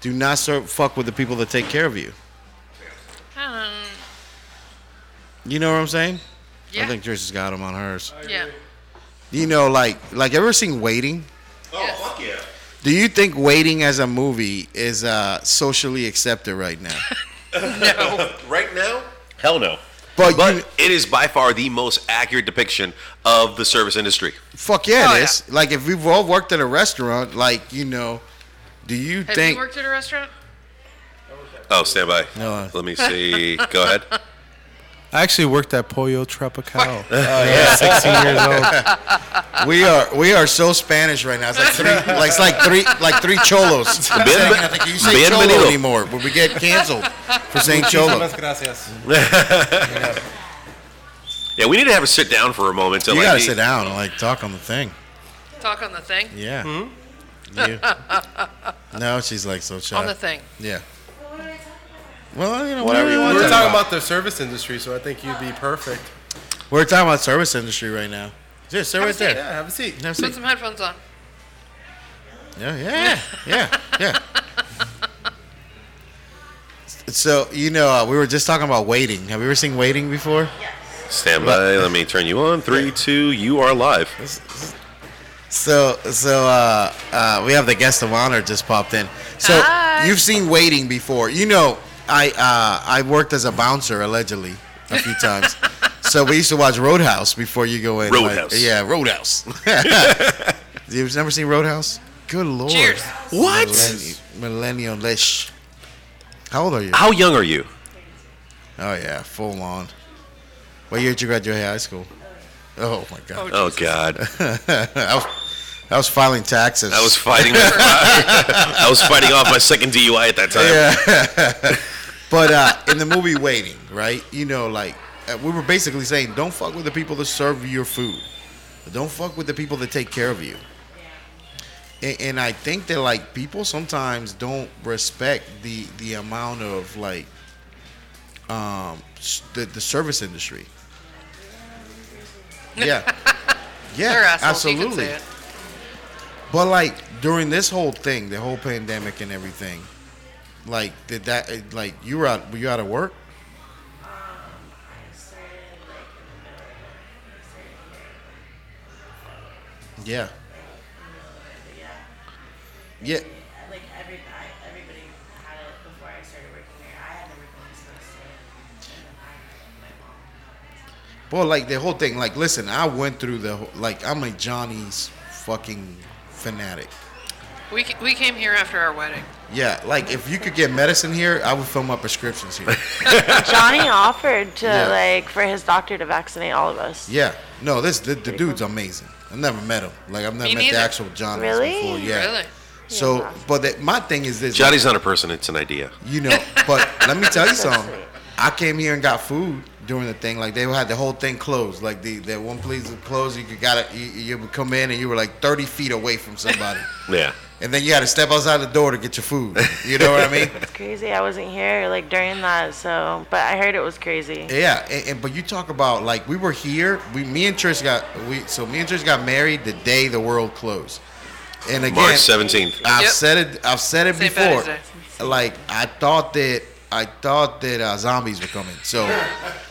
Speaker 1: Do not serve, fuck with the people that take care of you.
Speaker 3: Um,
Speaker 1: You know what I'm saying?
Speaker 3: yeah.
Speaker 1: I think Trisha's got them on hers.
Speaker 3: yeah.
Speaker 1: You know, like, like ever seen Waiting?
Speaker 3: Yes.
Speaker 2: fuck yeah.
Speaker 1: Do you think Waiting as a movie is uh, socially accepted right now?
Speaker 2: Right now? Hell no.
Speaker 1: But,
Speaker 2: But
Speaker 1: you,
Speaker 2: it is by far the most accurate depiction of the service industry.
Speaker 1: fuck yeah,
Speaker 3: Oh,
Speaker 1: it
Speaker 3: yeah.
Speaker 1: is. Like, if we've all worked at a restaurant, like, you know, do you
Speaker 3: Have
Speaker 1: think?
Speaker 3: you worked at a restaurant?
Speaker 2: Oh, stand by.
Speaker 1: No. uh,
Speaker 2: Let me see. Go ahead.
Speaker 5: I actually worked at Pollo Tropical. Oh, yeah. 16 years old.
Speaker 1: We are we are so Spanish right now. It's like three, like it's like three, like three cholos. Saying, I think you say cholo
Speaker 2: bienvenido.
Speaker 1: anymore, but we get canceled for saying cholo.
Speaker 5: gracias.
Speaker 2: Yeah, we need to have a sit down for a moment. To
Speaker 1: You
Speaker 2: like
Speaker 1: gotta
Speaker 2: the-
Speaker 1: sit down and like talk on the thing.
Speaker 3: Talk on the thing.
Speaker 1: Yeah. You. No, she's like so shy.
Speaker 3: On the thing.
Speaker 1: Yeah. Well, you know,
Speaker 2: Whatever
Speaker 1: whatever you
Speaker 2: you
Speaker 1: want.
Speaker 5: We
Speaker 1: to
Speaker 5: were
Speaker 1: talk
Speaker 5: talking
Speaker 1: about.
Speaker 5: about the service industry, so I think you'd be perfect.
Speaker 1: We're talking about service industry right now. Just sit
Speaker 3: Have a
Speaker 1: right there.
Speaker 5: Yeah, have a seat.
Speaker 1: Have a
Speaker 3: Put
Speaker 1: seat.
Speaker 3: some headphones on.
Speaker 1: Yeah, yeah, yeah, yeah. So you know, uh, we were just talking about waiting. Have you ever seen waiting before?
Speaker 2: Stand by. Let me turn you on. Three, two, you are live.
Speaker 1: So, so uh, uh, we have the guest of honor just popped in. So
Speaker 3: Hi.
Speaker 1: you've seen waiting before. You know, I uh, I worked as a bouncer allegedly a few times. so we used to watch Roadhouse before you go in.
Speaker 2: Roadhouse.
Speaker 1: yeah, Roadhouse. You've never seen Roadhouse? Good lord.
Speaker 3: Cheers.
Speaker 2: What?
Speaker 1: Millennial lish. How old are you?
Speaker 2: How young are you?
Speaker 1: Oh yeah, full on. What year did you graduate high school? Oh my god.
Speaker 2: Oh God,
Speaker 1: I, was, I was filing taxes.
Speaker 2: I was fighting. I was fighting off my second DUI at that time.
Speaker 1: But uh, in the movie Waiting, right? You know, like uh, we were basically saying, don't fuck with the people that serve you your food. Don't fuck with the people that take care of you. And, and I think that like people sometimes don't respect the the amount of like um s- the the service industry. Yeah. Yeah,
Speaker 3: They're assholes. You
Speaker 1: absolutely.
Speaker 3: can say it.
Speaker 1: But like during this whole thing, the whole pandemic and everything, like did that? eh, Like you were out, were you out of work? Yeah. Yeah.
Speaker 6: like every I, everybody had it before I started working here. I had never been exposed to it.
Speaker 1: Well, like the whole thing. Like, listen, I went through the whole- like I'm a Johnny's fucking fanatic.
Speaker 3: We, ca- we came here after our wedding.
Speaker 1: Yeah, like if you could get medicine here, I would fill my prescriptions here.
Speaker 6: Johnny offered to
Speaker 1: Yeah.
Speaker 6: like for his doctor to vaccinate all of us.
Speaker 1: Yeah. No, this the, the dude's amazing. I never met him. Like I've never
Speaker 3: Me
Speaker 1: met
Speaker 3: neither.
Speaker 1: the actual Johnny
Speaker 6: Really?
Speaker 1: before. Yeah.
Speaker 3: Really?
Speaker 1: So,
Speaker 6: Yeah.
Speaker 1: but the, my thing is this,
Speaker 2: Johnny's not a person; it's an idea.
Speaker 1: you know. But let me tell you something. I came here and got food during the thing. Like they had the whole thing closed. Like the that one place was closed. You could gotta you, you would come in and you were like thirty feet away from somebody,
Speaker 2: Yeah.
Speaker 1: and then you had to step outside the door to get your food. You know what I mean?
Speaker 6: It's crazy. I wasn't here like during that, so but I heard it was crazy.
Speaker 1: Yeah, and, and but you talk about like we were here. We me and Trish got we so me and Trish got married the day the world closed. And again,
Speaker 2: March 17th.
Speaker 1: I've
Speaker 3: Yep.
Speaker 1: said it. I've said it
Speaker 3: St. Patty's
Speaker 1: before. Like I thought that I thought that uh, zombies were coming. So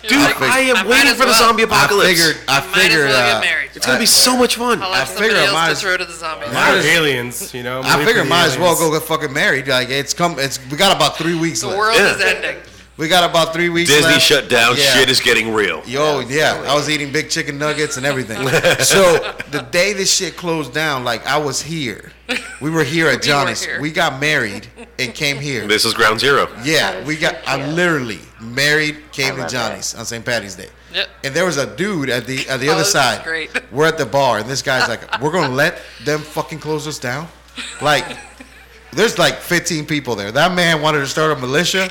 Speaker 2: Dude,
Speaker 1: I fig-
Speaker 2: I am
Speaker 3: I might
Speaker 2: waiting
Speaker 3: as
Speaker 2: for the
Speaker 3: well.
Speaker 2: zombie
Speaker 1: I
Speaker 2: apocalypse.
Speaker 1: figured. I
Speaker 3: You might as
Speaker 1: figured.
Speaker 3: well
Speaker 1: uh,
Speaker 3: get married.
Speaker 2: it's going to be so much fun.
Speaker 3: I'll have
Speaker 1: I
Speaker 3: somebody
Speaker 1: figure I
Speaker 3: else
Speaker 1: might
Speaker 3: to
Speaker 1: as-
Speaker 3: throw to the zombies.
Speaker 1: Might
Speaker 5: Not
Speaker 1: as-
Speaker 5: aliens, you know.
Speaker 1: I
Speaker 5: wait
Speaker 1: figure
Speaker 5: for the
Speaker 1: might as well
Speaker 5: aliens.
Speaker 1: go get fucking married. Like it's come. It's we got about three weeks
Speaker 3: The
Speaker 1: left.
Speaker 3: world
Speaker 2: Yeah.
Speaker 3: is ending.
Speaker 1: We got about three weeks.
Speaker 2: Disney
Speaker 1: left.
Speaker 2: shut down.
Speaker 1: Yeah.
Speaker 2: Shit is getting real.
Speaker 1: Yo, yeah, I was eating big chicken nuggets and everything. so the day this shit closed down, like I was here. We were here at
Speaker 3: were
Speaker 1: Johnny's.
Speaker 3: here.
Speaker 1: We got married and came here.
Speaker 2: This is ground zero.
Speaker 6: That
Speaker 1: Yeah,
Speaker 6: is
Speaker 1: we got.
Speaker 6: so
Speaker 1: I
Speaker 6: cute.
Speaker 1: literally married, came
Speaker 6: I
Speaker 1: to
Speaker 6: love
Speaker 1: Johnny's on St. Patty's Day.
Speaker 3: Yep.
Speaker 1: And there was a dude at the at the
Speaker 3: Oh,
Speaker 1: other
Speaker 3: this is
Speaker 1: side.
Speaker 3: great.
Speaker 1: We're at the bar, and this guy's like, "We're gonna let them fucking close us down." Like, there's like 15 people there. That man wanted to start a militia,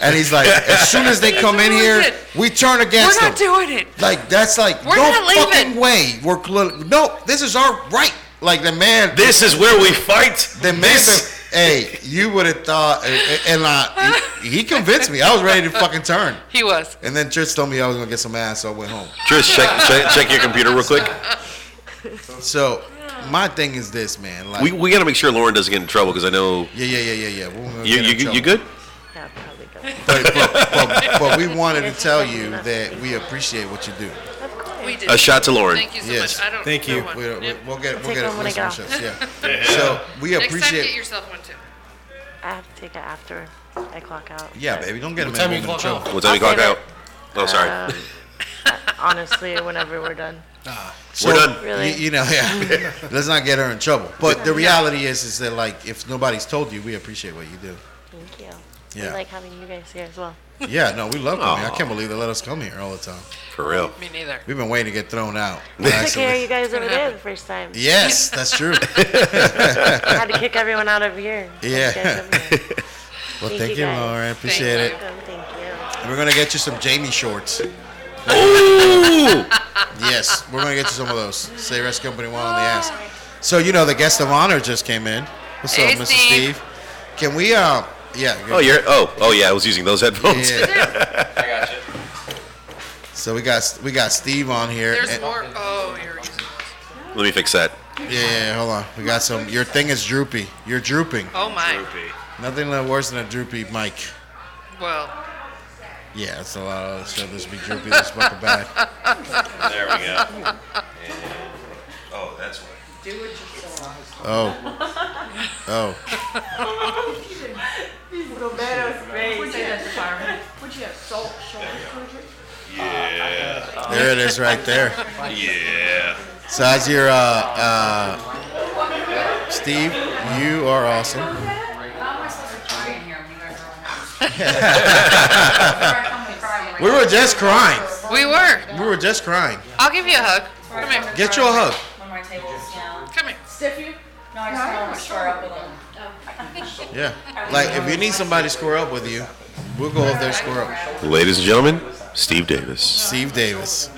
Speaker 1: and he's like, "As soon as they come in here, we turn
Speaker 3: We're
Speaker 1: against
Speaker 3: not
Speaker 1: them."
Speaker 3: doing it.
Speaker 1: Like that's like
Speaker 3: We're
Speaker 1: no
Speaker 3: not leaving.
Speaker 1: fucking way. We're clo- no. This is our right. Like the man.
Speaker 2: This is where we fight.
Speaker 1: The man,
Speaker 2: This-
Speaker 1: hey, you would have thought, and, and uh, he, he convinced me. I was ready to fucking turn.
Speaker 3: He was.
Speaker 1: And then Trish told me I was gonna get some ass, so I went home.
Speaker 2: Trish, check, check, check your computer real quick.
Speaker 1: So my thing is this, man. Like,
Speaker 2: We, we got to make sure Lauren doesn't get in trouble because I know
Speaker 1: yeah, yeah, yeah, yeah, yeah. We're gonna
Speaker 2: you,
Speaker 1: get in
Speaker 2: you,
Speaker 1: trouble.
Speaker 2: you good.
Speaker 6: Yeah, probably good.
Speaker 1: But, but, but, but we wanted to tell you that we appreciate what you do.
Speaker 6: Of course.
Speaker 3: We did.
Speaker 2: A shot to Lauren.
Speaker 3: Thank you so
Speaker 1: Yes.
Speaker 3: much. I don't
Speaker 5: Thank
Speaker 3: know
Speaker 5: you.
Speaker 3: one.
Speaker 1: We, we,
Speaker 3: Yep.
Speaker 1: We'll get we'll
Speaker 6: Take
Speaker 1: get
Speaker 6: one when I
Speaker 1: it.
Speaker 6: get off.
Speaker 1: Yeah. So we
Speaker 3: Next time,
Speaker 1: appreciate.
Speaker 3: get yourself one too.
Speaker 6: I have to take it after I clock out.
Speaker 1: yeah, baby, don't get him
Speaker 5: time
Speaker 1: in
Speaker 5: you
Speaker 1: the
Speaker 5: clock
Speaker 1: trouble.
Speaker 5: out?
Speaker 2: What time you
Speaker 6: I'll
Speaker 2: clock
Speaker 6: save
Speaker 2: out?
Speaker 6: it.
Speaker 2: Oh, sorry.
Speaker 6: Um, I- honestly, whenever we're done.
Speaker 1: So,
Speaker 2: We're done.
Speaker 6: Really?
Speaker 1: You, you know, yeah. Let's not get her in trouble. But the reality is, is that like, if nobody's told you, we appreciate what you do.
Speaker 6: Thank you.
Speaker 1: Yeah.
Speaker 6: I like having you guys here as well.
Speaker 1: Yeah, no, we love coming. here. I
Speaker 2: Aw.
Speaker 1: can't believe they let us come here all the time.
Speaker 2: For real.
Speaker 3: Me neither.
Speaker 1: We've been waiting to get thrown out.
Speaker 6: I took care of
Speaker 1: Actually.
Speaker 6: you guys over there the first time.
Speaker 1: Yes, that's true.
Speaker 6: I had to kick everyone out over here.
Speaker 1: Yeah.
Speaker 6: You guys over here.
Speaker 1: Well,
Speaker 6: Thank
Speaker 1: thank
Speaker 6: you,
Speaker 1: you,
Speaker 6: guys.
Speaker 1: Laura. I appreciate
Speaker 3: Thank
Speaker 1: it.
Speaker 6: Welcome, Thank you.
Speaker 1: And we're gonna get you some Jamie shorts.
Speaker 2: Ooh.
Speaker 1: Yes, we're gonna get you some of those. Say Rest Company one on the ass. So you know the guest of honor just came in. What's
Speaker 3: Hey,
Speaker 1: up, Mr.
Speaker 3: Steve.
Speaker 1: Steve? Can we? Uh, yeah.
Speaker 2: Oh, you're. Oh, oh yeah. I was using those headphones.
Speaker 1: yeah.
Speaker 4: I got you.
Speaker 1: So we got we got Steve on here.
Speaker 3: There's
Speaker 1: and-
Speaker 3: more. Oh, you're.
Speaker 2: Let me fix that.
Speaker 1: Yeah, yeah, yeah, hold on. We got some. Your thing is droopy. You're drooping.
Speaker 3: Oh my.
Speaker 4: Droopy.
Speaker 1: Nothing worse than a droopy mic.
Speaker 3: Well,
Speaker 1: Yeah, it's a lot of other stuff that's be droopy. That's fucking bad.
Speaker 4: There we go. And, oh, that's why.
Speaker 1: Oh. Oh. There it is right there.
Speaker 4: Yeah.
Speaker 1: So that's your, uh, uh, Steve, you are awesome.
Speaker 7: How am I supposed to cry in here when you guys are on here?
Speaker 1: We were just crying.
Speaker 3: we were.
Speaker 1: We were just crying.
Speaker 3: I'll give you a hug. Come here.
Speaker 1: Get you a hug.
Speaker 7: When my table's down.
Speaker 3: Come here.
Speaker 7: Stiff you? No, I just want to square up with them.
Speaker 1: Yeah. Like, if you need somebody to square up with you, we'll go over there and square up.
Speaker 2: Ladies and gentlemen, Steve Davis.
Speaker 1: Steve Davis.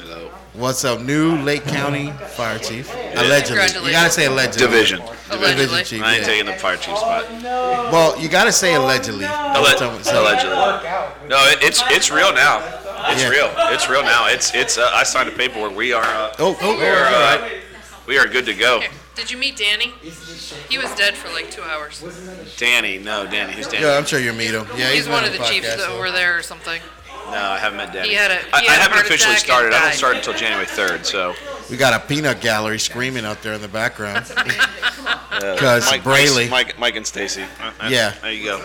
Speaker 1: What's up? New Lake County Fire Chief. Allegedly. You gotta say allegedly.
Speaker 4: Division.
Speaker 1: Division
Speaker 3: Allegedly.
Speaker 1: Chief.
Speaker 4: I ain't
Speaker 1: yeah.
Speaker 4: taking the fire chief spot.
Speaker 1: Well, you gotta say allegedly.
Speaker 4: Alleg-
Speaker 1: Tell me- so-
Speaker 4: Allegedly. No, it, it's it's real now. It's
Speaker 1: Yeah.
Speaker 4: real. It's real now. It's it's. Uh, I signed the paperwork. We are uh,
Speaker 1: Oh, oh,
Speaker 4: we are
Speaker 1: oh,
Speaker 4: uh, we are good to go.
Speaker 3: Here. Did you meet Danny? He was dead for like two hours.
Speaker 4: Danny, no, Danny, who's Danny?
Speaker 1: Yeah, I'm sure you'll meet him. Yeah,
Speaker 3: He's
Speaker 1: been
Speaker 3: one
Speaker 1: on
Speaker 3: of the chiefs
Speaker 1: podcast,
Speaker 3: that
Speaker 1: so-
Speaker 3: were there or something.
Speaker 4: No, I haven't met Danny.
Speaker 3: He had a-
Speaker 4: I,
Speaker 3: he
Speaker 4: I
Speaker 3: had a
Speaker 4: haven't
Speaker 3: heart
Speaker 4: officially
Speaker 3: attack and
Speaker 4: started. I don't
Speaker 3: died.
Speaker 4: start until January third. So
Speaker 1: We got a peanut gallery screaming out there in the background. Because Braley.
Speaker 4: Uh, Mike, Mike, and Stacy. Uh, uh,
Speaker 1: Yeah.
Speaker 4: there you go.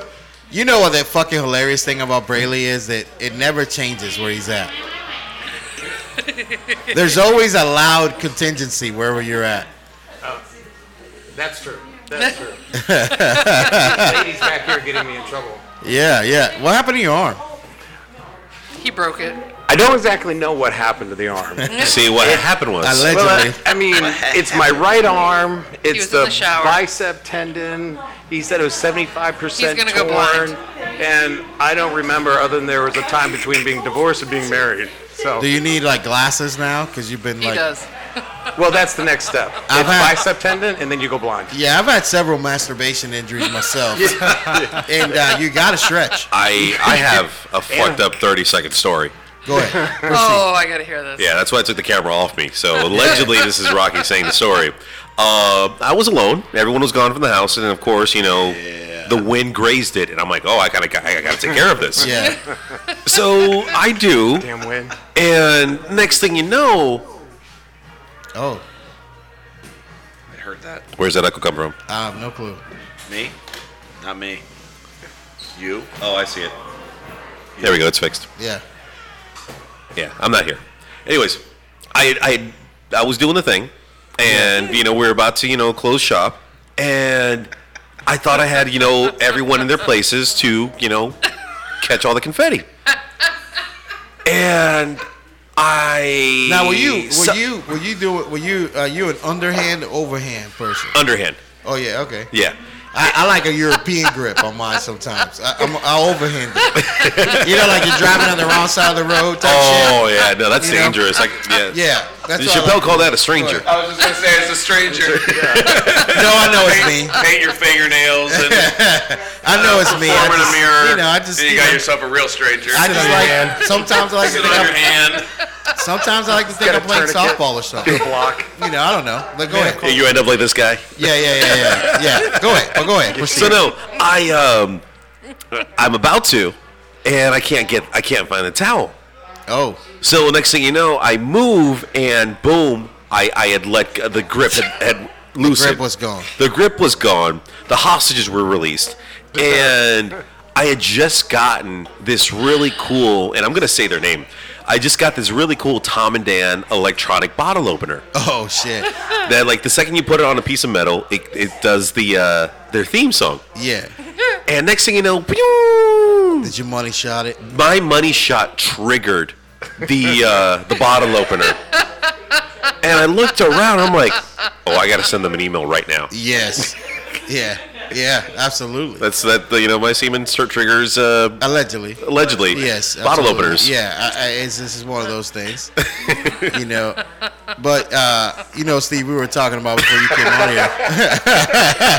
Speaker 1: You know what that fucking hilarious thing about Braley is that it never changes where he's at. There's always a loud contingency wherever you're at.
Speaker 8: That's true. That's true. Ladies back here getting me in trouble.
Speaker 1: Yeah, yeah. What happened to your arm?
Speaker 3: He broke it.
Speaker 8: I don't exactly know what happened to the arm.
Speaker 2: See what happened was.
Speaker 1: Allegedly.
Speaker 8: Well, I, I mean, it's my right arm. It's
Speaker 3: was in
Speaker 8: the,
Speaker 3: the shower.
Speaker 8: bicep tendon. He said it was 75%
Speaker 3: He's gonna go
Speaker 8: torn.
Speaker 3: blind.
Speaker 8: and I don't remember other than there was a time between being divorced and being married. So,
Speaker 1: Do you need like glasses now? Because you've been
Speaker 3: He
Speaker 1: like.
Speaker 3: does.
Speaker 8: well, that's the next step. It's
Speaker 1: I've had-
Speaker 8: bicep tendon, and then you go blind.
Speaker 1: Yeah, I've had several masturbation injuries myself, and uh, you got to stretch.
Speaker 2: I I have a fucked up 30 second story.
Speaker 1: Go ahead.
Speaker 3: Oh, I gotta hear this.
Speaker 2: Yeah, that's why I took the camera off me. So allegedly, this is Rocky saying the story. Uh, I was alone. Everyone was gone from the house, and of course, you know, the wind grazed it, and I'm like, oh, I gotta, I gotta take care of this.
Speaker 1: Yeah,
Speaker 2: So I do,
Speaker 8: Damn wind.
Speaker 2: and next thing you know,
Speaker 1: Oh,
Speaker 9: I heard that.
Speaker 2: where's that echo come from?
Speaker 1: I have no clue.
Speaker 9: Me? Not me. You?
Speaker 2: Oh, I see it. There we go. It's fixed.
Speaker 1: Yeah.
Speaker 2: Yeah, I'm not here. Anyways, I I I was doing the thing, and you know we were about to you know close shop, and I thought I had you know everyone in their places to you know catch all the confetti, and I
Speaker 1: Now, were you were
Speaker 2: so-
Speaker 1: you were you do were you uh, you an underhand or overhand person?
Speaker 2: underhand?
Speaker 1: Oh yeah, okay.
Speaker 2: Yeah.
Speaker 1: I, I like a European grip on mine sometimes. I, I'm, I overhand it. You know, like you're driving on the wrong side of the road type
Speaker 2: Oh yeah, no, that's
Speaker 1: You know?
Speaker 2: dangerous. Like yeah.
Speaker 1: shit. Yeah, that's what I like.
Speaker 2: Chappelle called that a stranger.
Speaker 9: I was just gonna say, as a stranger,
Speaker 1: No, I know it's me.
Speaker 9: paint your fingernails and
Speaker 1: I know it's me. I
Speaker 9: form in a
Speaker 1: just-
Speaker 9: mirror.
Speaker 1: You know, I just.
Speaker 9: and you
Speaker 1: you
Speaker 9: got
Speaker 1: know,
Speaker 9: yourself a real stranger.
Speaker 1: I just like sometimes I like to
Speaker 9: Sit
Speaker 1: think
Speaker 9: on your
Speaker 1: I'm,
Speaker 9: hand.
Speaker 1: sometimes I like to think
Speaker 8: Get a
Speaker 1: I'm playing
Speaker 8: tourniquet.
Speaker 1: softball or something.
Speaker 8: Block.
Speaker 1: You know, I don't know. Like, go ahead.
Speaker 2: You end up like this guy.
Speaker 1: Yeah, yeah, yeah, yeah, yeah. Go ahead. Oh, go ahead.
Speaker 2: So no, I um, I'm about to, and I can't get, I can't find the towel.
Speaker 1: Oh,
Speaker 2: So next thing you know, I move and boom, I, I had let g- the grip had, had loosened.
Speaker 1: grip was gone.
Speaker 2: The grip was gone. The hostages were released, and I had just gotten this really cool, and I'm gonna say their name. I just got this really cool Tom and Dan electronic bottle opener
Speaker 1: oh shit.
Speaker 2: that, like, the second you put it on a piece of metal, it, it does the uh, their theme song.
Speaker 1: Yeah.
Speaker 2: And next thing you know, pew!
Speaker 1: Did your money shot it?
Speaker 2: my money shot triggered the uh, the bottle opener. And I looked around. I'm like, oh, I gotta send them an email right now.
Speaker 1: Yes. Yeah. Yeah. Absolutely.
Speaker 2: That's that. You know, my semen start triggers uh,
Speaker 1: Allegedly.
Speaker 2: allegedly.
Speaker 1: Yes.
Speaker 2: bottle
Speaker 1: absolutely.
Speaker 2: openers.
Speaker 1: Yeah. I, I, it's, this is one of those things. you know. But uh, you know, Steve, we were talking about before you came on here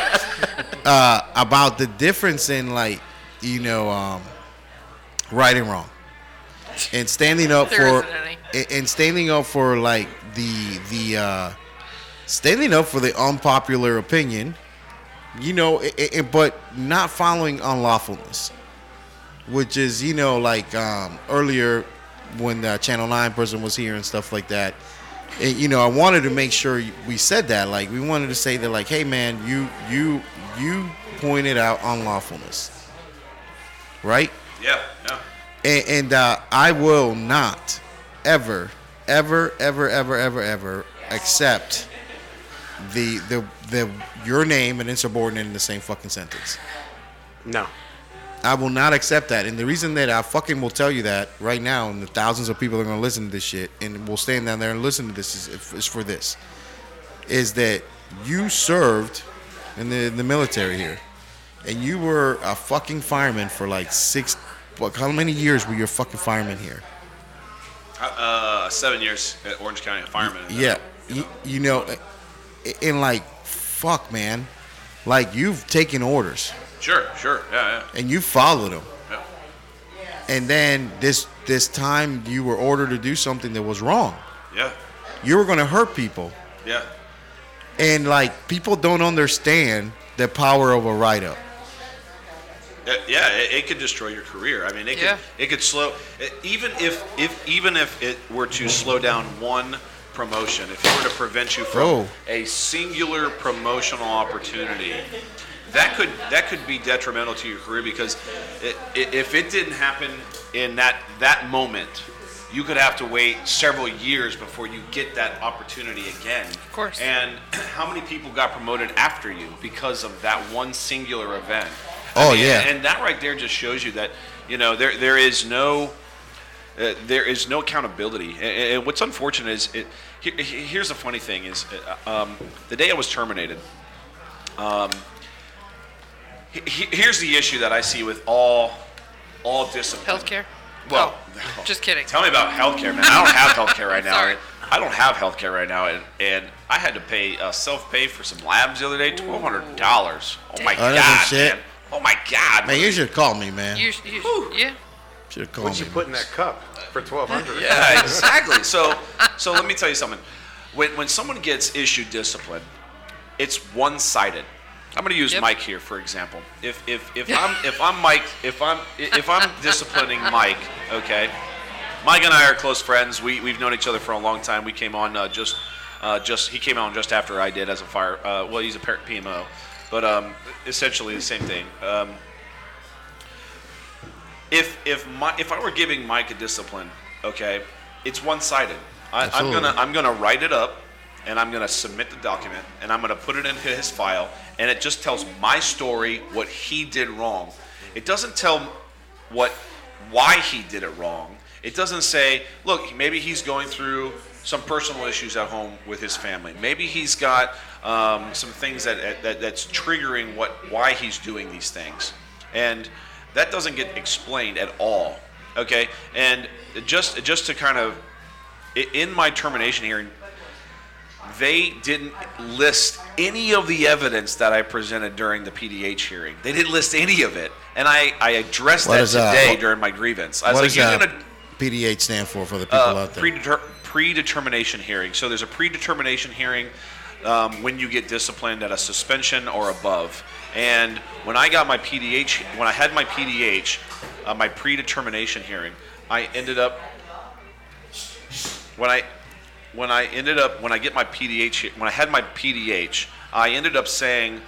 Speaker 1: uh, about the difference in like you know um, right and wrong, and standing up
Speaker 3: There
Speaker 1: for
Speaker 3: isn't any.
Speaker 1: and- and standing up for like the the uh, standing up for the unpopular opinion, you know, i i i- but not following unlawfulness, which is you know like um, earlier when the Channel Nine person was here and stuff like that. And, you know, I wanted to make sure we said that. Like, we wanted to say that, like, hey, man, you you you pointed out unlawfulness, right?
Speaker 9: Yeah. No.
Speaker 1: and, and uh, I will not ever, ever, ever, ever, ever, ever accept the the the your name and insubordinate in the same fucking sentence.
Speaker 8: No.
Speaker 1: I will not accept that, and the reason that I fucking will tell you that right now, and the thousands of people are gonna listen to this shit and will stand down there and listen to this is, is for this, is that you served in the in the military here, and you were a fucking fireman for like six. Fuck, how many years were you a fucking fireman here?
Speaker 9: Uh, seven years at Orange County, a fireman. in
Speaker 1: Yeah, you, you know, a- and like, fuck, man, like you've taken orders
Speaker 9: there. Sure. Sure. Yeah.
Speaker 1: and you followed them,
Speaker 9: Yeah. yeah.
Speaker 1: and then this this time you were ordered to do something that was wrong.
Speaker 9: Yeah.
Speaker 1: You were going to hurt people,
Speaker 9: Yeah.
Speaker 1: and like people don't understand the power of a write up.
Speaker 9: Uh, yeah, it, it could destroy your career. I mean, it
Speaker 3: Yeah.
Speaker 9: could it could slow e- even if if even if it were to slow down one promotion, if it were to prevent you from
Speaker 1: Oh.
Speaker 9: a singular promotional opportunity, that could that could be detrimental to your career because i i if it didn't happen in that that moment, you could have to wait several years before you get that opportunity again. Of
Speaker 3: course.
Speaker 9: And how many people got promoted after you because of that one singular event?
Speaker 1: Oh,
Speaker 9: mean,
Speaker 1: yeah.
Speaker 9: and that right there just shows you that you know there there is no uh, there is no accountability. And, and what's unfortunate is it, here, here's the funny thing is uh, um, the day I was terminated. Um, he- he- here's the issue that I see with all all discipline.
Speaker 3: Healthcare?
Speaker 9: Well,
Speaker 3: Oh, just kidding.
Speaker 9: Tell me about healthcare, man. I don't have healthcare right now.
Speaker 3: Sorry.
Speaker 9: I don't have healthcare right now, and, and I had to pay uh, self-pay for some labs the other day, twelve hundred dollars. Oh my
Speaker 3: Dang.
Speaker 1: Oh, that's some
Speaker 9: god,
Speaker 1: shit.
Speaker 9: man! Oh my god,
Speaker 1: Man, you should call me, man.
Speaker 3: You, sh- you, sh- yeah.
Speaker 1: should call
Speaker 8: What'd
Speaker 1: me.
Speaker 8: you put in that cup for twelve hundred?
Speaker 9: Yeah, exactly. So, so let me tell you something. When when someone gets issued discipline, it's one sided. I'm going to use
Speaker 3: Yep.
Speaker 9: Mike here for example. If if if I'm if I'm Mike, if I'm if I'm disciplining Mike, okay. Mike and I are close friends. We we've known each other for a long time. We came on uh, just uh, just he came on just after I did as a fire. Uh, well, he's a par- PMO, but um, essentially the same thing. Um, if if my if I were giving Mike a discipline, okay, it's one sided. I'm
Speaker 1: Absolutely.
Speaker 9: gonna I'm gonna write it up, and I'm gonna submit the document, and I'm gonna put it into his file, and it just tells my story what he did wrong. It doesn't tell what why he did it wrong. It doesn't say, look, maybe he's going through some personal issues at home with his family. Maybe he's got um, some things that, that that's triggering what why he's doing these things and that doesn't get explained at all. Okay, and just just to kind of i- in my termination hearing, they didn't list any of the evidence that I presented during the PDH hearing. They didn't list any of it, and I I addressed
Speaker 1: What
Speaker 9: that
Speaker 1: is, uh,
Speaker 9: today
Speaker 1: what-
Speaker 9: during my grievance. I was
Speaker 1: What
Speaker 9: like,
Speaker 1: does
Speaker 9: you're
Speaker 1: uh,
Speaker 9: gonna
Speaker 1: PDH stand for for the people
Speaker 9: uh,
Speaker 1: out there?
Speaker 9: predeter- predetermination hearing. So there's a predetermination hearing um, when you get disciplined at a suspension or above. And when I got my PDH, when I had my PDH, uh, my predetermination hearing, I ended up when I when I ended up when I get my PDH when I had my PDH, I ended up saying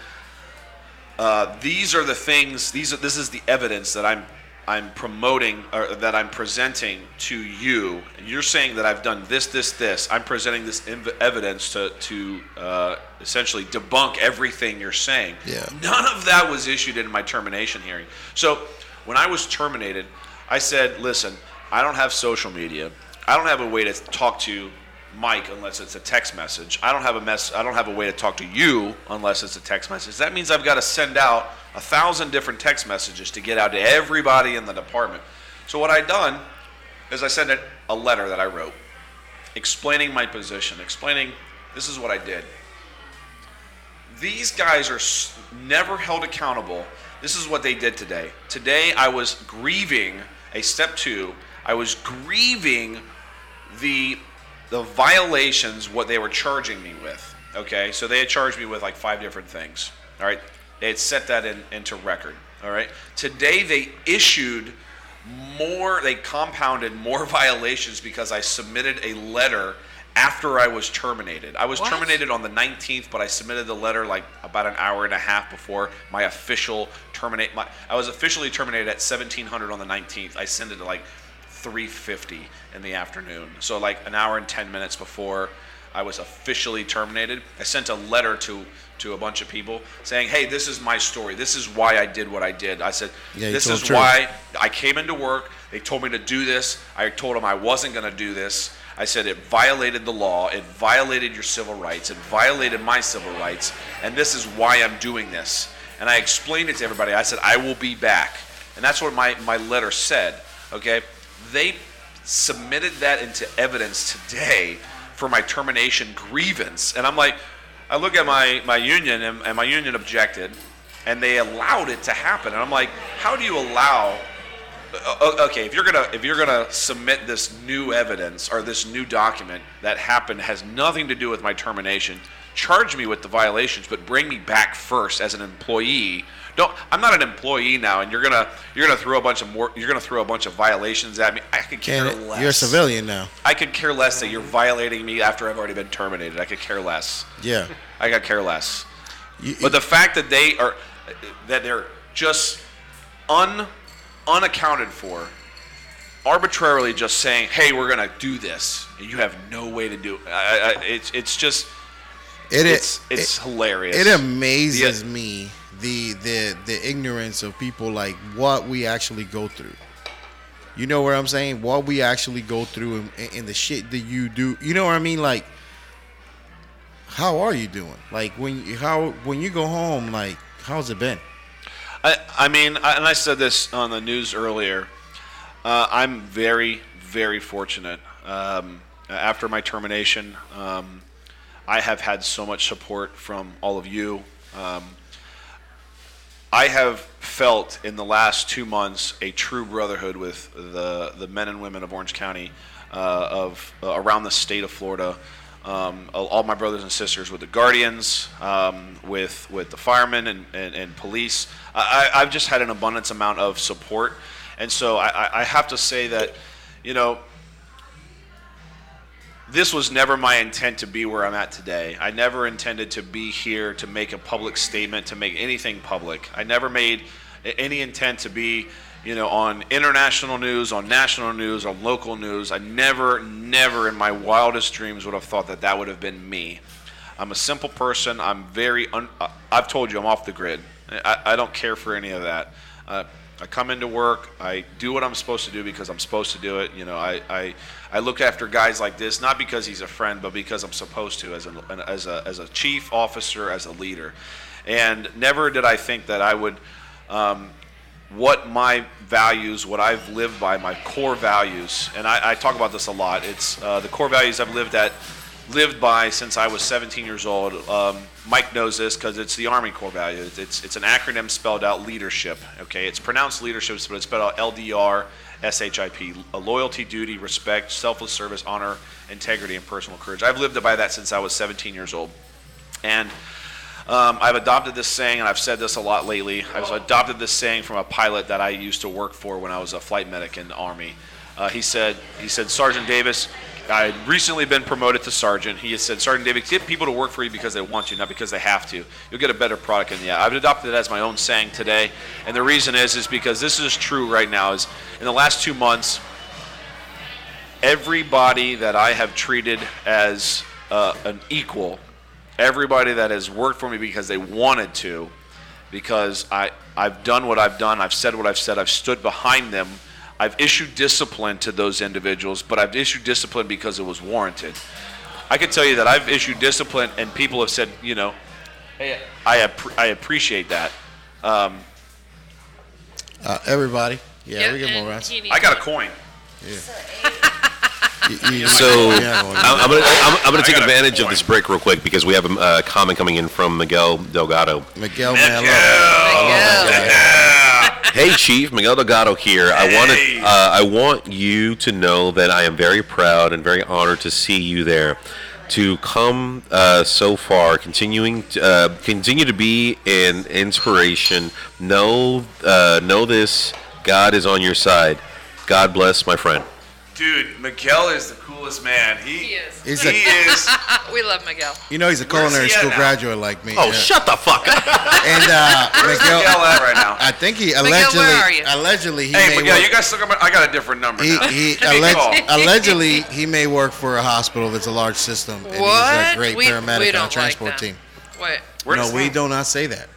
Speaker 9: uh, these are the things these are, this is the evidence that I'm I'm promoting or that I'm presenting to you. And you're saying that I've done this this this. I'm presenting this inv- evidence to to uh, essentially debunk everything you're saying.
Speaker 1: Yeah.
Speaker 9: None of that was issued in my termination hearing. So when I was terminated, I said, listen, I don't have social media. I don't have a way to talk to Mike unless it's a text message. I don't have a mess I don't have a way to talk to you unless it's a text message. That means I've got to send out a thousand different text messages to get out to everybody in the department. So what I done is I sent it a letter that I wrote explaining my position, explaining this is what I did these guys are s- never held accountable. This is what they did today. Today, I was grieving a step two. I was grieving the the violations what they were charging me with. Okay, so they had charged me with like five different things. All right, they had set that in, into record. All right, today they issued more. They compounded more violations because I submitted a letter after I was terminated. I was
Speaker 3: What?
Speaker 9: terminated on the 19th, but I submitted the letter like about an hour and a half before my official terminate. My I was officially terminated at 1700 on the 19th. I sent it to like 3:50 in the afternoon. So like an hour and 10 minutes before I was officially terminated, I sent a letter to to a bunch of people saying, "Hey, this is my story. This is why I did what I did." I said,
Speaker 1: Yeah, you
Speaker 9: "This
Speaker 1: told
Speaker 9: is
Speaker 1: the truth.
Speaker 9: why I came into work. They told me to do this. I told them I wasn't going to do this. I said it violated the law. It violated your civil rights. It violated my civil rights. And this is why I'm doing this. And I explained it to everybody. I said, I will be back. And that's what my, my letter said. Okay? They submitted that into evidence today for my termination grievance. And I'm like, I look at my, my union, and, and my union objected, and they allowed it to happen. And I'm like, how do you allow O- o- okay if you're gonna if you're gonna submit this new evidence or this new document that happened has nothing to do with my termination charge me with the violations but bring me back first as an employee don't i'm not an employee now and you're gonna you're gonna throw a bunch of more you're gonna throw a bunch of violations at me i could care
Speaker 1: And
Speaker 9: less
Speaker 1: you're a civilian now.
Speaker 9: i could care less that you're violating me after i've already been terminated i could care less
Speaker 1: Yeah.
Speaker 9: i could care less
Speaker 1: You-
Speaker 9: but the fact that they are that they're just un unaccounted for, arbitrarily just saying, "Hey, we're gonna do this," and you have no way to do it. I, I, it's it's just
Speaker 1: it
Speaker 9: it's
Speaker 1: is.
Speaker 9: it's hilarious.
Speaker 1: It amazes
Speaker 9: Yeah.
Speaker 1: me the the the ignorance of people like what we actually go through. You know what I'm saying? What we actually go through and, and the shit that you do. You know what I mean? Like, how are you doing? Like when you how when you go home, like how's it been?
Speaker 9: I, I mean, I, and I said this on the news earlier. Uh, I'm very, very fortunate. Um, after my termination, um, I have had so much support from all of you. Um, I have felt in the last two months a true brotherhood with the the men and women of Orange County, uh, of uh, around the state of Florida. Um, all- all my brothers and sisters with the guardians, um, with with the firemen and, and, and police. I, I- I've just had an abundance amount of support, and so I, I- I have to say that, you know, this was never my intent to be where I'm at today. I never intended to be here to make a public statement, to make anything public. I never made a- any intent to be, you know, on international news, on national news, on local news. I never, never in my wildest dreams would have thought that that would have been me. I'm a simple person. I'm very, un- I- I've told you, I'm off the grid. I, I don't care for any of that. Uh, I come into work. I do what I'm supposed to do because I'm supposed to do it. You know, I, I, I look after guys like this not because he's a friend, but because I'm supposed to as a, as a, as a chief officer, as a leader. And never did I think that I would um, what my values, what I've lived by, my core values, and I, I talk about this a lot. It's uh, the core values I've lived at, lived by since I was 17 years old. Um, Mike knows this because it's the Army core value. It's, it's it's an acronym spelled out leadership. Okay, it's pronounced leadership, but it's spelled out LDR. SHIP, a loyalty, duty, respect, selfless service, honor, integrity, and personal courage. I've lived by that since I was 17 years old. And um, I've adopted this saying, and I've said this a lot lately. I've adopted this saying from a pilot that I used to work for when I was a flight medic in the Army. Uh, he said, he said, Sergeant Davis, I had recently been promoted to sergeant. He had said, Sergeant Davis, get people to work for you because they want you, not because they have to. You'll get a better product in the end. I've adopted it as my own saying today, and the reason is, is because this is true right now. Is in the last two months, everybody that I have treated as uh, an equal, everybody that has worked for me because they wanted to, because I, I've done what I've done, I've said what I've said, I've stood behind them. I've issued discipline to those individuals, but I've issued discipline because it was warranted. I can tell you that I've issued discipline, and people have said, you know, hey, I, appre I appreciate that. Um,
Speaker 1: Uh, everybody. Yeah, we get more
Speaker 3: and
Speaker 1: rounds.
Speaker 3: he needs
Speaker 9: I got a
Speaker 3: it.
Speaker 9: coin.
Speaker 1: You- you-
Speaker 2: So
Speaker 1: you have one.
Speaker 2: I'm, I'm gonna I'm, I'm gonna
Speaker 9: I
Speaker 2: take
Speaker 9: got a
Speaker 2: advantage of
Speaker 9: point.
Speaker 2: this break real quick because we have a uh, comment coming in from Miguel Delgado.
Speaker 1: Miguel Malo.
Speaker 2: Hey, Chief Miguel Delgado here. I
Speaker 9: Hey.
Speaker 2: wanted uh, I want you to know that I am very proud and very honored to see you there. To come uh, so far, continuing to, uh, continue to be an inspiration. Know uh, know this: God is on your side. God bless my friend.
Speaker 9: Dude, Miguel is the coolest man. He,
Speaker 3: He is.
Speaker 1: He's
Speaker 9: He
Speaker 1: a-
Speaker 9: is.
Speaker 3: We love Miguel.
Speaker 1: You know he's a
Speaker 9: Where's
Speaker 1: culinary
Speaker 9: he at
Speaker 1: school
Speaker 9: now?
Speaker 1: graduate like me.
Speaker 2: Oh,
Speaker 1: yeah.
Speaker 2: shut the fuck up!
Speaker 1: And uh, Miguel,
Speaker 9: Miguel at right now.
Speaker 1: I think he
Speaker 3: where
Speaker 1: allegedly,
Speaker 3: are you?
Speaker 1: allegedly he
Speaker 9: Hey,
Speaker 1: may
Speaker 9: Miguel,
Speaker 1: work-
Speaker 9: you guys still got my, I got a different number.
Speaker 1: He,
Speaker 9: now.
Speaker 1: he
Speaker 9: Good
Speaker 1: alleg-
Speaker 9: call.
Speaker 1: allegedly he may work for a hospital that's a large system, and he's a
Speaker 3: What?
Speaker 1: great
Speaker 3: We-
Speaker 1: paramedic on
Speaker 3: we
Speaker 1: a
Speaker 3: don't like
Speaker 1: transport
Speaker 3: them.
Speaker 1: team.
Speaker 3: Wait. Oh,
Speaker 9: Where
Speaker 1: no,
Speaker 9: does
Speaker 1: we
Speaker 9: that-
Speaker 1: do not say that.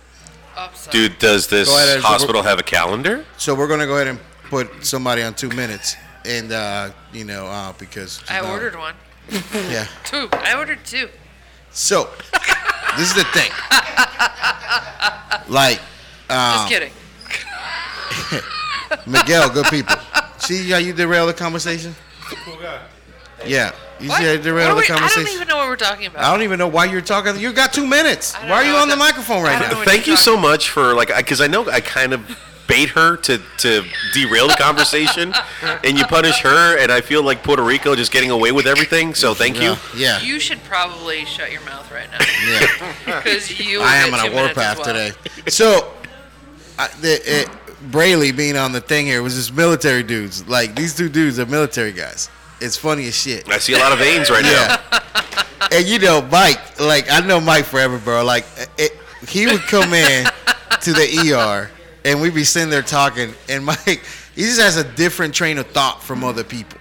Speaker 3: Upside.
Speaker 2: Dude, does this
Speaker 1: Go ahead, Ezra.
Speaker 2: hospital have a calendar?
Speaker 1: So we're gonna go ahead and put somebody on two minutes, and uh, you know uh, because
Speaker 3: I
Speaker 1: uh,
Speaker 3: ordered one.
Speaker 1: Yeah.
Speaker 3: Two. I ordered two.
Speaker 1: So this is the thing. Like Ah.
Speaker 3: Just kidding.
Speaker 1: Miguel, good people. See how you derail the conversation? Yeah, you see how you
Speaker 3: What
Speaker 1: derail
Speaker 3: are
Speaker 1: the
Speaker 3: we-
Speaker 1: conversation.
Speaker 3: I don't even know what we're talking about.
Speaker 1: I don't even know why you're talking. You got two minutes.
Speaker 3: I don't
Speaker 1: Why are you
Speaker 3: know
Speaker 1: on the
Speaker 3: what that-
Speaker 1: microphone
Speaker 3: I
Speaker 1: right
Speaker 3: don't
Speaker 1: now?
Speaker 3: know what
Speaker 2: Thank
Speaker 3: you're
Speaker 2: you so much for like because I know I kind of bait her to to derail the conversation, and you punish her, and I feel like Puerto Rico just getting away with everything. So thank you.
Speaker 1: Yeah.
Speaker 3: You should probably shut your mouth right now
Speaker 1: yeah.
Speaker 3: because you.
Speaker 1: I am
Speaker 3: get
Speaker 1: on
Speaker 3: two
Speaker 1: a
Speaker 3: minutes as
Speaker 1: warpath
Speaker 3: well.
Speaker 1: today. So, I, the, it, Brayley being on the thing here was just military dudes. Like these two dudes are military guys. It's funny as shit.
Speaker 2: I see a lot of veins right now.
Speaker 1: Yeah. and you know, Mike. Like I know Mike forever, bro. Like it, he would come in to the ER, and we'd be sitting there talking, and Mike, he just has a different train of thought from other people.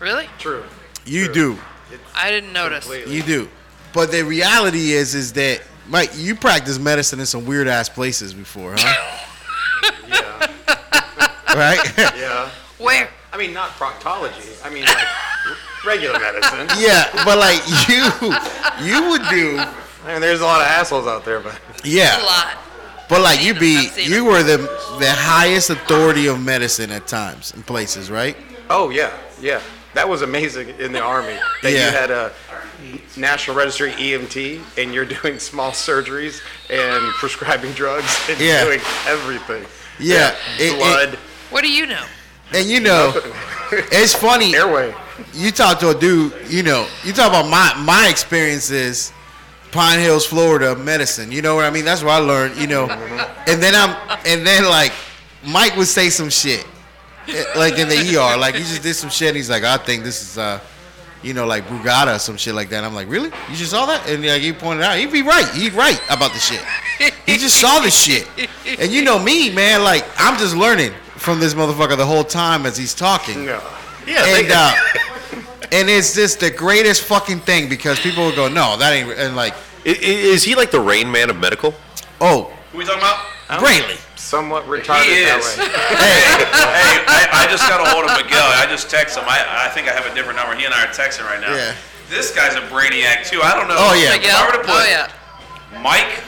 Speaker 3: Really?
Speaker 8: True.
Speaker 1: You do.
Speaker 3: I didn't notice.
Speaker 8: Completely.
Speaker 1: You do. But the reality is, is that Mike, you practice medicine in some weird ass places before, huh?
Speaker 8: Yeah.
Speaker 1: right?
Speaker 8: Yeah.
Speaker 3: Where?
Speaker 8: I mean, not proctology. I mean, like regular medicine.
Speaker 1: yeah, but like you, you would do.
Speaker 8: I mean, there's a lot of assholes out there, but
Speaker 3: A
Speaker 1: Yeah,
Speaker 3: lot.
Speaker 1: But like
Speaker 3: seen
Speaker 1: you
Speaker 3: them.
Speaker 1: be
Speaker 3: I've seen
Speaker 1: you
Speaker 3: them.
Speaker 1: were the the highest authority of medicine at times and places, right?
Speaker 8: Oh yeah, yeah. That was amazing in the army. That
Speaker 1: Yeah.
Speaker 8: you had a national registry EMT and you're doing small surgeries and prescribing drugs and
Speaker 1: Yeah.
Speaker 8: doing everything.
Speaker 1: Yeah, it- it-
Speaker 8: blood,
Speaker 3: What do you know?
Speaker 1: And you know, it's funny.
Speaker 8: airway.
Speaker 1: You talk to a dude, you know, you talk about my my experiences, Pine Hills, Florida, medicine. You know what I mean? That's what I learned. You know, and then I'm and then like Mike would say some shit, eh, like in the ER, like he just did some shit. And he's like, I think this is uh, you know, like Brugada or some shit like that. And I'm like, really? You just saw that? And like he pointed out, he'd be right. He'd right about the shit. He just saw the shit. And you know me, man. Like I'm just learning from this motherfucker the whole time as he's talking
Speaker 8: No. Yeah. they-
Speaker 1: and uh, and it's just the greatest fucking thing because people will go, no, that ain't, re-" and like,
Speaker 2: I- i- Is he like the Rain Man of medical?
Speaker 1: oh,
Speaker 9: Who we talking about?
Speaker 1: greatly.
Speaker 8: somewhat retarded
Speaker 9: He
Speaker 8: that
Speaker 9: is.
Speaker 8: way.
Speaker 9: Hey, I, I just got a hold of Miguel. I just text him. I, I think I have a different number. He and I are texting right now.
Speaker 1: Yeah.
Speaker 9: This guy's a brainiac too. I don't know.
Speaker 1: Oh, yeah.
Speaker 9: If I were to
Speaker 3: Oh
Speaker 9: put
Speaker 3: yeah.
Speaker 9: Mike,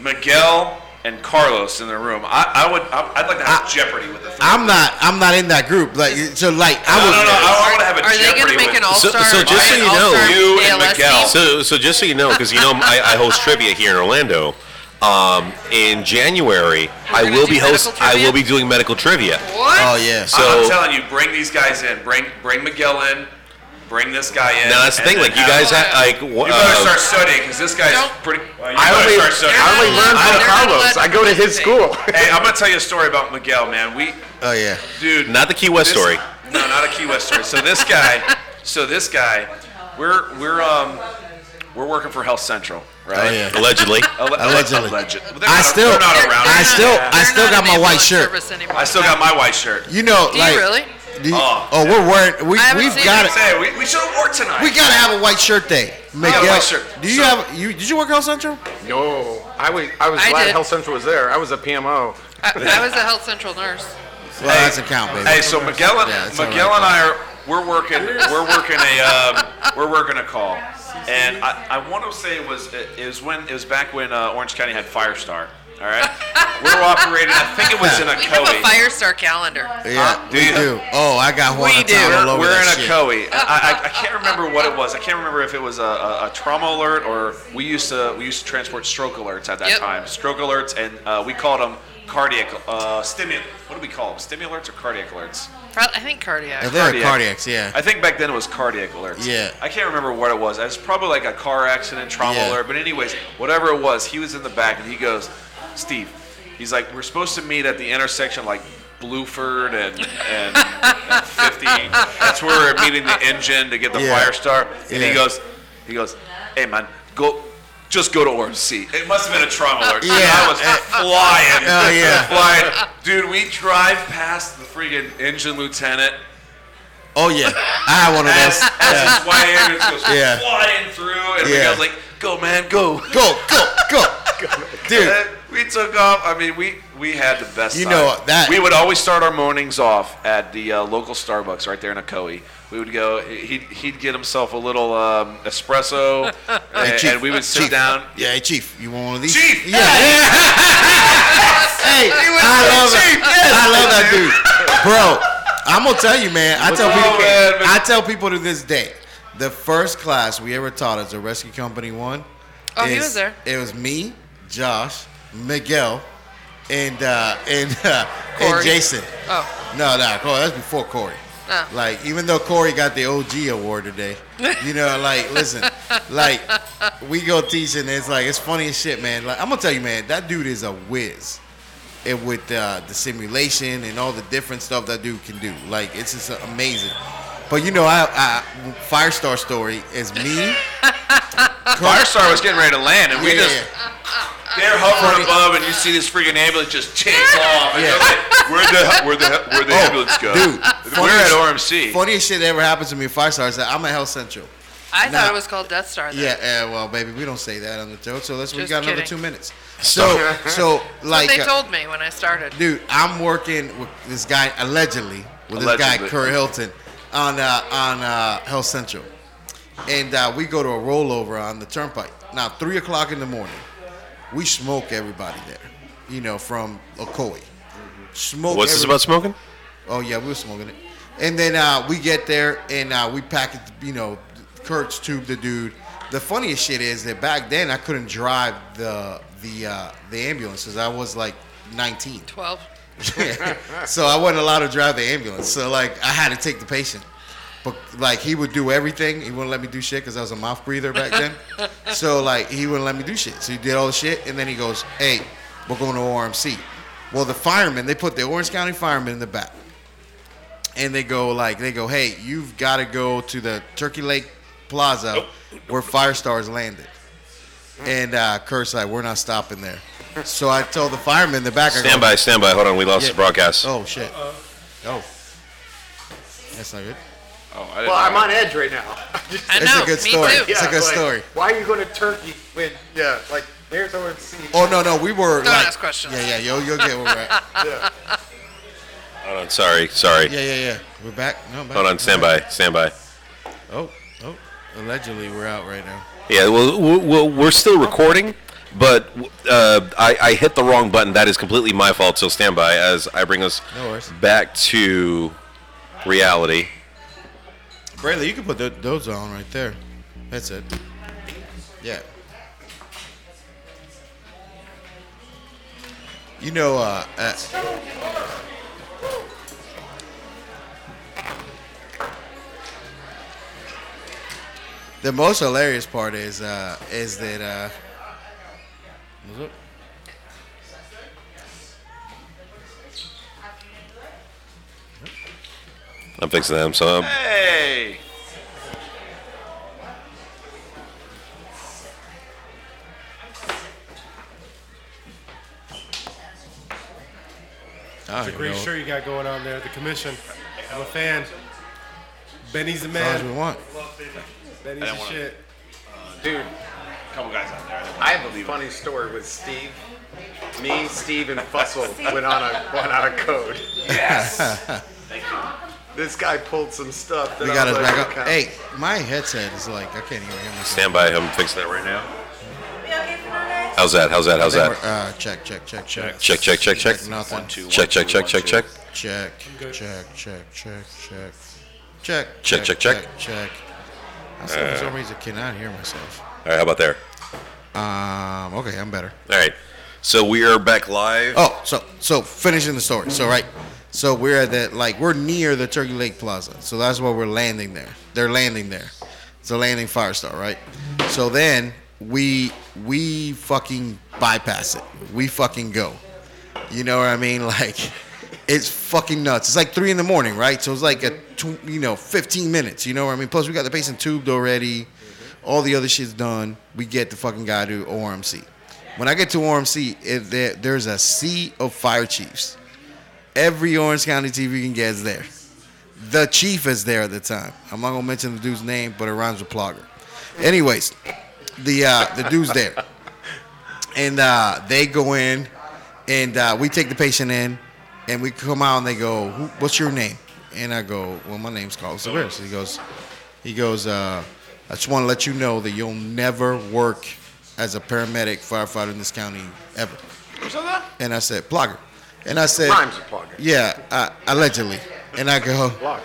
Speaker 9: Miguel, and Carlos in the room, I, I would. I, I'd like to have Jeopardy with the three.
Speaker 1: I'm not, I'm not in that group. Like, so like, I
Speaker 9: no,
Speaker 1: was,
Speaker 9: no, no. I want to have a
Speaker 3: Are they
Speaker 9: Jeopardy
Speaker 3: going to make
Speaker 9: with
Speaker 3: an all-star?
Speaker 2: so just so you
Speaker 3: an
Speaker 2: know,
Speaker 3: all-star
Speaker 9: you and
Speaker 3: ALS
Speaker 9: Miguel.
Speaker 3: team?
Speaker 2: So, so just so you know, because you know I, I host trivia here in Orlando. Um, in January, I
Speaker 3: gonna
Speaker 2: will be
Speaker 3: do
Speaker 2: host.
Speaker 3: medical
Speaker 2: I
Speaker 3: trivia?
Speaker 2: will be doing medical trivia.
Speaker 3: What?
Speaker 1: oh yeah,
Speaker 2: So-
Speaker 9: I'm telling you, bring these guys in. Bring bring Miguel in. Bring this guy in.
Speaker 2: Now that's the thing.
Speaker 9: and then
Speaker 2: Like you guys,
Speaker 9: have-
Speaker 2: have, like
Speaker 9: You better
Speaker 2: uh,
Speaker 9: start studying because this guy's
Speaker 3: Nope.
Speaker 9: pretty. Well, you
Speaker 8: I
Speaker 9: better
Speaker 8: only,
Speaker 9: start studying.
Speaker 8: I only learned
Speaker 3: They're
Speaker 8: from
Speaker 3: not allowed
Speaker 8: Carlos.
Speaker 3: to
Speaker 8: I go to his
Speaker 3: participate.
Speaker 8: school.
Speaker 9: Hey, I'm gonna tell you a story about Miguel, man. We,
Speaker 1: oh yeah.
Speaker 9: dude,
Speaker 2: not the Key West
Speaker 9: this-
Speaker 2: story.
Speaker 9: No, not a Key West story. So this guy, so this guy, we're we're um we're working for Health Central, right?
Speaker 1: Oh, yeah.
Speaker 2: Allegedly,
Speaker 9: Alle-
Speaker 1: Allegedly.
Speaker 9: Alleged. Well, they're
Speaker 1: I
Speaker 9: not-
Speaker 1: still,
Speaker 9: they're not
Speaker 3: They're-
Speaker 9: around.
Speaker 1: I
Speaker 3: they're
Speaker 1: still, I
Speaker 3: not- they're
Speaker 1: still
Speaker 3: not
Speaker 1: got
Speaker 3: in
Speaker 1: my white
Speaker 3: ambulance
Speaker 1: shirt.
Speaker 3: service anymore.
Speaker 9: I still got my white shirt.
Speaker 1: You know,
Speaker 3: Do you
Speaker 1: like,
Speaker 3: really?
Speaker 1: do you-
Speaker 9: Oh.
Speaker 1: oh, we're wearing, we,
Speaker 3: I haven't
Speaker 1: we've
Speaker 3: seen
Speaker 1: got
Speaker 3: it.
Speaker 1: it.
Speaker 9: Say we, we should have wore tonight.
Speaker 1: We gotta have a white shirt day.
Speaker 9: got a
Speaker 1: Miguel,
Speaker 9: white shirt.
Speaker 1: do you
Speaker 9: So-
Speaker 1: have, you, did you work Health Central?
Speaker 8: No, I was I was
Speaker 3: I
Speaker 8: glad
Speaker 3: did.
Speaker 8: Health Central was there. I was a PMO.
Speaker 3: I, I was a health central nurse.
Speaker 1: Well, that's a count, baby.
Speaker 9: Hey, so Miguel and
Speaker 1: Yeah, it's all
Speaker 9: Miguel
Speaker 1: right.
Speaker 9: and I are we're working we're working a um, we're working a call, and I, I want to say it was it was when it was back when uh, Orange County had Firestar. All right, we're operating. I think it was in a
Speaker 3: We have a
Speaker 9: COE.
Speaker 3: fire star calendar.
Speaker 1: Yeah,
Speaker 9: uh, do
Speaker 1: we
Speaker 9: you-
Speaker 1: do. Oh, I got one
Speaker 3: We
Speaker 1: on time
Speaker 3: do.
Speaker 1: all over
Speaker 9: We're
Speaker 1: that
Speaker 9: in a
Speaker 1: shit.
Speaker 9: COE. I, I, I can't remember what it was. I can't remember if it was a, a, a trauma alert or we used to we used to transport stroke alerts at that
Speaker 3: Yep.
Speaker 9: time. Stroke alerts, and uh, we called them cardiac uh, stimul. What do we call them? Stimulants or cardiac alerts?
Speaker 3: Pro- I think cardiac.
Speaker 1: And they're
Speaker 9: Cardiac.
Speaker 1: cardiacs, yeah.
Speaker 9: I think back then it was cardiac alerts.
Speaker 1: Yeah.
Speaker 9: I can't remember what it was. It was probably like a car accident, trauma
Speaker 1: Yeah.
Speaker 9: alert. But anyways, whatever it was, he was in the back and he goes, Steve, he's like, we're supposed to meet at the intersection like Blueford and, and, and 50. That's where we're meeting the engine to get the
Speaker 1: Yeah.
Speaker 9: Firestar. And
Speaker 1: Yeah.
Speaker 9: he goes, he goes, hey man, go. Just go to Orange Sea. It must have been a trauma alert.
Speaker 1: Yeah. Uh,
Speaker 9: I was flying.
Speaker 1: Oh, yeah.
Speaker 9: Flying. Dude, we drive past the freaking engine lieutenant
Speaker 1: Oh yeah, I had one of
Speaker 9: as,
Speaker 1: those.
Speaker 9: as his white ambulance goes
Speaker 1: Yeah.
Speaker 9: flying through, and
Speaker 1: Yeah.
Speaker 9: the guy's like, "Go, man, go!"
Speaker 1: Go, go, go,
Speaker 9: And
Speaker 1: dude.
Speaker 9: then we took off. I mean, we we had the best.
Speaker 1: You
Speaker 9: time.
Speaker 1: know, that-
Speaker 9: we would always start our mornings off at the uh, local Starbucks right there in Ocoee. We would go. He'd he'd get himself a little um, espresso,
Speaker 1: Hey,
Speaker 9: and,
Speaker 1: Chief,
Speaker 9: and we would sit
Speaker 1: Chief.
Speaker 9: down.
Speaker 1: Yeah, hey, Chief, you want one of these?
Speaker 9: Chief!
Speaker 1: Yeah. hey, I love it. I love that dude, bro. I'm gonna tell you, man. I tell
Speaker 9: up,
Speaker 1: people,
Speaker 9: man? But-
Speaker 1: I tell people to this day, the first class we ever taught as a rescue company one.
Speaker 3: Oh, he
Speaker 1: is-
Speaker 3: was there.
Speaker 1: It was me, Josh, Miguel, and uh, and uh, and
Speaker 3: Corey.
Speaker 1: Jason.
Speaker 3: Oh,
Speaker 1: No, no, Corey. That's before Corey.
Speaker 3: Oh.
Speaker 1: Like, even though Corey got the OG award today, you know, like, listen, like, we go teach and it's like, it's funny as shit, man. Like, I'm gonna tell you, man, that dude is a whiz. And with uh, the simulation and all the different stuff that dude can do, like, it's just amazing. But you know, I, I Firestar story is me.
Speaker 9: Firestar was getting ready to land, and we
Speaker 1: Yeah, yeah,
Speaker 9: just
Speaker 1: yeah.
Speaker 9: they're hovering above, and you see this freaking ambulance just take off. And
Speaker 1: Yeah.
Speaker 9: you're like, where the where the where the
Speaker 1: Oh,
Speaker 9: ambulance go?
Speaker 1: dude,
Speaker 9: we're
Speaker 1: funniest-
Speaker 9: at RMC.
Speaker 1: Funniest shit that ever happened to me in Five Star is that I'm at Health Central.
Speaker 3: I
Speaker 1: Nah.
Speaker 3: thought it was called Death Star. Then.
Speaker 1: Yeah, uh, well, baby, we don't say that on the show, so let's we
Speaker 3: Just
Speaker 1: got another
Speaker 3: kidding.
Speaker 1: two minutes. So, so
Speaker 3: That's
Speaker 1: like,
Speaker 3: what they
Speaker 1: uh,
Speaker 3: told me when I started.
Speaker 1: dude, I'm working with this guy allegedly with this guy
Speaker 9: Allegedly.
Speaker 1: Kurt Hilton on uh, on uh, Health Central, and uh, we go to a rollover on the turnpike. Now, three o'clock in the morning, we smoke everybody there. you know, from Okoe. Smoke.
Speaker 2: What's this
Speaker 1: every-
Speaker 2: about smoking?
Speaker 1: Oh yeah, we were smoking it. And then uh, we get there and uh, we packed, you know, Kurt's tube the dude. The funniest shit is that back then I couldn't drive the the uh, the ambulances. I was like 19,
Speaker 3: 12.
Speaker 1: so I wasn't allowed to drive the ambulance. So like I had to take the patient. But like he would do everything. He wouldn't let me do shit because I was a mouth breather back then. so like he wouldn't let me do shit. So he did all the shit, and then he goes, "Hey, we're going to ORMC." Well, the firemen they put the Orange County firemen in the back, and they go like they go, "Hey, you've got to go to the Turkey Lake Plaza where Firestars landed." And uh, Kurt's like, "We're not stopping there." So I told the firemen in the back, I go,
Speaker 2: Stand by, stand by. Hold on, we lost the broadcast.
Speaker 1: Oh shit. Oh. That's not good.
Speaker 9: Oh, I didn't
Speaker 8: Well, I'm
Speaker 9: know.
Speaker 8: on edge right now.
Speaker 3: I
Speaker 1: It's a
Speaker 3: know.
Speaker 1: good
Speaker 3: me
Speaker 1: story.
Speaker 3: too.
Speaker 1: It's a
Speaker 8: Yeah,
Speaker 1: good
Speaker 8: like,
Speaker 1: story.
Speaker 8: Why are you going to Turkey when, yeah, like, there's OMC.
Speaker 1: Oh no no we were
Speaker 3: Don't
Speaker 1: like
Speaker 3: ask questions.
Speaker 1: yeah yeah yo you'll get where we're at
Speaker 2: Hold on, Uh, sorry, sorry.
Speaker 1: yeah yeah yeah we're back no I'm back.
Speaker 2: Hold on, stand by, stand by.
Speaker 1: oh oh allegedly we're out right now
Speaker 2: Yeah, well, we'll- we'll, we're still recording, but uh, I, I hit the wrong button. That is completely my fault. So stand by as I bring us
Speaker 1: No worries.
Speaker 2: back to reality.
Speaker 1: Brayley you can put tho- those on right there that's it yeah you know uh, uh the most hilarious part is uh is that uh what's up?
Speaker 2: I'm fixing them, so I'm,
Speaker 9: Hey.
Speaker 1: I
Speaker 5: It's a
Speaker 1: don't
Speaker 5: great
Speaker 1: know.
Speaker 5: show you got going on there. The commission. I'm a fan. Benny's the
Speaker 1: As long as we
Speaker 5: man.
Speaker 1: want.
Speaker 5: Benny's the
Speaker 9: wanna-
Speaker 5: shit.
Speaker 8: Dude,
Speaker 9: couple guys out there.
Speaker 8: I have a funny story with Steve. Me, Steve, and Fussell went on a went on a code. This guy pulled some stuff. That
Speaker 1: We
Speaker 8: I
Speaker 1: got
Speaker 8: was
Speaker 1: us
Speaker 8: like,
Speaker 1: back up.
Speaker 8: okay.
Speaker 1: Hey, my headset is like I can't even hear myself.
Speaker 2: stand by. I'm fixing that right now.
Speaker 6: We okay for another night?
Speaker 2: How's that? How's that? How's
Speaker 1: They were-
Speaker 2: that?
Speaker 1: Uh, check, check, check, check,
Speaker 2: Check, check, check, check.
Speaker 1: Nothing.
Speaker 2: Check, check, check, check, check.
Speaker 1: Check, check, check, check, check, check,
Speaker 2: Check,
Speaker 1: check.
Speaker 2: check, check. Uh.
Speaker 1: check. I still, for some reason, cannot hear myself.
Speaker 2: All right, how about there?
Speaker 1: Um. Okay, I'm better.
Speaker 2: All right. So we are back live.
Speaker 1: Oh, so so finishing the story. So right, so we're at that like we're near the Turkey Lake Plaza. So that's why we're landing there. They're landing there. It's a landing Firestar, right? So then we we fucking bypass it. We fucking go. You know what I mean? Like it's fucking nuts. It's like three in the morning, right? So it's like a tw- you know fifteen minutes. You know what I mean? Plus we got the patient tubed already. All the other shit's done. We get the fucking guy to ORMC. When I get to ORMC, it, there, there's a sea of fire chiefs. Every Orange County chief you can get is there. The chief is there at the time. I'm not gonna mention the dude's name, but it rhymes with Plogger. Anyways, the uh, the dude's there, and uh, they go in, and uh, we take the patient in, and we come out, and they go, Who, "What's your name?" And I go, "Well, my name's Carlos Severis." He goes, "He goes, uh, I just want to let you know that you'll never work as a paramedic firefighter in this county ever." And I said, "Plogger," and I said,
Speaker 8: Rhymes with Plogger.
Speaker 1: Yeah, uh, allegedly, and I go.
Speaker 8: Block.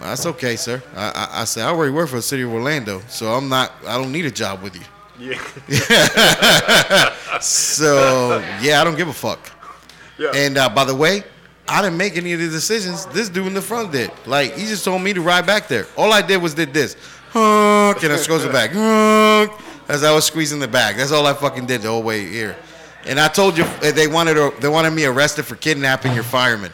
Speaker 1: That's okay, sir. I, I, I said, I already work for the city of Orlando, so I'm not, I don't need a job with you.
Speaker 8: Yeah.
Speaker 1: So, yeah, I don't give a fuck.
Speaker 8: yeah.
Speaker 1: And uh, by the way, I didn't make any of the decisions. This dude in the front did. Like, he just told me to ride back there. All I did was did this. Honk, and I scrolled the back. Honk, as I was squeezing the back. That's all I fucking did the whole way here. And I told you uh, they wanted uh, they wanted me arrested for kidnapping your fireman.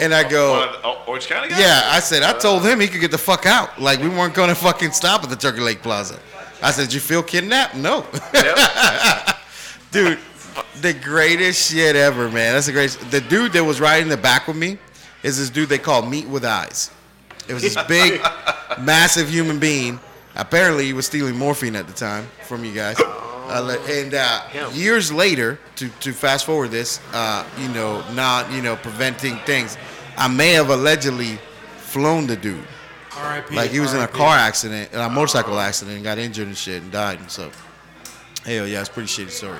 Speaker 1: And I go,
Speaker 9: One of the- oh, Orange County guys?
Speaker 1: Yeah, I said I told him he could get the fuck out. Like we weren't gonna fucking stop at the Turkey Lake Plaza. I said, "You feel kidnapped?" No, dude. The greatest shit ever, man. That's the greatest. The dude that was riding the back with me is this dude they call Meat with Eyes. It was this big, massive human being. Apparently, he was stealing morphine at the time from you guys. Uh, le- and uh, years later, to, to fast forward this, uh, you know, not you know preventing things, I may have allegedly flown the dude.
Speaker 5: R.I.P.
Speaker 1: Like he was in a
Speaker 5: R.I.P..
Speaker 1: car accident, a motorcycle accident, and got injured and shit and died and so. Hell yeah, it's a pretty shitty story.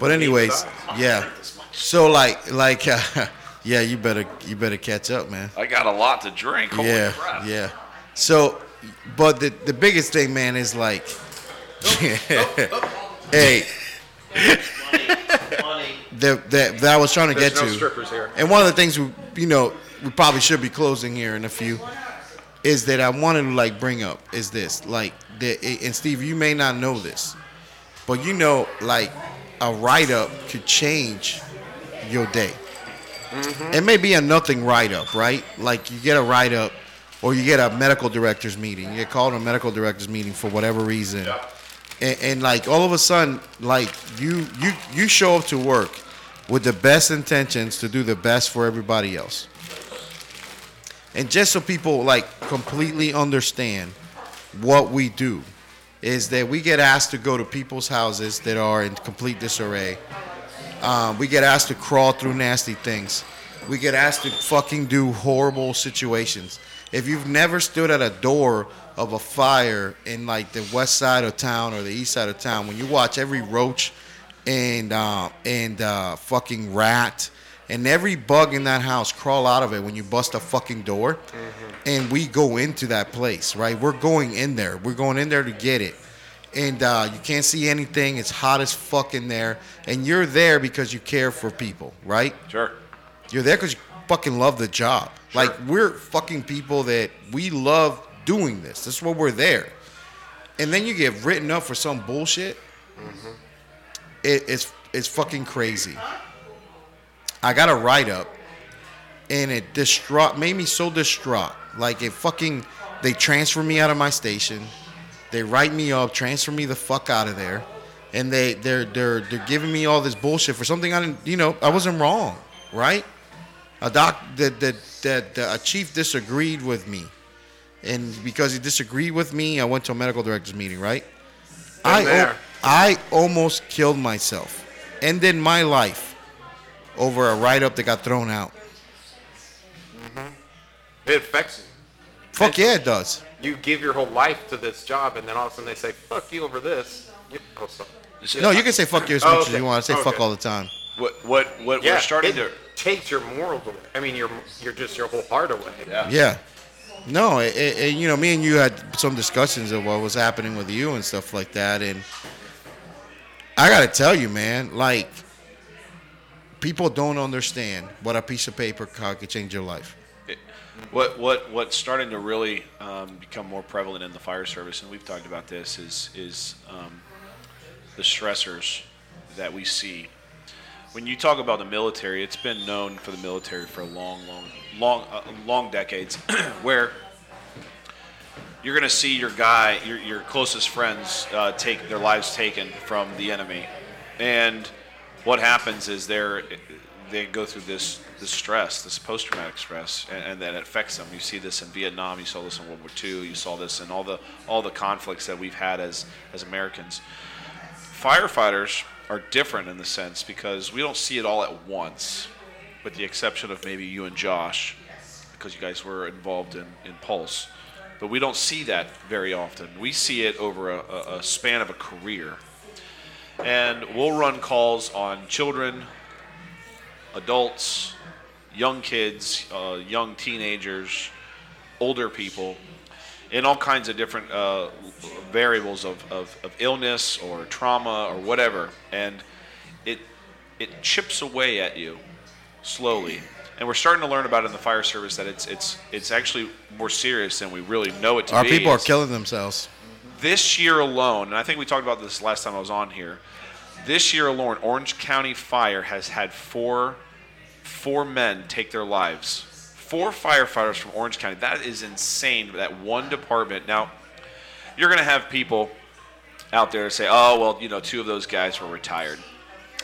Speaker 1: But anyways,
Speaker 9: Eighty-five.
Speaker 1: yeah. So like like uh, yeah, you better you better catch up, man.
Speaker 9: I got a lot to drink. Holy
Speaker 1: yeah,
Speaker 9: crap.
Speaker 1: yeah. So, but the the biggest thing, man, is like, hey, that that that I was trying to
Speaker 8: There's
Speaker 1: get
Speaker 8: no
Speaker 1: to.
Speaker 8: strippers here.
Speaker 1: And one of the things we you know we probably should be closing here in a few is that I wanted to like bring up is this like that and Steve, you may not know this, but you know like a write up could change your day it may be a nothing write up, right? Like you get a write up or you get a medical director's meeting. You get called to a medical director's meeting for whatever reason. And, and like all of a sudden, like you you you show up to work with the best intentions to do the best for everybody else. And just so people like completely understand what we do is that we get asked to go to people's houses that are in complete disarray. Um, we get asked to crawl through nasty things. We get asked to fucking do horrible situations. If you've never stood at a door of a fire in like the west side of town or the east side of town, when you watch every roach and uh, and uh, fucking rat and every bug in that house crawl out of it when you bust a fucking door, and we go into that place, right? We're going in there. We're going in there to get it and uh, you can't see anything. It's hot as fuck in there, and you're there because you care for people, right?
Speaker 9: Sure.
Speaker 1: You're there because you fucking love the job. Like we're fucking people that we love doing this. That's why we're there. And then you get written up for some bullshit. It, it's it's fucking crazy. I got a write up, and it distraught made me so distraught. Like it fucking they transfer me out of my station. They write me up, transfer me the fuck out of there, and they they're they're they're giving me all this bullshit for something I didn't. You know, I wasn't wrong, right? A doc that that that that a chief disagreed with me, and because he disagreed with me, I went to a medical director's meeting, right? I
Speaker 8: there.
Speaker 1: al- I almost killed myself, ended my life over a write up that got thrown out.
Speaker 8: It affects
Speaker 1: Fuck yeah, it does.
Speaker 8: you. You give your whole life to this job, and then all of a sudden they say, "Fuck you over this." You, oh, sorry.
Speaker 1: No, you can say fuck you as much
Speaker 8: Oh,
Speaker 1: as
Speaker 8: okay.
Speaker 1: you want. I say
Speaker 8: Okay.
Speaker 1: fuck all the time.
Speaker 9: What what what
Speaker 8: Yeah,
Speaker 9: we're starting
Speaker 8: it
Speaker 9: to
Speaker 8: takes your morals away. I mean, your your just your whole heart away.
Speaker 9: yeah.
Speaker 1: Yeah. No, it, it, it- you know, me and you had some discussions of what was happening with you and stuff like that, and I gotta tell you, man, like people don't understand what a piece of paper co- could change your life.
Speaker 9: It- what what what's starting to really um, become more prevalent in the fire service, and we've talked about this, is is um, the stressors that we see. When you talk about the military, it's been known for the military for long, long, long, uh, long decades, where you're going to see your guy, your, your closest friends, uh, take their lives taken from the enemy, and what happens is they're they go through this this stress, this post traumatic stress, and, and that affects them. You see this in Vietnam, you saw this in World War II, you saw this in all the all the conflicts that we've had as as Americans. Firefighters are different in the sense because we don't see it all at once, with the exception of maybe you and Josh, because you guys were involved in, in Pulse. But we don't see that very often. We see it over a, a, a span of a career. And we'll run calls on children, adults, young kids, uh, young teenagers, older people, and all kinds of different uh, variables of, of, of illness or trauma or whatever. And it, it chips away at you slowly. And we're starting to learn about it in the fire service that it's, it's, it's actually more serious than we really know it to
Speaker 1: Our
Speaker 9: be.
Speaker 1: people are
Speaker 9: It's-
Speaker 1: killing themselves.
Speaker 9: this year alone, and I think we talked about this last time I was on here. This year alone, Orange County Fire has had four four men take their lives. Four firefighters from Orange County. That is insane. That one department. Now, you're going to have people out there say, "Oh, well, you know, two of those guys were retired."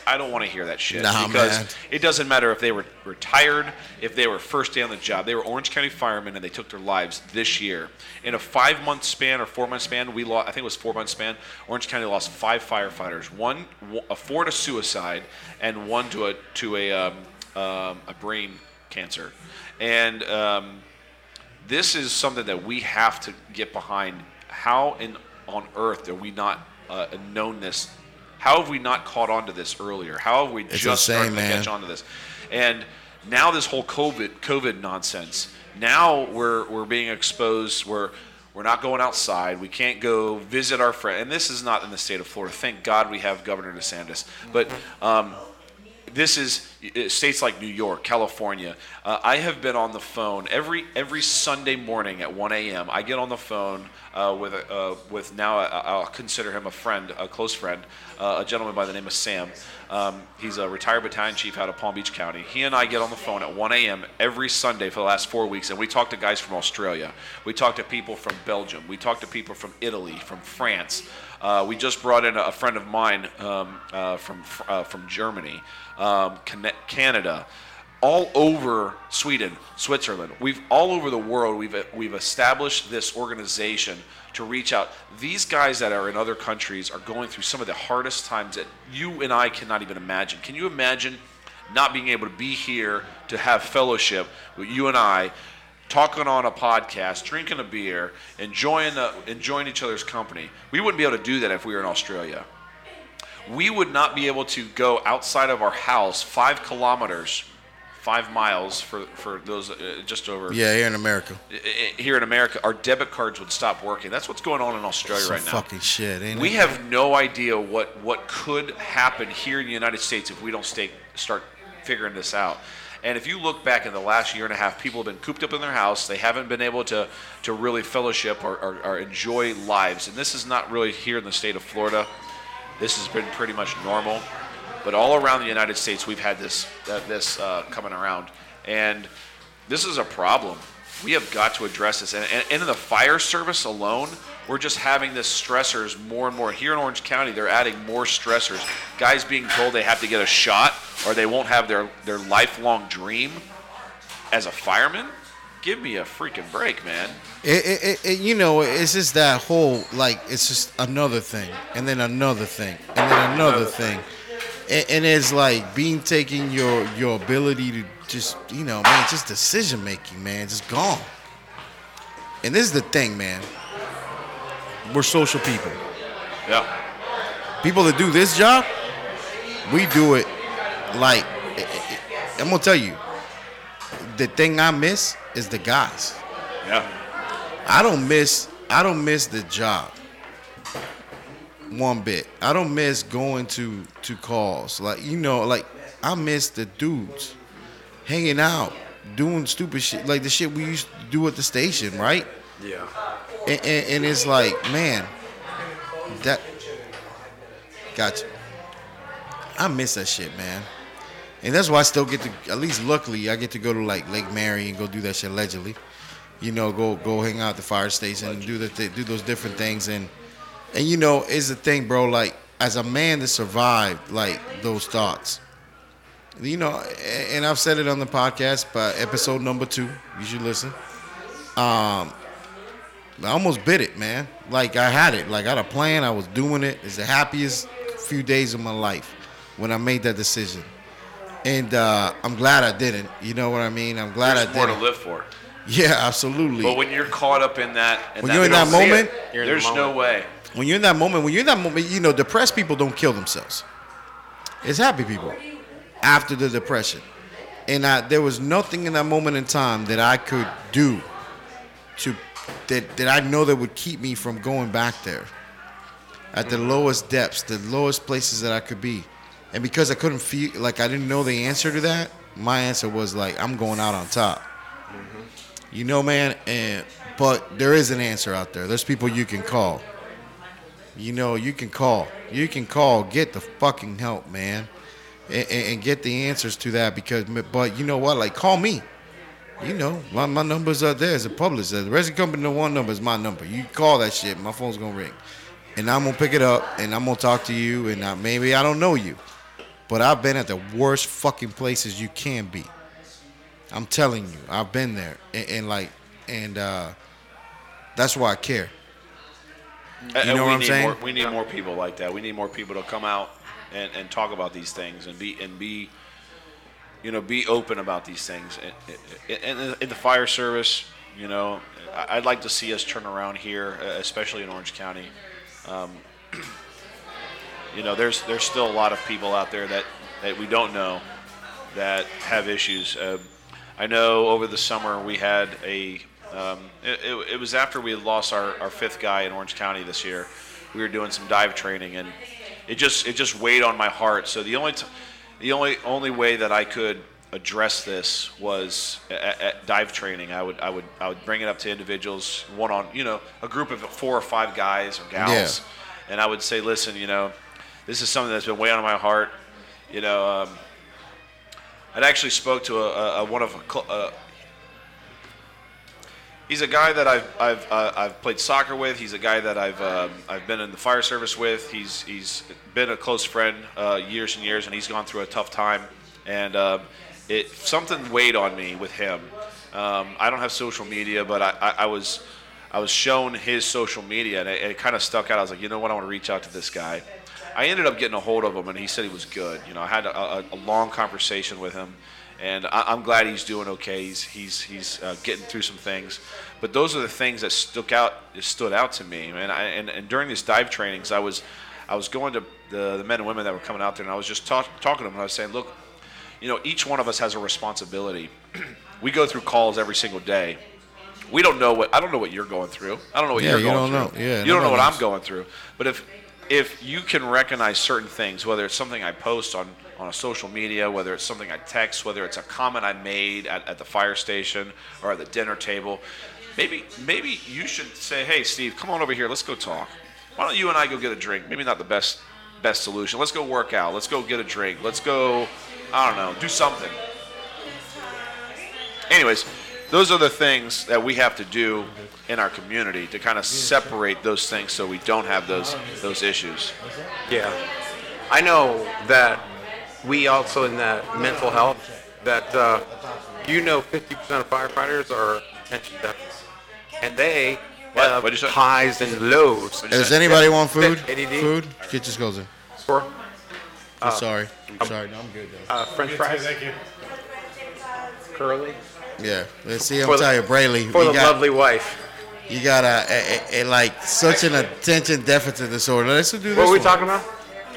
Speaker 9: I don't want to hear that shit
Speaker 1: Nah,
Speaker 9: because
Speaker 1: man.
Speaker 9: it doesn't matter if they were retired, if they were first day on the job. They were Orange County firemen and they took their lives this year. In a five month span or four month span, we lost, I think it was four month span, Orange County lost five firefighters one, w- a four to suicide and one to a, to a, um, um, a brain cancer. And um, this is something that we have to get behind. How in on earth are we not uh, known this How have we not caught on to this earlier? How have we
Speaker 1: It's
Speaker 9: just
Speaker 1: insane,
Speaker 9: started to
Speaker 1: man.
Speaker 9: catch on to this? And now this whole COVID COVID nonsense. Now we're we're being exposed. We're we're not going outside. We can't go visit our friend. And this is not in the state of Florida. Thank God we have Governor DeSantis. But um, this is uh, states like New York, California. Uh, I have been on the phone every every Sunday morning at 1 a.m. I get on the phone uh, with a, uh, with now I, I'll consider him a friend, a close friend, uh, a gentleman by the name of Sam. Um, he's a retired battalion chief out of Palm Beach County. He and I get on the phone at 1 a.m. every Sunday for the last four weeks, and we talk to guys from Australia. We talk to people from Belgium. We talk to people from Italy, from France. Uh, we just brought in a, a friend of mine um, uh, from fr- uh, from Germany, um, Can- Canada, all over Sweden, Switzerland. We've all over the world. We've we've established this organization to reach out. These guys that are in other countries are going through some of the hardest times that you and I cannot even imagine. Can you imagine not being able to be here to have fellowship with you and I? talking on a podcast, drinking a beer, enjoying the, enjoying each other's company. We wouldn't be able to do that if we were in Australia. We would not be able to go outside of our house five kilometers, five miles for for those uh, just over
Speaker 1: Yeah, here in America.
Speaker 9: i- i- here in America. Our debit cards would stop working. That's what's going on in Australia
Speaker 1: Some
Speaker 9: right now.
Speaker 1: fucking shit. Ain't
Speaker 9: We
Speaker 1: it?
Speaker 9: have no idea what, what could happen here in the United States if we don't stay, start figuring this out. And if you look back in the last year and a half, people have been cooped up in their house. They haven't been able to, to really fellowship or, or, or enjoy lives. And this is not really here in the state of Florida. This has been pretty much normal. But all around the United States, we've had this, uh, this uh, coming around. And this is a problem. We have got to address this. And, and, and in the fire service alone, we're just having this stressors more and more. Here in Orange County, they're adding more stressors. Guys being told they have to get a shot or they won't have their, their lifelong dream as a fireman. Give me a freaking break, man.
Speaker 1: It, it, it, it, you know, it's just that whole like it's just another thing, and then another thing, and then another thing, and, and it's like being taking your your ability to just you know, man, just decision making, man, just gone. And this is the thing, man. We're social people.
Speaker 9: Yeah.
Speaker 1: People that do this job, we do it like i- i- i- I'm gonna tell you. The thing I miss is the guys.
Speaker 9: Yeah.
Speaker 1: I don't miss I don't miss the job one bit. I don't miss going to to calls. Like you know, like I miss the dudes hanging out, doing stupid shit like the shit we used to do at the station, right?
Speaker 8: Yeah.
Speaker 1: And, and, and it's like, man, that gotcha. I miss that shit, man. And that's why I still get to at least luckily I get to go to like Lake Mary and go do that shit allegedly. You know, go go hang out at the fire station and do the th- do those different things and and you know, is the thing, bro, like as a man that survived like those thoughts. You know, a- and I've said it on the podcast, but episode number 2, you should listen. Um, I almost bit it, man. Like I had it. Like I had a plan. I was doing it. It's the happiest few days of my life when I made that decision. And uh, I'm glad I didn't. You know what I mean? I'm glad
Speaker 9: There's
Speaker 1: I
Speaker 9: more to
Speaker 1: didn't.
Speaker 9: live for.
Speaker 1: yeah, absolutely.
Speaker 9: But when you're caught up in that, and
Speaker 1: When you're in
Speaker 9: you
Speaker 1: that
Speaker 9: don't see
Speaker 1: moment,
Speaker 9: it,
Speaker 8: you're in the
Speaker 9: there's no
Speaker 8: moment.
Speaker 9: way.
Speaker 1: when you're in that moment, when you're in that moment, you know, depressed people don't kill themselves. It's happy people after the depression. And I, there was nothing in that moment in time that I could do to that, that I know that would keep me from going back there at the lowest depths, the lowest places that I could be. And because I couldn't feel like I didn't know the answer to that, my answer was like, I'm going out on top. You know, man, and but there is an answer out there. There's people you can call. You know, you can call. You can call. Get the fucking help, man, and, and, and get the answers to that. Because, but you know what? Like, call me. You know, my, my numbers are there. It's a published. The Resident Company the One number is my number. You call that shit, my phone's gonna ring, and I'm gonna pick it up, and I'm gonna talk to you, and I, maybe I don't know you, but I've been at the worst fucking places you can be. I'm telling you, I've been there, and, and like, and uh, that's why I care.
Speaker 9: And- and
Speaker 1: know
Speaker 9: we
Speaker 1: what I'm
Speaker 9: need
Speaker 1: saying?
Speaker 9: More, we need more people like that. We need more people to come out and, and talk about these things and be and be, you know, be open about these things. And, and, and in the fire service, you know, I- I'd like to see us turn around here, uh, especially in Orange County. Um, you know, there's there's still a lot of people out there that that we don't know that have issues. Um, I know over the summer we had a. Um, it, it, it was after we had lost our, our fifth guy in Orange County this year. We were doing some dive training, and it just it just weighed on my heart. So the only t- the only only way that I could address this was at, at dive training. I would I would I would bring it up to individuals, one on you know a group of four or five guys or gals, and I would say, listen, you know, this is something that's been weighing on my heart. You know, um, I'd actually spoke to a, a, a one of a, cl- a He's a guy that I've I've uh, I've played soccer with. He's a guy that I've um, I've been in the fire service with. He's he's been a close friend uh, years and years, and he's gone through a tough time. And um, it something weighed on me with him. Um, I don't have social media, but I, I, I was I was shown his social media, and it, it kind of stuck out. I was like, you know what, I want to reach out to this guy. I ended up getting a hold of him, and he said he was good. You know, I had a, a, a long conversation with him, and I, I'm glad he's doing okay. He's he's he's uh, getting through some things, but those are the things that stuck out that stood out to me. And I and, and during these dive trainings, I was I was going to the, the men and women that were coming out there, and I was just talk, talking to them, and I was saying, look, you know, each one of us has a responsibility. we go through calls every single day. We don't know what I don't know what you're going through. I don't know what
Speaker 1: Yeah,
Speaker 9: you're
Speaker 1: you
Speaker 9: going
Speaker 1: don't
Speaker 9: through.
Speaker 1: know. Yeah,
Speaker 9: you don't know
Speaker 1: nobody
Speaker 9: what I'm
Speaker 1: knows.
Speaker 9: going going through. But if if you can recognize certain things, whether it's something I post on on a social media, whether it's something I text, whether it's a comment I made at, at the fire station or at the dinner table, maybe maybe you should say, "Hey, Steve, come on over here. Let's go talk. Why don't you and I go get a drink? Maybe not the best best solution. Let's go work out. Let's go get a drink. Let's go. I don't know. Do something." anyways, those are the things that we have to do in our community to kind of separate those things so we don't have those those issues.
Speaker 8: Yeah. I know that we also in that mental health, that uh, you know 50% of firefighters are attention deficits. And they
Speaker 9: What?
Speaker 8: have
Speaker 9: What'd you say?
Speaker 8: highs and lows.
Speaker 1: Does anybody want food?
Speaker 8: ADD?
Speaker 1: Food? Get just goes in.
Speaker 8: For
Speaker 1: I'm sorry. I'm sorry. No, I'm good though.
Speaker 8: uh, French fries. Thank you. Curly.
Speaker 1: Yeah. Let's see. I'm
Speaker 8: For the-
Speaker 1: telling you, Brayley.
Speaker 8: For
Speaker 1: you
Speaker 8: the
Speaker 1: got,
Speaker 8: lovely wife.
Speaker 1: You got a, a, a, a like such an attention deficit disorder. Let's do this.
Speaker 8: What were we
Speaker 1: one.
Speaker 8: talking about?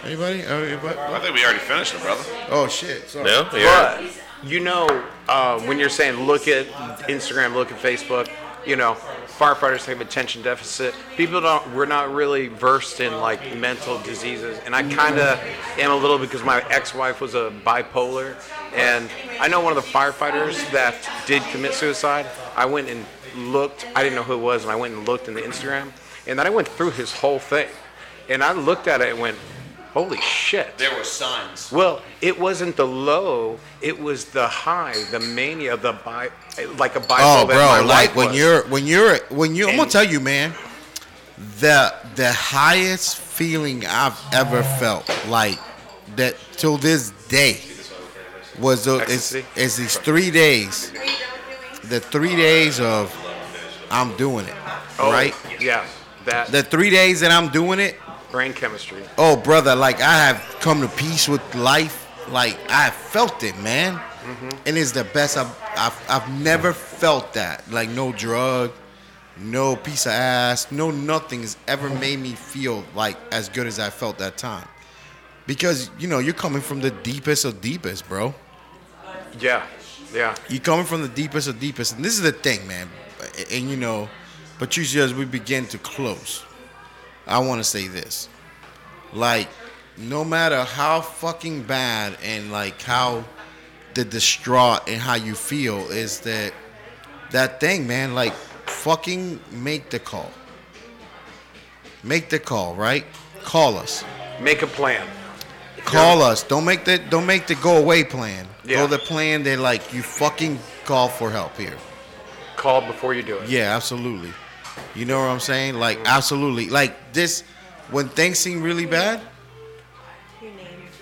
Speaker 1: Anybody? Oh, anybody?
Speaker 9: I think we already finished them, brother.
Speaker 1: Oh shit. Sorry.
Speaker 2: No, yeah.
Speaker 8: But you know, uh, when you're saying look at Instagram, look at Facebook, you know, firefighters have attention deficit. People don't. We're not really versed in like mental diseases, and I kind of am a little because my ex-wife was a bipolar, and I know one of the firefighters that did commit suicide. I went and looked. I didn't know who it was, and I went and looked in the Instagram, and then I went through his whole thing, and I looked at it and went, "Holy shit!"
Speaker 9: There were signs.
Speaker 8: Well, it wasn't the low; it was the high, the mania, the bi, like a bipolar.
Speaker 1: Oh,
Speaker 8: my
Speaker 1: bro, like
Speaker 8: wife
Speaker 1: when
Speaker 8: was.
Speaker 1: you're when you're when you. I'm gonna
Speaker 8: And-
Speaker 1: tell you, man. The the highest feeling I've ever felt, like that till this day, was the, it's,
Speaker 8: Ecstasy?
Speaker 1: it's these three days, the three days of I'm doing it,
Speaker 8: Oh,
Speaker 1: right?
Speaker 8: Yeah, that
Speaker 1: The three days that I'm doing it,
Speaker 8: brain chemistry.
Speaker 1: oh brother like i have come to peace with life like i felt it man and it's the best I've, I've i've never felt that like no drug no piece of ass no nothing has ever made me feel like as good as i felt that time because you know you're coming from the deepest of deepest bro
Speaker 8: Yeah, yeah.
Speaker 1: you're coming from the deepest of deepest and this is the thing man and, you know but usually as we begin to close i want to say this like no matter how fucking bad and like how the distraught and how you feel is that that thing man like fucking make the call make the call right call us
Speaker 8: Make a plan.
Speaker 1: Call us. Don't make the don't make the go away plan.
Speaker 8: Yeah.
Speaker 1: Go the plan that like you fucking call for help here.
Speaker 8: Call before you do it.
Speaker 1: Yeah, absolutely. You know what I'm saying? Like absolutely. Like this when things seem really bad,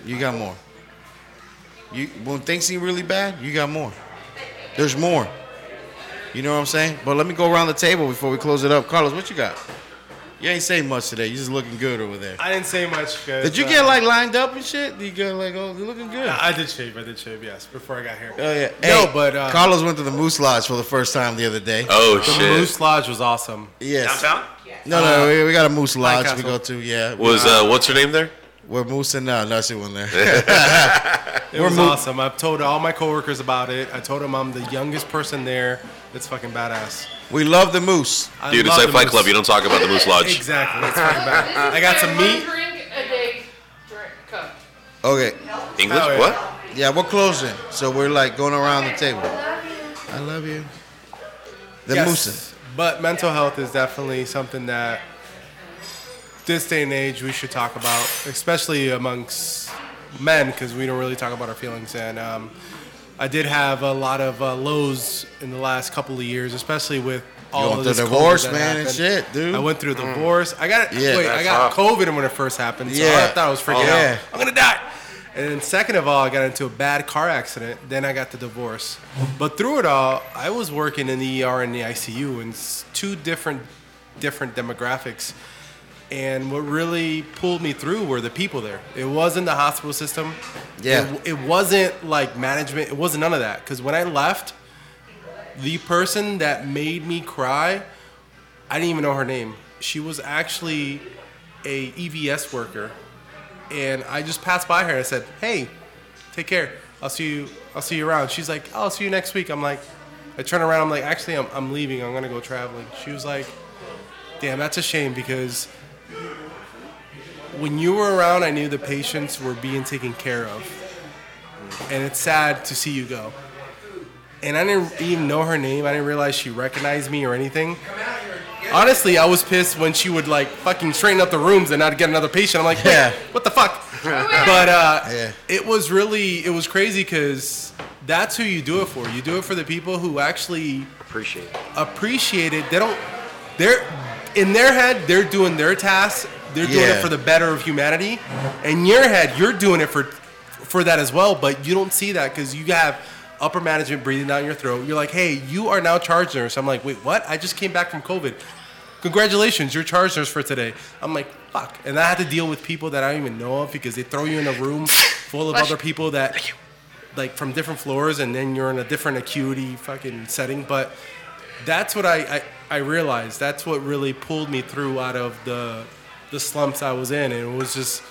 Speaker 1: you got more. You when things seem really bad, you got more. There's more. You know what I'm saying? But let me go around the table before we close it up. Carlos, what you got? You ain't saying much today. You just looking good over there.
Speaker 5: I didn't say much. 'cause,
Speaker 1: Did you
Speaker 5: uh,
Speaker 1: get like lined up and shit? Did you get like oh, you're looking good?
Speaker 5: I did shave. I did shave. Yes, before I got here.
Speaker 1: Oh yeah.
Speaker 5: No,
Speaker 1: Hey,
Speaker 5: but uh,
Speaker 1: Carlos went to the Moose Lodge for the first time the other day.
Speaker 2: Oh
Speaker 5: the
Speaker 2: shit.
Speaker 5: Moose Lodge was awesome.
Speaker 1: yes.
Speaker 9: Downtown?
Speaker 1: No, no, we, we got a Moose Lodge we
Speaker 5: Uh, Castle.
Speaker 1: go to. Yeah.
Speaker 2: Was uh, what's her name there?
Speaker 1: We're moosing now. That's the one there.
Speaker 5: It was awesome. I've told all my coworkers about it. I told them I'm the youngest person there. It's fucking badass.
Speaker 1: we love the moose.
Speaker 5: I
Speaker 2: Dude, it's
Speaker 5: love
Speaker 2: like
Speaker 5: uh, the
Speaker 2: Fight
Speaker 5: moose.
Speaker 2: Club. You don't talk about the Moose Lodge.
Speaker 5: Exactly. It's fucking badass. I got some meat.
Speaker 3: drink a day. Drink cup.
Speaker 1: Okay.
Speaker 2: English?
Speaker 5: Oh, yeah.
Speaker 2: What?
Speaker 1: Yeah, we're closing. So we're like going around the table. I love you. The moosing.
Speaker 5: But mental health is definitely something that this day and age we should talk about, especially amongst men, because we don't really talk about our feelings. And um, I did have a lot of uh, lows in the last couple of years, especially with all
Speaker 1: went
Speaker 5: of
Speaker 1: through
Speaker 5: this COVID
Speaker 1: divorce,
Speaker 5: that
Speaker 1: man, and
Speaker 5: happened.
Speaker 1: shit, dude.
Speaker 5: I went through a divorce. I got
Speaker 1: Yeah,
Speaker 5: wait, I
Speaker 8: that's
Speaker 5: got
Speaker 8: rough.
Speaker 5: COVID when it first happened. So
Speaker 1: Yeah.
Speaker 5: I thought I was freaking
Speaker 1: Oh,
Speaker 5: out.
Speaker 1: yeah.
Speaker 5: I'm gonna die. And then second of all, I got into a bad car accident. Then I got the divorce. But through it all, I was working in the ER and the ICU in s- two different different demographics. And what really pulled me through were the people there. It wasn't the hospital system.
Speaker 1: Yeah.
Speaker 5: It, it wasn't like management. It wasn't none of that. Because when I left, the person that made me cry, I didn't even know her name. She was actually a EVS worker and I just passed by her and I said, "Hey, take care. I'll see you. I'll see you around." She's like, "Oh, "I'll see you next week." I'm like, I turn around. I'm like, "Actually, I'm, I'm leaving. I'm gonna go traveling." She was like, "Damn, that's a shame because when you were around, I knew the patients were being taken care of, and it's sad to see you go." And I didn't even know her name. I didn't realize she recognized me or anything. Honestly, I was pissed when she would like fucking straighten up the rooms and I'd get another patient. I'm like, "Wait,
Speaker 1: Yeah.
Speaker 5: what the fuck? but uh,
Speaker 1: Yeah.
Speaker 5: it was really it was crazy because that's who you do it for. You do it for the people who actually
Speaker 8: Appreciate it.
Speaker 5: appreciate it. They don't they're in their head they're doing their tasks. They're doing
Speaker 1: Yeah.
Speaker 5: it for the better of humanity. In your head, you're doing it for for that as well, but you don't see that because you have upper management breathing down your throat. You're like, hey, you are now charge nurse. I'm like, wait, what? I just came back from COVID. Congratulations, you're charge nurse for today. I'm like, fuck. And I had to deal with people that I don't even know of because they throw you in a room full of
Speaker 3: Bless
Speaker 5: other
Speaker 3: you.
Speaker 5: people that like from different floors and then you're in a different acuity fucking setting. But that's what I, I, I realized. That's what really pulled me through out of the the slumps I was in. And it was just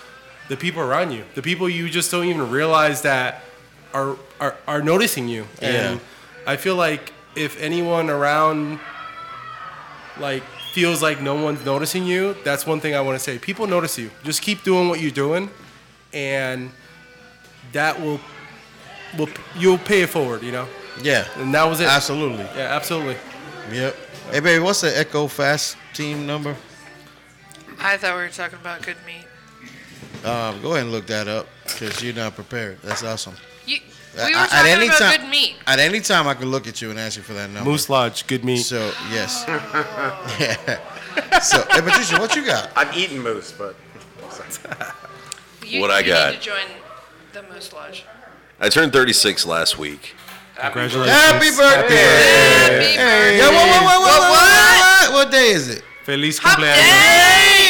Speaker 5: the people around you. The people you just don't even realize that are are, are noticing you. And I feel like if anyone around like feels like no one's noticing you, that's one thing I want to say. People notice you. Just keep doing what you're doing and that will will you'll pay it forward, you know?
Speaker 1: Yeah.
Speaker 5: And that was it.
Speaker 1: Absolutely.
Speaker 5: Yeah, absolutely.
Speaker 1: Yep. Hey, baby, what's the Echo Fast team number?
Speaker 3: I thought we were talking about good meat.
Speaker 1: Um, go ahead and look that up because you're not prepared. That's awesome.
Speaker 3: You, we were
Speaker 1: Uh, A-
Speaker 3: talking about
Speaker 1: time,
Speaker 3: good meat.
Speaker 1: At any time, I can look at you and ask you for that number.
Speaker 5: Moose Lodge, good meat.
Speaker 1: So yes. yeah. So, hey, Patricia, what you got?
Speaker 8: I've eaten moose, but
Speaker 3: You,
Speaker 2: What I
Speaker 3: you
Speaker 2: got.
Speaker 3: Need to join the Moose Lodge.
Speaker 2: I turned 36 last week.
Speaker 5: Congratulations.
Speaker 1: Happy birthday!
Speaker 3: Happy birthday.
Speaker 1: Yeah, whoa, whoa, whoa, whoa, whoa, what? What day is it?
Speaker 5: Feliz
Speaker 3: Hump
Speaker 5: cumpleaños.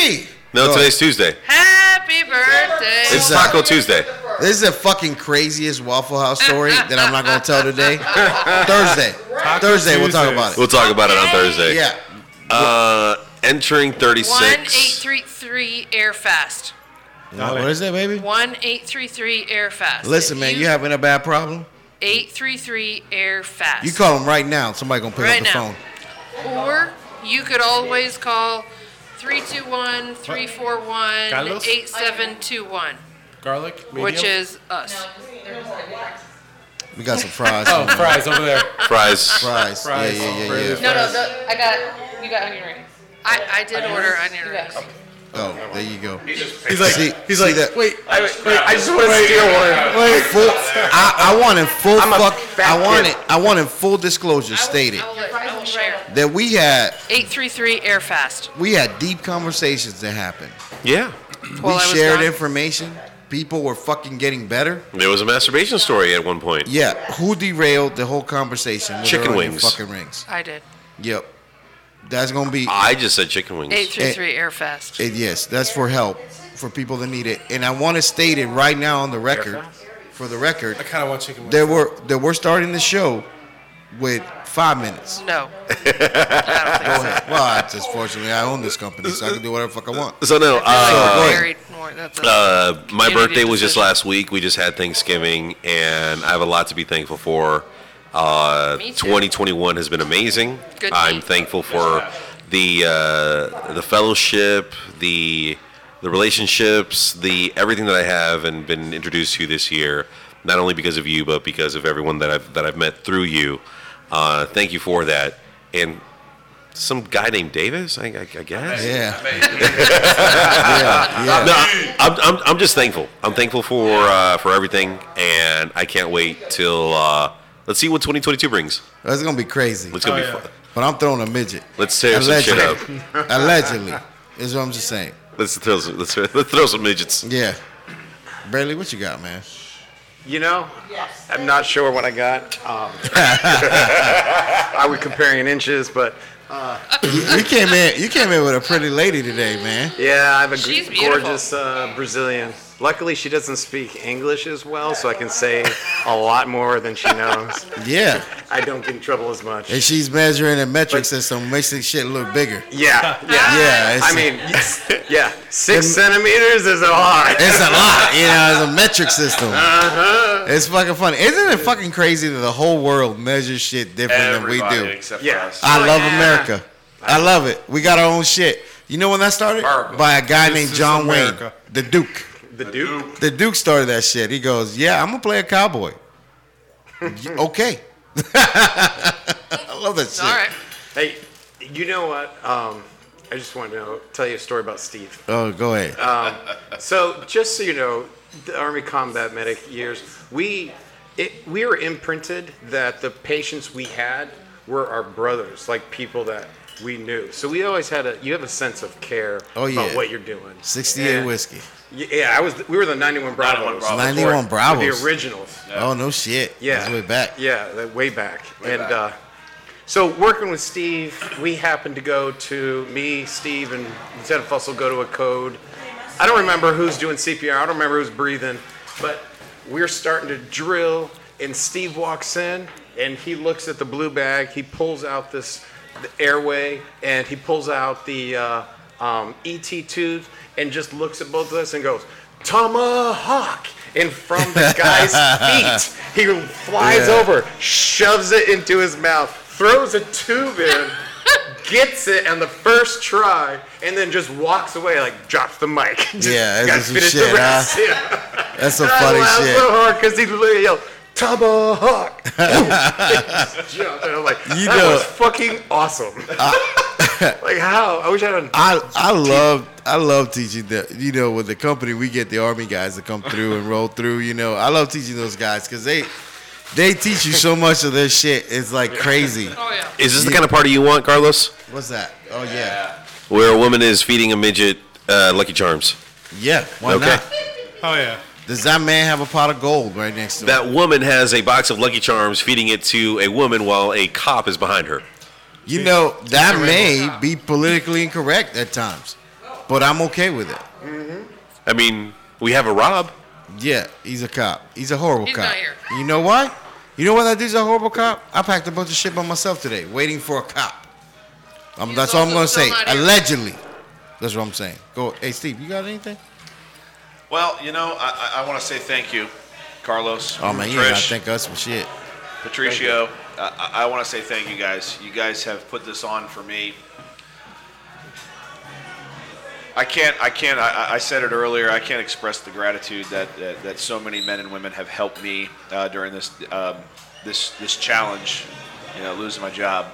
Speaker 3: day.
Speaker 1: Hey!
Speaker 2: No,
Speaker 1: Go
Speaker 2: today's Tuesday.
Speaker 3: Happy birthday.
Speaker 2: It's
Speaker 1: What's up?
Speaker 2: Taco Tuesday.
Speaker 1: This is the fucking craziest Waffle House story that I'm not gonna tell today. Thursday, Thursday, we'll talk about it.
Speaker 2: We'll talk about it on
Speaker 3: Okay.
Speaker 2: Thursday.
Speaker 1: Yeah,
Speaker 2: Uh, entering 36.
Speaker 3: 1833 Air Fast.
Speaker 1: what is that, baby?
Speaker 3: 1833 Air Fast.
Speaker 1: Listen,
Speaker 3: If
Speaker 1: man, you having a bad problem?
Speaker 3: 833 Air Fast.
Speaker 1: You call them right now. Somebody gonna pick
Speaker 3: right
Speaker 1: up the
Speaker 3: now.
Speaker 1: phone.
Speaker 3: Or you could always call 321 341
Speaker 5: Carlos?
Speaker 3: 8721,
Speaker 5: Garlic, medium.
Speaker 3: which is us.
Speaker 1: We got some fries.
Speaker 5: Oh, fries over there.
Speaker 2: Fries.
Speaker 1: fries.
Speaker 5: Fries.
Speaker 1: Yeah, yeah, yeah,
Speaker 5: Fries.
Speaker 1: yeah.
Speaker 7: No, no, the, I got, you got onion rings.
Speaker 3: I, I did order onion
Speaker 7: You
Speaker 3: rings.
Speaker 7: got.
Speaker 1: Oh, there you go.
Speaker 5: He's like,
Speaker 1: See-
Speaker 5: he's
Speaker 1: see
Speaker 5: like,
Speaker 1: that-
Speaker 5: wait.
Speaker 8: I, wait, I just want to steal one.
Speaker 1: Wait, full, I, I want in full
Speaker 8: I'm a
Speaker 1: fuck.
Speaker 8: fat
Speaker 1: I want
Speaker 8: kid.
Speaker 1: it. I want in full disclosure stated
Speaker 3: I will, I will share.
Speaker 1: that we had
Speaker 3: 833 Air Fast.
Speaker 1: we had deep conversations that happened.
Speaker 2: Yeah.
Speaker 1: We
Speaker 3: While I was
Speaker 1: shared
Speaker 3: gone.
Speaker 1: information. People were fucking getting better.
Speaker 2: There was a masturbation story at one point.
Speaker 1: Yeah, who derailed the whole conversation? with
Speaker 2: Chicken
Speaker 1: their
Speaker 2: wings.
Speaker 1: Fucking rings.
Speaker 3: I did.
Speaker 1: Yep. That's gonna be.
Speaker 2: I just said chicken wings.
Speaker 3: 833 Air Fast.
Speaker 1: it- yes, that's for help for people that need it. And I want to state it right now on the record, for the record,
Speaker 5: I kind of want chicken wings.
Speaker 1: that we're that we're starting the show with five minutes.
Speaker 3: No. I don't think so.
Speaker 1: Well, I just fortunately I own this company, so I can do whatever the fuck I want.
Speaker 2: So no,
Speaker 3: I feel like
Speaker 2: uh,
Speaker 1: go
Speaker 3: we're
Speaker 1: ahead.
Speaker 3: married and more. That's a
Speaker 2: Uh, my
Speaker 3: community
Speaker 2: birthday was just
Speaker 3: decision.
Speaker 2: last week. We just had Thanksgiving, and I have a lot to be thankful for. Uh,
Speaker 7: Me too.
Speaker 2: 2021 has been amazing.
Speaker 3: Good
Speaker 2: I'm
Speaker 3: meat.
Speaker 2: thankful for the uh, the fellowship, the the relationships, the everything that I have and been introduced to this year. Not only because of you, but because of everyone that I've that I've met through you. Uh, thank you for that. And some guy named Davis, I, I, I guess.
Speaker 1: Yeah.
Speaker 2: No, I- I'm, I'm, I'm just thankful. I'm thankful for uh, for everything, and I can't wait till uh, let's see what 2022 brings.
Speaker 1: That's gonna be crazy.
Speaker 2: It's gonna
Speaker 5: Oh,
Speaker 2: be
Speaker 5: yeah.
Speaker 2: fun.
Speaker 1: But I'm throwing a midget.
Speaker 2: Let's tear some shit up.
Speaker 1: Allegedly. Allegedly. Is what I'm just saying.
Speaker 2: Let's throw some let's, throw- let's throw some midgets.
Speaker 1: Yeah. Bradley, what you got, man?
Speaker 8: You know, I'm not sure what I got. Um, I would compare in inches, but
Speaker 1: You came in you came in with a pretty lady today, man.
Speaker 8: yeah, I have a g-
Speaker 3: She's beautiful.
Speaker 8: gorgeous uh, Brazilian. Luckily, she doesn't speak English as well, so I can say a lot more than she knows.
Speaker 1: Yeah.
Speaker 8: I don't get in trouble as much.
Speaker 1: And she's measuring a metric system, makes this shit look bigger.
Speaker 8: Yeah, yeah.
Speaker 1: Yeah.
Speaker 3: Ah.
Speaker 1: It's,
Speaker 8: I mean, yeah, six centimeters is a lot.
Speaker 1: it's a lot, you know, it's a metric system.
Speaker 8: Uh-huh.
Speaker 1: It's fucking funny. Isn't it fucking crazy that the whole world measures shit different
Speaker 9: Everybody
Speaker 1: than we do?
Speaker 9: except
Speaker 8: Yeah.
Speaker 9: for us.
Speaker 1: I love
Speaker 3: yeah.
Speaker 1: America. I love it. We got our own shit. You know when that started?
Speaker 9: America.
Speaker 1: By a guy
Speaker 5: This
Speaker 1: named
Speaker 5: is
Speaker 1: John Wayne,
Speaker 5: America.
Speaker 1: the Duke.
Speaker 8: The Duke.
Speaker 1: The Duke started that shit. He goes, "Yeah, I'm gonna play a cowboy." okay. I love that shit.
Speaker 3: All right.
Speaker 8: Hey, you know what? Um, I just wanted to know- tell you a story about Steve.
Speaker 1: Oh, go ahead.
Speaker 8: So, just so you know, the Army combat medic years, we it, we were imprinted that the patients we had were our brothers, like people that we knew. So we always had a you have a sense of care
Speaker 1: Oh, yeah.
Speaker 8: about what you're doing.
Speaker 1: Sixty-eight
Speaker 8: And-
Speaker 1: whiskey.
Speaker 8: Yeah, I was. We were the 91 Bravos.
Speaker 9: 91 Bravos.
Speaker 1: Ninety-one
Speaker 8: We're
Speaker 1: Bravos.
Speaker 8: The originals.
Speaker 1: Oh no shit.
Speaker 8: Yeah.
Speaker 1: That's way back.
Speaker 8: Yeah, that- way back. and
Speaker 9: back.
Speaker 8: Uh, so working with Steve, we happened to go to me, Steve, and Lieutenant Fussell go to a code. I don't remember who's doing CPR. I don't remember who's breathing, but we're starting to drill, and Steve walks in, and he looks at the blue bag. He pulls out this the airway, and he pulls out the uh, um, ET tube, and just looks at both of us and goes, "Tomahawk!" And from the guy's feet, he flies
Speaker 1: Yeah.
Speaker 8: over, shoves it into his mouth, throws a tube in, gets it on the first try, and then just walks away like drops the mic. Just
Speaker 1: Yeah, it's
Speaker 8: gotta
Speaker 1: some
Speaker 8: finish
Speaker 1: shit,
Speaker 8: the rest.
Speaker 1: huh?
Speaker 8: Yeah.
Speaker 1: That's some
Speaker 8: I
Speaker 1: funny
Speaker 8: laughed
Speaker 1: shit.
Speaker 8: so hard because he literally yelled, "Tomahawk!" Just jumped, and I'm like,
Speaker 1: You Uh,
Speaker 8: that
Speaker 1: know-
Speaker 8: was fucking awesome. like how? I wish I had.
Speaker 1: I I love I love teaching the you know with the company we get the army guys to come through and roll through you know I love teaching those guys because they they teach you so much of their shit it's like crazy
Speaker 3: Oh yeah.
Speaker 2: Is this the kind of party you want, Carlos?
Speaker 1: what's that oh yeah
Speaker 2: Where a woman is feeding a midget uh, Lucky Charms.
Speaker 1: yeah why
Speaker 2: Okay.
Speaker 1: not
Speaker 5: Oh yeah.
Speaker 1: does that man have a pot of gold right next to him
Speaker 2: That woman has a box of Lucky Charms, feeding it to a woman while a cop is behind her.
Speaker 1: you know that may be politically incorrect at times but I'm okay with it
Speaker 2: I mean, we have a Rob.
Speaker 1: yeah he's a cop he's a horrible
Speaker 3: He's
Speaker 1: cop
Speaker 3: not here.
Speaker 1: you know why you know why that dude's a horrible cop I packed a bunch of shit by myself today waiting for a cop. Um,
Speaker 3: He's
Speaker 1: that's all I'm
Speaker 3: also
Speaker 1: gonna
Speaker 3: still
Speaker 1: say.
Speaker 3: not here.
Speaker 1: Allegedly, that's what I'm saying. Go, hey Steve, you got anything?
Speaker 9: Well, you know, I, I, I want to say thank you, Carlos.
Speaker 1: Oh man, you ain't gotta
Speaker 9: Trish,
Speaker 1: thank us for shit.
Speaker 9: Patricio. I, I- I want to say thank you guys. You guys have put this on for me. I can't. I can't. I, I- I said it earlier. I can't express the gratitude that that, that so many men and women have helped me uh, during this um, this this challenge. You know, losing my job.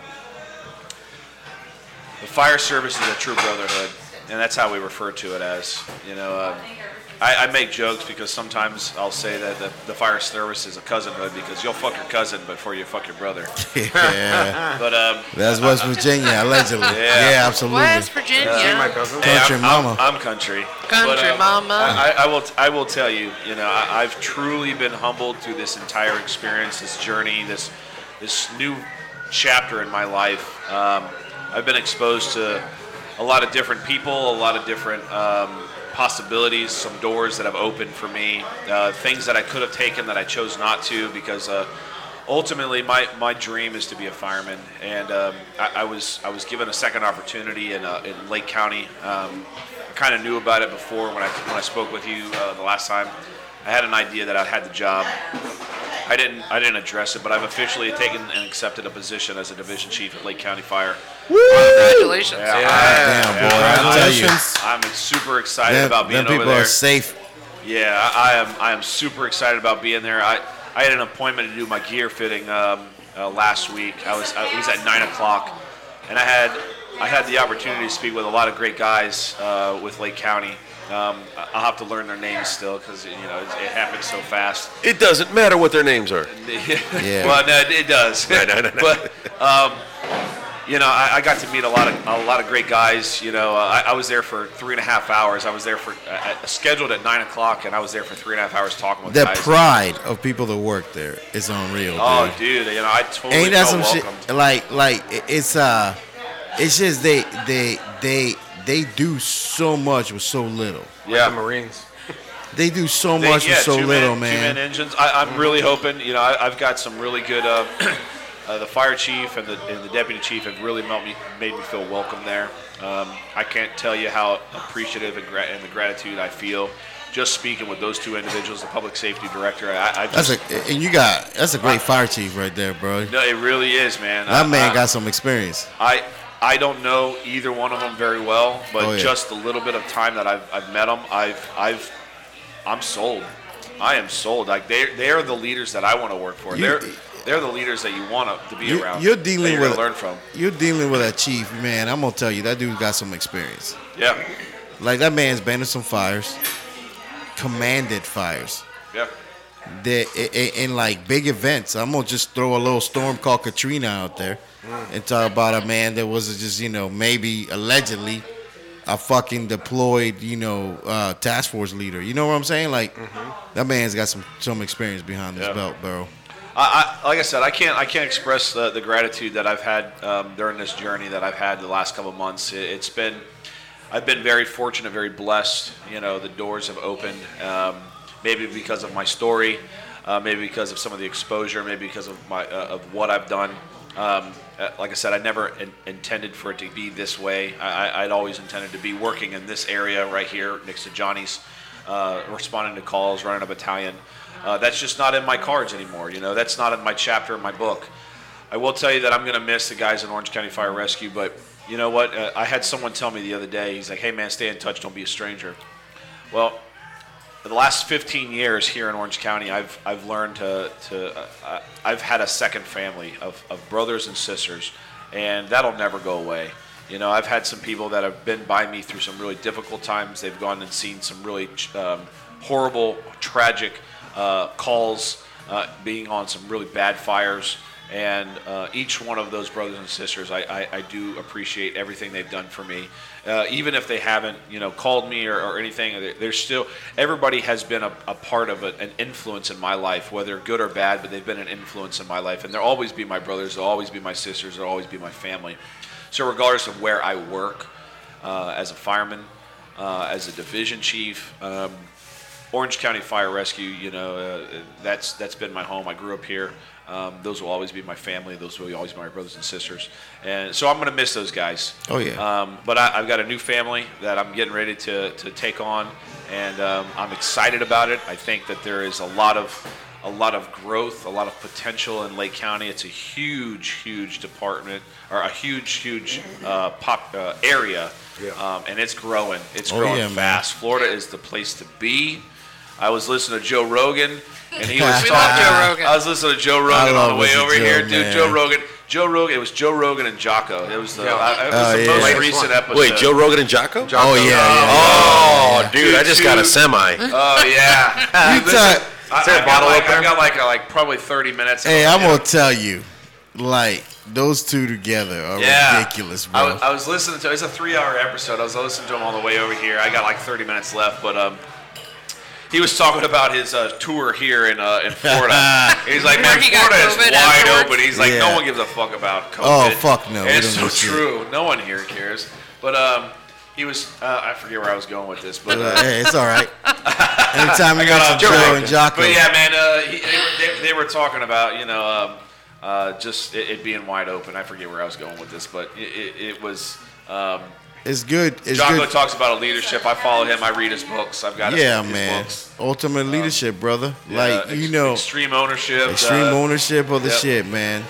Speaker 9: The fire service is a true brotherhood, and that's how we refer to it as. You know, um, I, I make jokes because sometimes I'll say that the, the fire service is a cousinhood because you'll fuck your cousin before you fuck your brother.
Speaker 1: yeah,
Speaker 9: But um,
Speaker 1: that's West Virginia, allegedly.
Speaker 9: Yeah.
Speaker 1: Yeah, absolutely.
Speaker 3: West Virginia.
Speaker 8: Hey, my cousin.
Speaker 9: hey,
Speaker 1: Country
Speaker 9: I'm,
Speaker 1: mama.
Speaker 9: I'm, I'm country.
Speaker 3: Country
Speaker 9: um,
Speaker 3: mama.
Speaker 9: I, I- I will. I will tell you. You know, I, I've truly been humbled through this entire experience, this journey, this this new chapter in my life. Um, I've been exposed to a lot of different people, a lot of different um, possibilities, some doors that have opened for me, uh, things that I could have taken that I chose not to because. Uh, ultimately my, my dream is to be a fireman and um, I, I was I was given a second opportunity in, uh, in Lake County um, a kind of knew about it before when I when I spoke with you uh, the last time. I had an idea that I had the job. I didn't I didn't address it, but I've officially taken and accepted a position as a division chief at Lake County Fire.
Speaker 3: Congratulations.
Speaker 1: Damn, boy, I'll tell you.
Speaker 9: I'm super excited
Speaker 1: Them,
Speaker 9: about being
Speaker 1: them people
Speaker 9: over there.
Speaker 1: are safe.
Speaker 9: Yeah, I I am. I am super excited about being there. I, I had an appointment to do my gear fitting um, uh, last week. I was I, it was at nine o'clock, and I had I had the opportunity to speak with a lot of great guys uh, with Lake County. Um, I- I'll have to learn their names still because you know it, it happened so fast.
Speaker 2: It doesn't matter what their names are.
Speaker 1: Yeah.
Speaker 9: well, no, it- it does.
Speaker 2: No, no, no, no.
Speaker 9: But um, you know, I, I got to meet a lot of a lot of great guys. You know, uh, I, I was there for three and a half hours. I was there for uh, uh, scheduled at nine o'clock, and I was there for three and a half hours talking with
Speaker 1: The
Speaker 9: guys.
Speaker 1: pride of people that work there is unreal, dude.
Speaker 9: oh, dude, you know, I totally
Speaker 1: Ain't that
Speaker 9: felt
Speaker 1: some shit?
Speaker 9: welcomed.
Speaker 1: Like, like i- it's uh, it's just they they they they do so much with so little.
Speaker 9: Yeah.
Speaker 8: The Marines.
Speaker 1: They do so
Speaker 9: They-
Speaker 1: much
Speaker 9: yeah,
Speaker 1: with so
Speaker 9: two
Speaker 1: little,
Speaker 9: man, Two man engines. I, I'm really hoping. You know, I, I've got some really good. Uh, uh, the fire chief and the, and the deputy chief have really made me made me feel welcome there. Um, I can't tell you how appreciative and, gra- and the gratitude I feel just speaking with those two individuals, the public safety director. I, I
Speaker 1: That's
Speaker 9: just,
Speaker 1: a and you got that's a great fire chief right there, bro.
Speaker 9: no, it really is, man.
Speaker 1: That
Speaker 9: I-
Speaker 1: man
Speaker 9: I-
Speaker 1: got some experience.
Speaker 9: I I don't know either one of them very well, but
Speaker 1: Oh, yeah.
Speaker 9: just the little bit of time that I've, I've met them, I've I've I'm sold. I am sold. Like they they are the leaders that I want to work for.
Speaker 1: You-
Speaker 9: they're they're the leaders that you want to be
Speaker 1: You,
Speaker 9: around.
Speaker 1: you're
Speaker 9: that
Speaker 1: dealing
Speaker 9: you're
Speaker 1: with
Speaker 9: gonna learn from.
Speaker 1: You're dealing with a chief, man. I'm gonna tell you that dude got some experience.
Speaker 9: Yeah,
Speaker 1: Like that man's banded some fires, commanded fires.
Speaker 9: yeah.
Speaker 1: that i- i- in like big events. I'm gonna just throw a little storm called Katrina out there and talk about a man that was just you know maybe allegedly a fucking deployed you know uh, task force leader. You know what I'm saying? Like that man's got some some experience behind his
Speaker 9: Mm-hmm. Yeah.
Speaker 1: belt, bro.
Speaker 9: I, I, like I said, I can't I can't express the, the gratitude that I've had um, during this journey that I've had the last couple of months. It, it's been I've been very fortunate, very blessed. You know, the doors have opened. Um, maybe because of my story, uh, maybe because of some of the exposure, maybe because of my uh, of what I've done. Um, uh, like I said, I never in, intended for it to be this way. I, I- I'd always intended to be working in this area right here next to Johnny's, uh, responding to calls, running a battalion. Uh, that's just not in my cards anymore. You know, that's not in my chapter in my book. I will tell you that I'm going to miss the guys in Orange County Fire Rescue, but you know what? Uh, I had someone tell me the other day. He's like, "Hey, man, stay in touch. Don't be a stranger." Well, for the last 15 years here in Orange County, I've I've learned to to uh, I- I've had a second family of, of brothers and sisters, and that'll never go away. You know, I've had some people that have been by me through some really difficult times. They've gone and seen some really um, horrible, tragic uh, calls, uh, being on some really bad fires. And uh, each one of those brothers and sisters, I, I, I do appreciate everything they've done for me. Uh, even if they haven't, you know, called me or, or anything, they're, they're still. Everybody has been a, a part of a, an influence in my life, whether good or bad. But they've been an influence in my life, and they'll always be my brothers. They'll always be my sisters. They'll always be my family. So regardless of where I work, uh, as a fireman, uh, as a division chief, um, Orange County Fire Rescue, you know, uh, that's that's been my home. I grew up here. Um, those will always be my family. Those will always be my brothers and sisters. And so I'm going to miss those guys.
Speaker 1: Oh, yeah.
Speaker 9: Um, but I, I've got a new family that I'm getting ready to, to take on, and um, I'm excited about it. I think that there is a lot of a lot of growth, a lot of potential in Lake County. It's a huge, huge department or a huge, huge uh, pop uh, area, um, and it's growing. It's
Speaker 1: Oh,
Speaker 9: growing
Speaker 1: yeah, man.
Speaker 9: fast. Florida is the place to be. I was listening to Joe Rogan, and he was
Speaker 1: We
Speaker 9: talking.
Speaker 1: love
Speaker 3: Joe Rogan.
Speaker 9: I was listening to Joe
Speaker 1: I
Speaker 9: Rogan on the
Speaker 1: love
Speaker 9: way
Speaker 1: listening
Speaker 9: over
Speaker 1: to Joe,
Speaker 9: here, dude.
Speaker 1: man.
Speaker 9: Joe Rogan. Joe Rogan. It was Joe Rogan and Jocko. It was the, I- it was
Speaker 1: Oh,
Speaker 9: the
Speaker 1: yeah.
Speaker 9: most
Speaker 1: Latest
Speaker 9: recent
Speaker 8: one.
Speaker 9: episode.
Speaker 2: Wait, Joe Rogan and Jocko?
Speaker 1: Oh yeah,
Speaker 2: Oh, dude, I just got a
Speaker 9: Dude.
Speaker 2: semi.
Speaker 9: Oh yeah.
Speaker 1: You
Speaker 9: Listen,
Speaker 1: talk-
Speaker 9: I,
Speaker 8: Is there a
Speaker 9: I've got
Speaker 8: bottle
Speaker 9: like,
Speaker 8: opener?
Speaker 9: I've got like a, like probably 30 minutes.
Speaker 1: Hey, I'm
Speaker 9: Yeah.
Speaker 1: gonna tell you, like those two together are ridiculous, bro.
Speaker 9: I was, I was listening to it's a three-hour episode. I was listening to him on the way over here. I got like 30 minutes left, but um, he was talking about his uh, tour here in uh, in Florida. He's like, man,
Speaker 3: Remember he got
Speaker 9: Florida is
Speaker 3: COVID
Speaker 9: wide
Speaker 3: afterwards?
Speaker 9: open. He's like, no
Speaker 1: Yeah.
Speaker 9: one gives a fuck about COVID.
Speaker 1: Oh, fuck no,
Speaker 9: And
Speaker 1: we
Speaker 9: It's
Speaker 1: don't give
Speaker 9: so
Speaker 1: a shit.
Speaker 9: true. No one here cares. But um, he was uh, I forget where I was going with this, but.
Speaker 1: Uh,
Speaker 9: Uh,
Speaker 1: hey, it's all right. Anytime you
Speaker 9: got
Speaker 1: got some
Speaker 9: off track.
Speaker 1: Joe and Jocko,
Speaker 9: But yeah, man, uh, he, they, were- they, they were talking about you know um, uh, just it, it being wide open. I forget where I was going with this, but it, it, it was um,
Speaker 1: it's good. It's
Speaker 9: Jocko
Speaker 1: good.
Speaker 9: talks about a leadership. I follow him. I read his books. I've got his-
Speaker 1: yeah,
Speaker 9: his
Speaker 1: man.
Speaker 9: books.
Speaker 1: Ultimate leadership, brother.
Speaker 9: Um, Yeah,
Speaker 1: like you
Speaker 9: ex-
Speaker 1: know,
Speaker 9: extreme ownership,
Speaker 1: extreme
Speaker 9: uh,
Speaker 1: ownership of the
Speaker 9: yep.
Speaker 1: shit, man.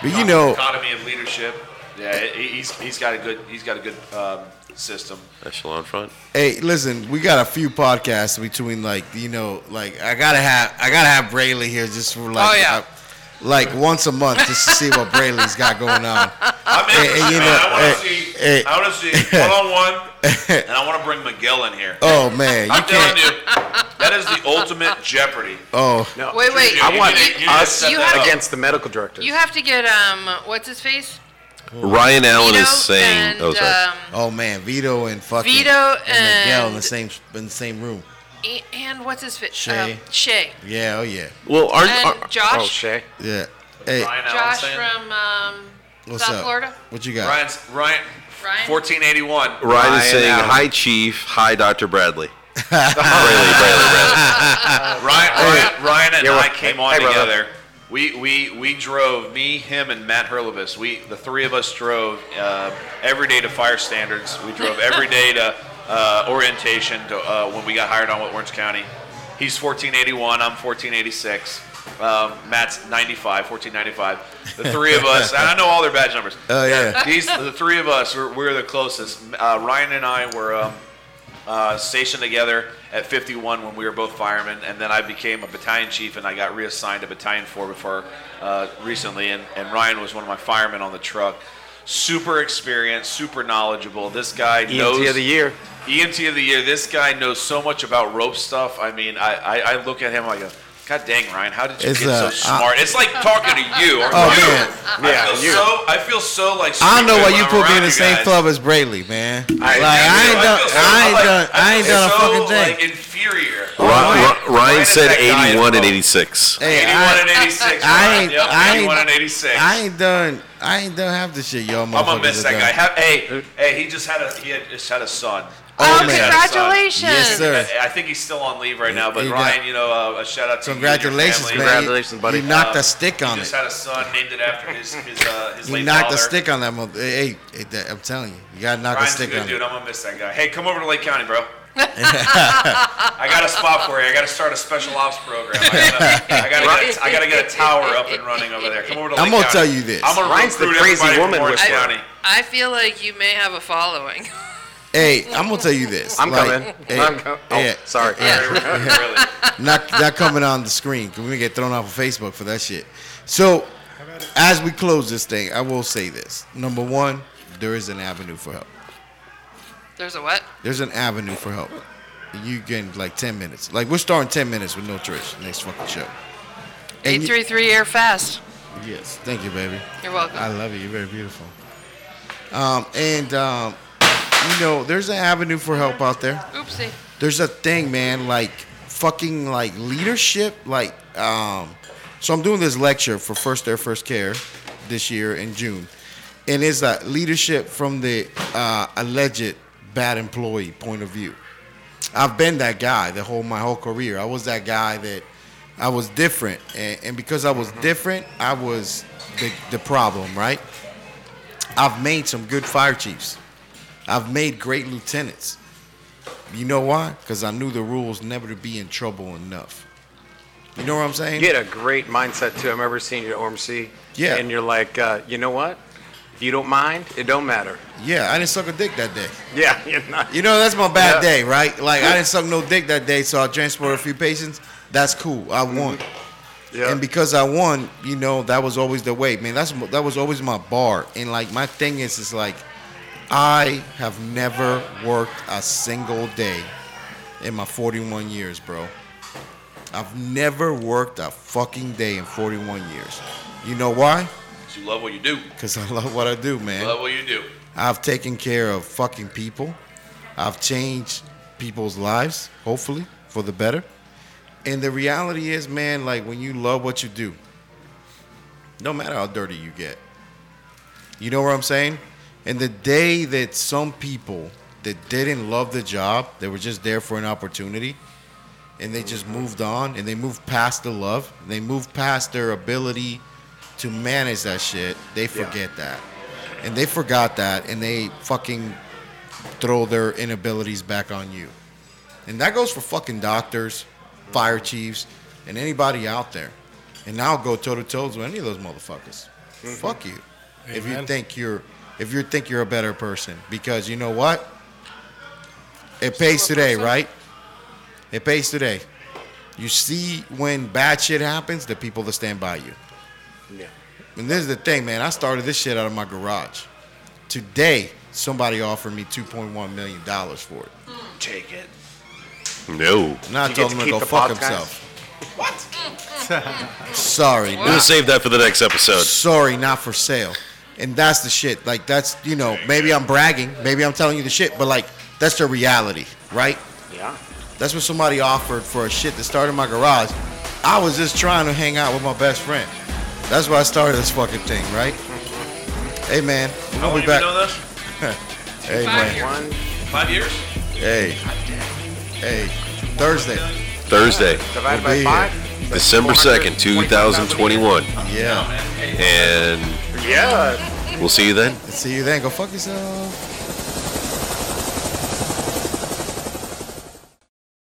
Speaker 1: But you know,
Speaker 9: economy of leadership. Yeah, he- he's he's got a good he's got a good um, system.
Speaker 2: Echelon front.
Speaker 1: Hey, listen, we got a few podcasts between like you know, like I gotta have I gotta have Brayley here just for like
Speaker 3: Oh, yeah.
Speaker 1: I- like once a month just to see what Brayley's got going on.
Speaker 9: I'm
Speaker 1: Hey,
Speaker 9: interested.
Speaker 1: you
Speaker 9: man.
Speaker 1: know,
Speaker 9: I want
Speaker 1: hey,
Speaker 9: to see.
Speaker 1: hey.
Speaker 9: I want to see one on one, and I want to bring Miguel in here.
Speaker 1: Oh man, you
Speaker 9: I'm telling
Speaker 1: can't.
Speaker 9: you, that is the ultimate Jeopardy.
Speaker 1: Oh,
Speaker 8: No,
Speaker 3: Wait, wait.
Speaker 8: I want
Speaker 9: You need to- you need to
Speaker 8: us
Speaker 9: set
Speaker 3: You
Speaker 9: that
Speaker 3: have-
Speaker 9: up.
Speaker 8: against the medical director.
Speaker 3: You have to get um, what's his face?
Speaker 2: Ryan Allen
Speaker 3: Vito
Speaker 2: is saying.
Speaker 3: and,
Speaker 2: Oh, sorry.
Speaker 3: um,
Speaker 1: oh man, Vito and fucking
Speaker 3: Vito
Speaker 1: Miguel in the
Speaker 3: and-
Speaker 1: same in the same room.
Speaker 3: e- and what's his face? Um,
Speaker 1: Shay.
Speaker 3: Shay.
Speaker 1: Yeah, oh yeah,
Speaker 2: well, aren't,
Speaker 3: And
Speaker 2: aren't
Speaker 3: Josh.
Speaker 8: Oh, Shay.
Speaker 1: yeah. Hey,
Speaker 9: Ryan Allen
Speaker 3: Josh
Speaker 9: saying-
Speaker 3: from um,
Speaker 1: what's
Speaker 3: South
Speaker 1: up?
Speaker 3: Florida.
Speaker 1: What you got?
Speaker 9: Ryan's Ryan.
Speaker 3: Ryan?
Speaker 9: 1481.
Speaker 2: Ryan, is saying,
Speaker 9: Allen.
Speaker 2: "Hi, Chief. Hi, Doctor Bradley." Bradley, Bradley, Bradley.
Speaker 9: Ryan, Ryan, Ryan and
Speaker 8: Yeah, well,
Speaker 9: I came on
Speaker 8: hey, brother.
Speaker 9: together. We, we, we drove, me, him, and Matt Hurlibus. We, the three of us drove uh, every day to fire standards. We drove every day to uh, orientation to, uh, when we got hired on with Orange County. He's 1481, I'm 1486. Um, Matt's 95, 1495. The three of us, and I know all their badge numbers.
Speaker 1: Oh, yeah.
Speaker 9: These, the three of us, we're, we're the closest. Uh, Ryan and I were um, uh, stationed together at 51 when we were both firemen, and then I became a battalion chief and I got reassigned to battalion four before uh, recently, and, and Ryan was one of my firemen on the truck. Super experienced, super knowledgeable. This guy
Speaker 1: E
Speaker 9: knows
Speaker 8: EMT of the year.
Speaker 9: EMT of the year. This guy knows so much about rope stuff. I mean, I, I, I look at him, I go, God dang, Ryan, how did you
Speaker 1: It's,
Speaker 9: get
Speaker 1: uh, I-
Speaker 9: so smart? it's like talking to you. Or
Speaker 1: Oh,
Speaker 9: you.
Speaker 1: man.
Speaker 9: I
Speaker 8: Yeah,
Speaker 9: feel
Speaker 8: you.
Speaker 9: so. I feel so like.
Speaker 1: I know why
Speaker 9: stupid when
Speaker 1: you
Speaker 9: I'm
Speaker 1: put me
Speaker 9: around
Speaker 1: in the
Speaker 9: you
Speaker 1: same
Speaker 9: guys.
Speaker 1: club as Brayley, man.
Speaker 9: I,
Speaker 1: like I ain't done, I ain't done, I ain't done a fucking
Speaker 9: so,
Speaker 1: thing.
Speaker 9: Like inferior.
Speaker 2: Ri- Ri- Ryan
Speaker 9: is
Speaker 2: said
Speaker 9: that guy
Speaker 2: eighty-one
Speaker 9: as
Speaker 2: and
Speaker 9: well.
Speaker 2: eighty-six.
Speaker 1: Hey,
Speaker 9: 81
Speaker 1: I-
Speaker 9: and 86.
Speaker 1: I
Speaker 9: right?
Speaker 1: ain't,
Speaker 9: Yep,
Speaker 1: I
Speaker 9: 81 and
Speaker 1: ain't,
Speaker 9: 86.
Speaker 1: I ain't done. I ain't done half the shit, y'all.
Speaker 9: I'm gonna
Speaker 1: motherfuckers have
Speaker 9: miss that
Speaker 1: done.
Speaker 9: guy. Have, hey, hey, he just had a he had, just had a son.
Speaker 1: Oh,
Speaker 3: Oh,
Speaker 1: man.
Speaker 3: congratulations!
Speaker 1: Yes, sir.
Speaker 9: I, I think he's still on leave right now. But
Speaker 1: he got-
Speaker 9: Ryan, you know, uh, a shout out to you and your
Speaker 1: Congratulations,
Speaker 9: family.
Speaker 1: man.
Speaker 8: Congratulations, buddy.
Speaker 1: You knocked
Speaker 9: Um,
Speaker 1: a stick on
Speaker 9: He just
Speaker 1: it.
Speaker 9: had a son, named it after his his uh, his
Speaker 1: You
Speaker 9: late
Speaker 1: knocked a
Speaker 9: father.
Speaker 1: stick on that mother. Hey, hey, hey, that- I'm telling you, you gotta knock
Speaker 9: Ryan's
Speaker 1: a
Speaker 9: a
Speaker 1: stick
Speaker 9: good
Speaker 1: on
Speaker 9: dude.
Speaker 1: it.
Speaker 9: I'm gonna miss that guy. Hey, come over to Lake County, bro. I got a spot for you. I got to start a special ops program. I gotta, I gotta, get, a, I gotta get a tower up and running over there. Come over to Lake
Speaker 1: I'm gonna
Speaker 9: County.
Speaker 1: tell you this.
Speaker 9: I'm gonna
Speaker 8: Ryan's the
Speaker 9: recruit
Speaker 8: crazy
Speaker 9: everybody from
Speaker 8: woman
Speaker 9: Orange
Speaker 8: whistler.
Speaker 9: County.
Speaker 3: I feel like you may have a following.
Speaker 1: Hey, I'm gonna tell you this.
Speaker 8: I'm
Speaker 1: like,
Speaker 8: coming.
Speaker 1: Hey,
Speaker 8: I'm co- oh,
Speaker 1: yeah,
Speaker 8: sorry.
Speaker 9: really.
Speaker 1: not not coming on the screen. 'cause we gonna get thrown off of Facebook for that shit. So, as we close this thing, I will say this: number one, there is an avenue for help.
Speaker 3: There's a what?
Speaker 1: There's an avenue for help. You can like ten minutes. Like we're starting ten minutes with no Trish next fucking show. And
Speaker 3: Eight
Speaker 1: you-
Speaker 3: three three air fast.
Speaker 1: Yes, thank you, baby.
Speaker 3: You're welcome.
Speaker 1: I love you. You're very beautiful. Um, and um, you know, there's an avenue for help out there.
Speaker 3: Oopsie.
Speaker 1: There's a thing, man. Like fucking like leadership. Like um, so I'm doing this lecture for First Air First Care this year in June, and it's uh, leadership from the uh, alleged bad employee point of view. I've been that guy the whole my whole career. I was that guy that I was different, and, and because I was different, I was the, the problem, right? I've made some good fire chiefs. I've made great lieutenants. You know why? Because I knew the rules never to be in trouble enough. You know what I'm saying?
Speaker 8: You had a great mindset too. I remember seeing you at OMC.
Speaker 1: Yeah.
Speaker 8: And you're like, uh, you know what? If you don't mind, it don't matter.
Speaker 1: Yeah, I didn't suck a dick that day.
Speaker 8: Yeah, you're not.
Speaker 1: You know, that's my bad
Speaker 8: Yeah.
Speaker 1: day, right? Like, I didn't suck no dick that day, so I transported a few patients. That's cool. I won.
Speaker 8: Yeah.
Speaker 1: And because I won, you know, that was always the way, man. That's that was always my bar. And like my thing is, is like, I have never worked a single day in my 41 years, bro. I've never worked a fucking day in 41 years. You know why?
Speaker 9: 'Cause You love what you do.
Speaker 1: Because I love what I do,
Speaker 9: You
Speaker 1: man.
Speaker 9: love what you do.
Speaker 1: I've taken care of fucking people. I've changed people's lives, hopefully, for the better. And the reality is, man, like when you love what you do, no matter how dirty you get, you know what I'm saying? And the day that some people that didn't love the job, they were just there for an opportunity, and they just moved on and they moved past the love, and they moved past their ability to manage that shit, they forget that. And they forgot that and they fucking throw their inabilities back on you. And that goes for fucking doctors, fire chiefs, and anybody out there. And I'll go toe to toe with any of those motherfuckers. Fuck you. If you
Speaker 10: Amen.
Speaker 1: think you're if you think you're a better person. Because you know what? It pays today, right? It pays today. You see when bad shit happens, the people that stand by you.
Speaker 8: Yeah.
Speaker 1: And this is the thing, man. I started this shit out of my garage. Today, somebody offered me $2.1 million for it.
Speaker 9: Take it.
Speaker 2: No.
Speaker 1: And I
Speaker 8: Mm.
Speaker 1: told
Speaker 8: You get
Speaker 1: him
Speaker 8: to
Speaker 1: to
Speaker 8: keep
Speaker 1: go
Speaker 8: the
Speaker 1: fuck
Speaker 8: podcast?
Speaker 1: himself. What? Sorry.
Speaker 2: We'll save that for the next episode.
Speaker 1: Sorry, not for sale. And that's the shit. Like, that's, you know, maybe I'm bragging. Maybe I'm telling you the shit, but like, that's the reality, right?
Speaker 8: Yeah.
Speaker 1: That's what somebody offered for a shit that started in my garage. I was just trying to hang out with my best friend. That's why I started this fucking thing, right? Hey man,
Speaker 9: How
Speaker 1: we'll
Speaker 9: long
Speaker 1: be
Speaker 9: you been
Speaker 1: back.
Speaker 9: doing this?
Speaker 1: Hey man,
Speaker 8: One.
Speaker 9: Five years?
Speaker 1: hey, hey, Thursday.
Speaker 2: Thursday,
Speaker 1: We'll
Speaker 8: Divided by
Speaker 1: be
Speaker 8: five.
Speaker 2: December 2nd, 2021.
Speaker 1: Yeah.
Speaker 2: And
Speaker 8: Yeah.
Speaker 2: we'll see you then.
Speaker 1: See you then. Go fuck yourself.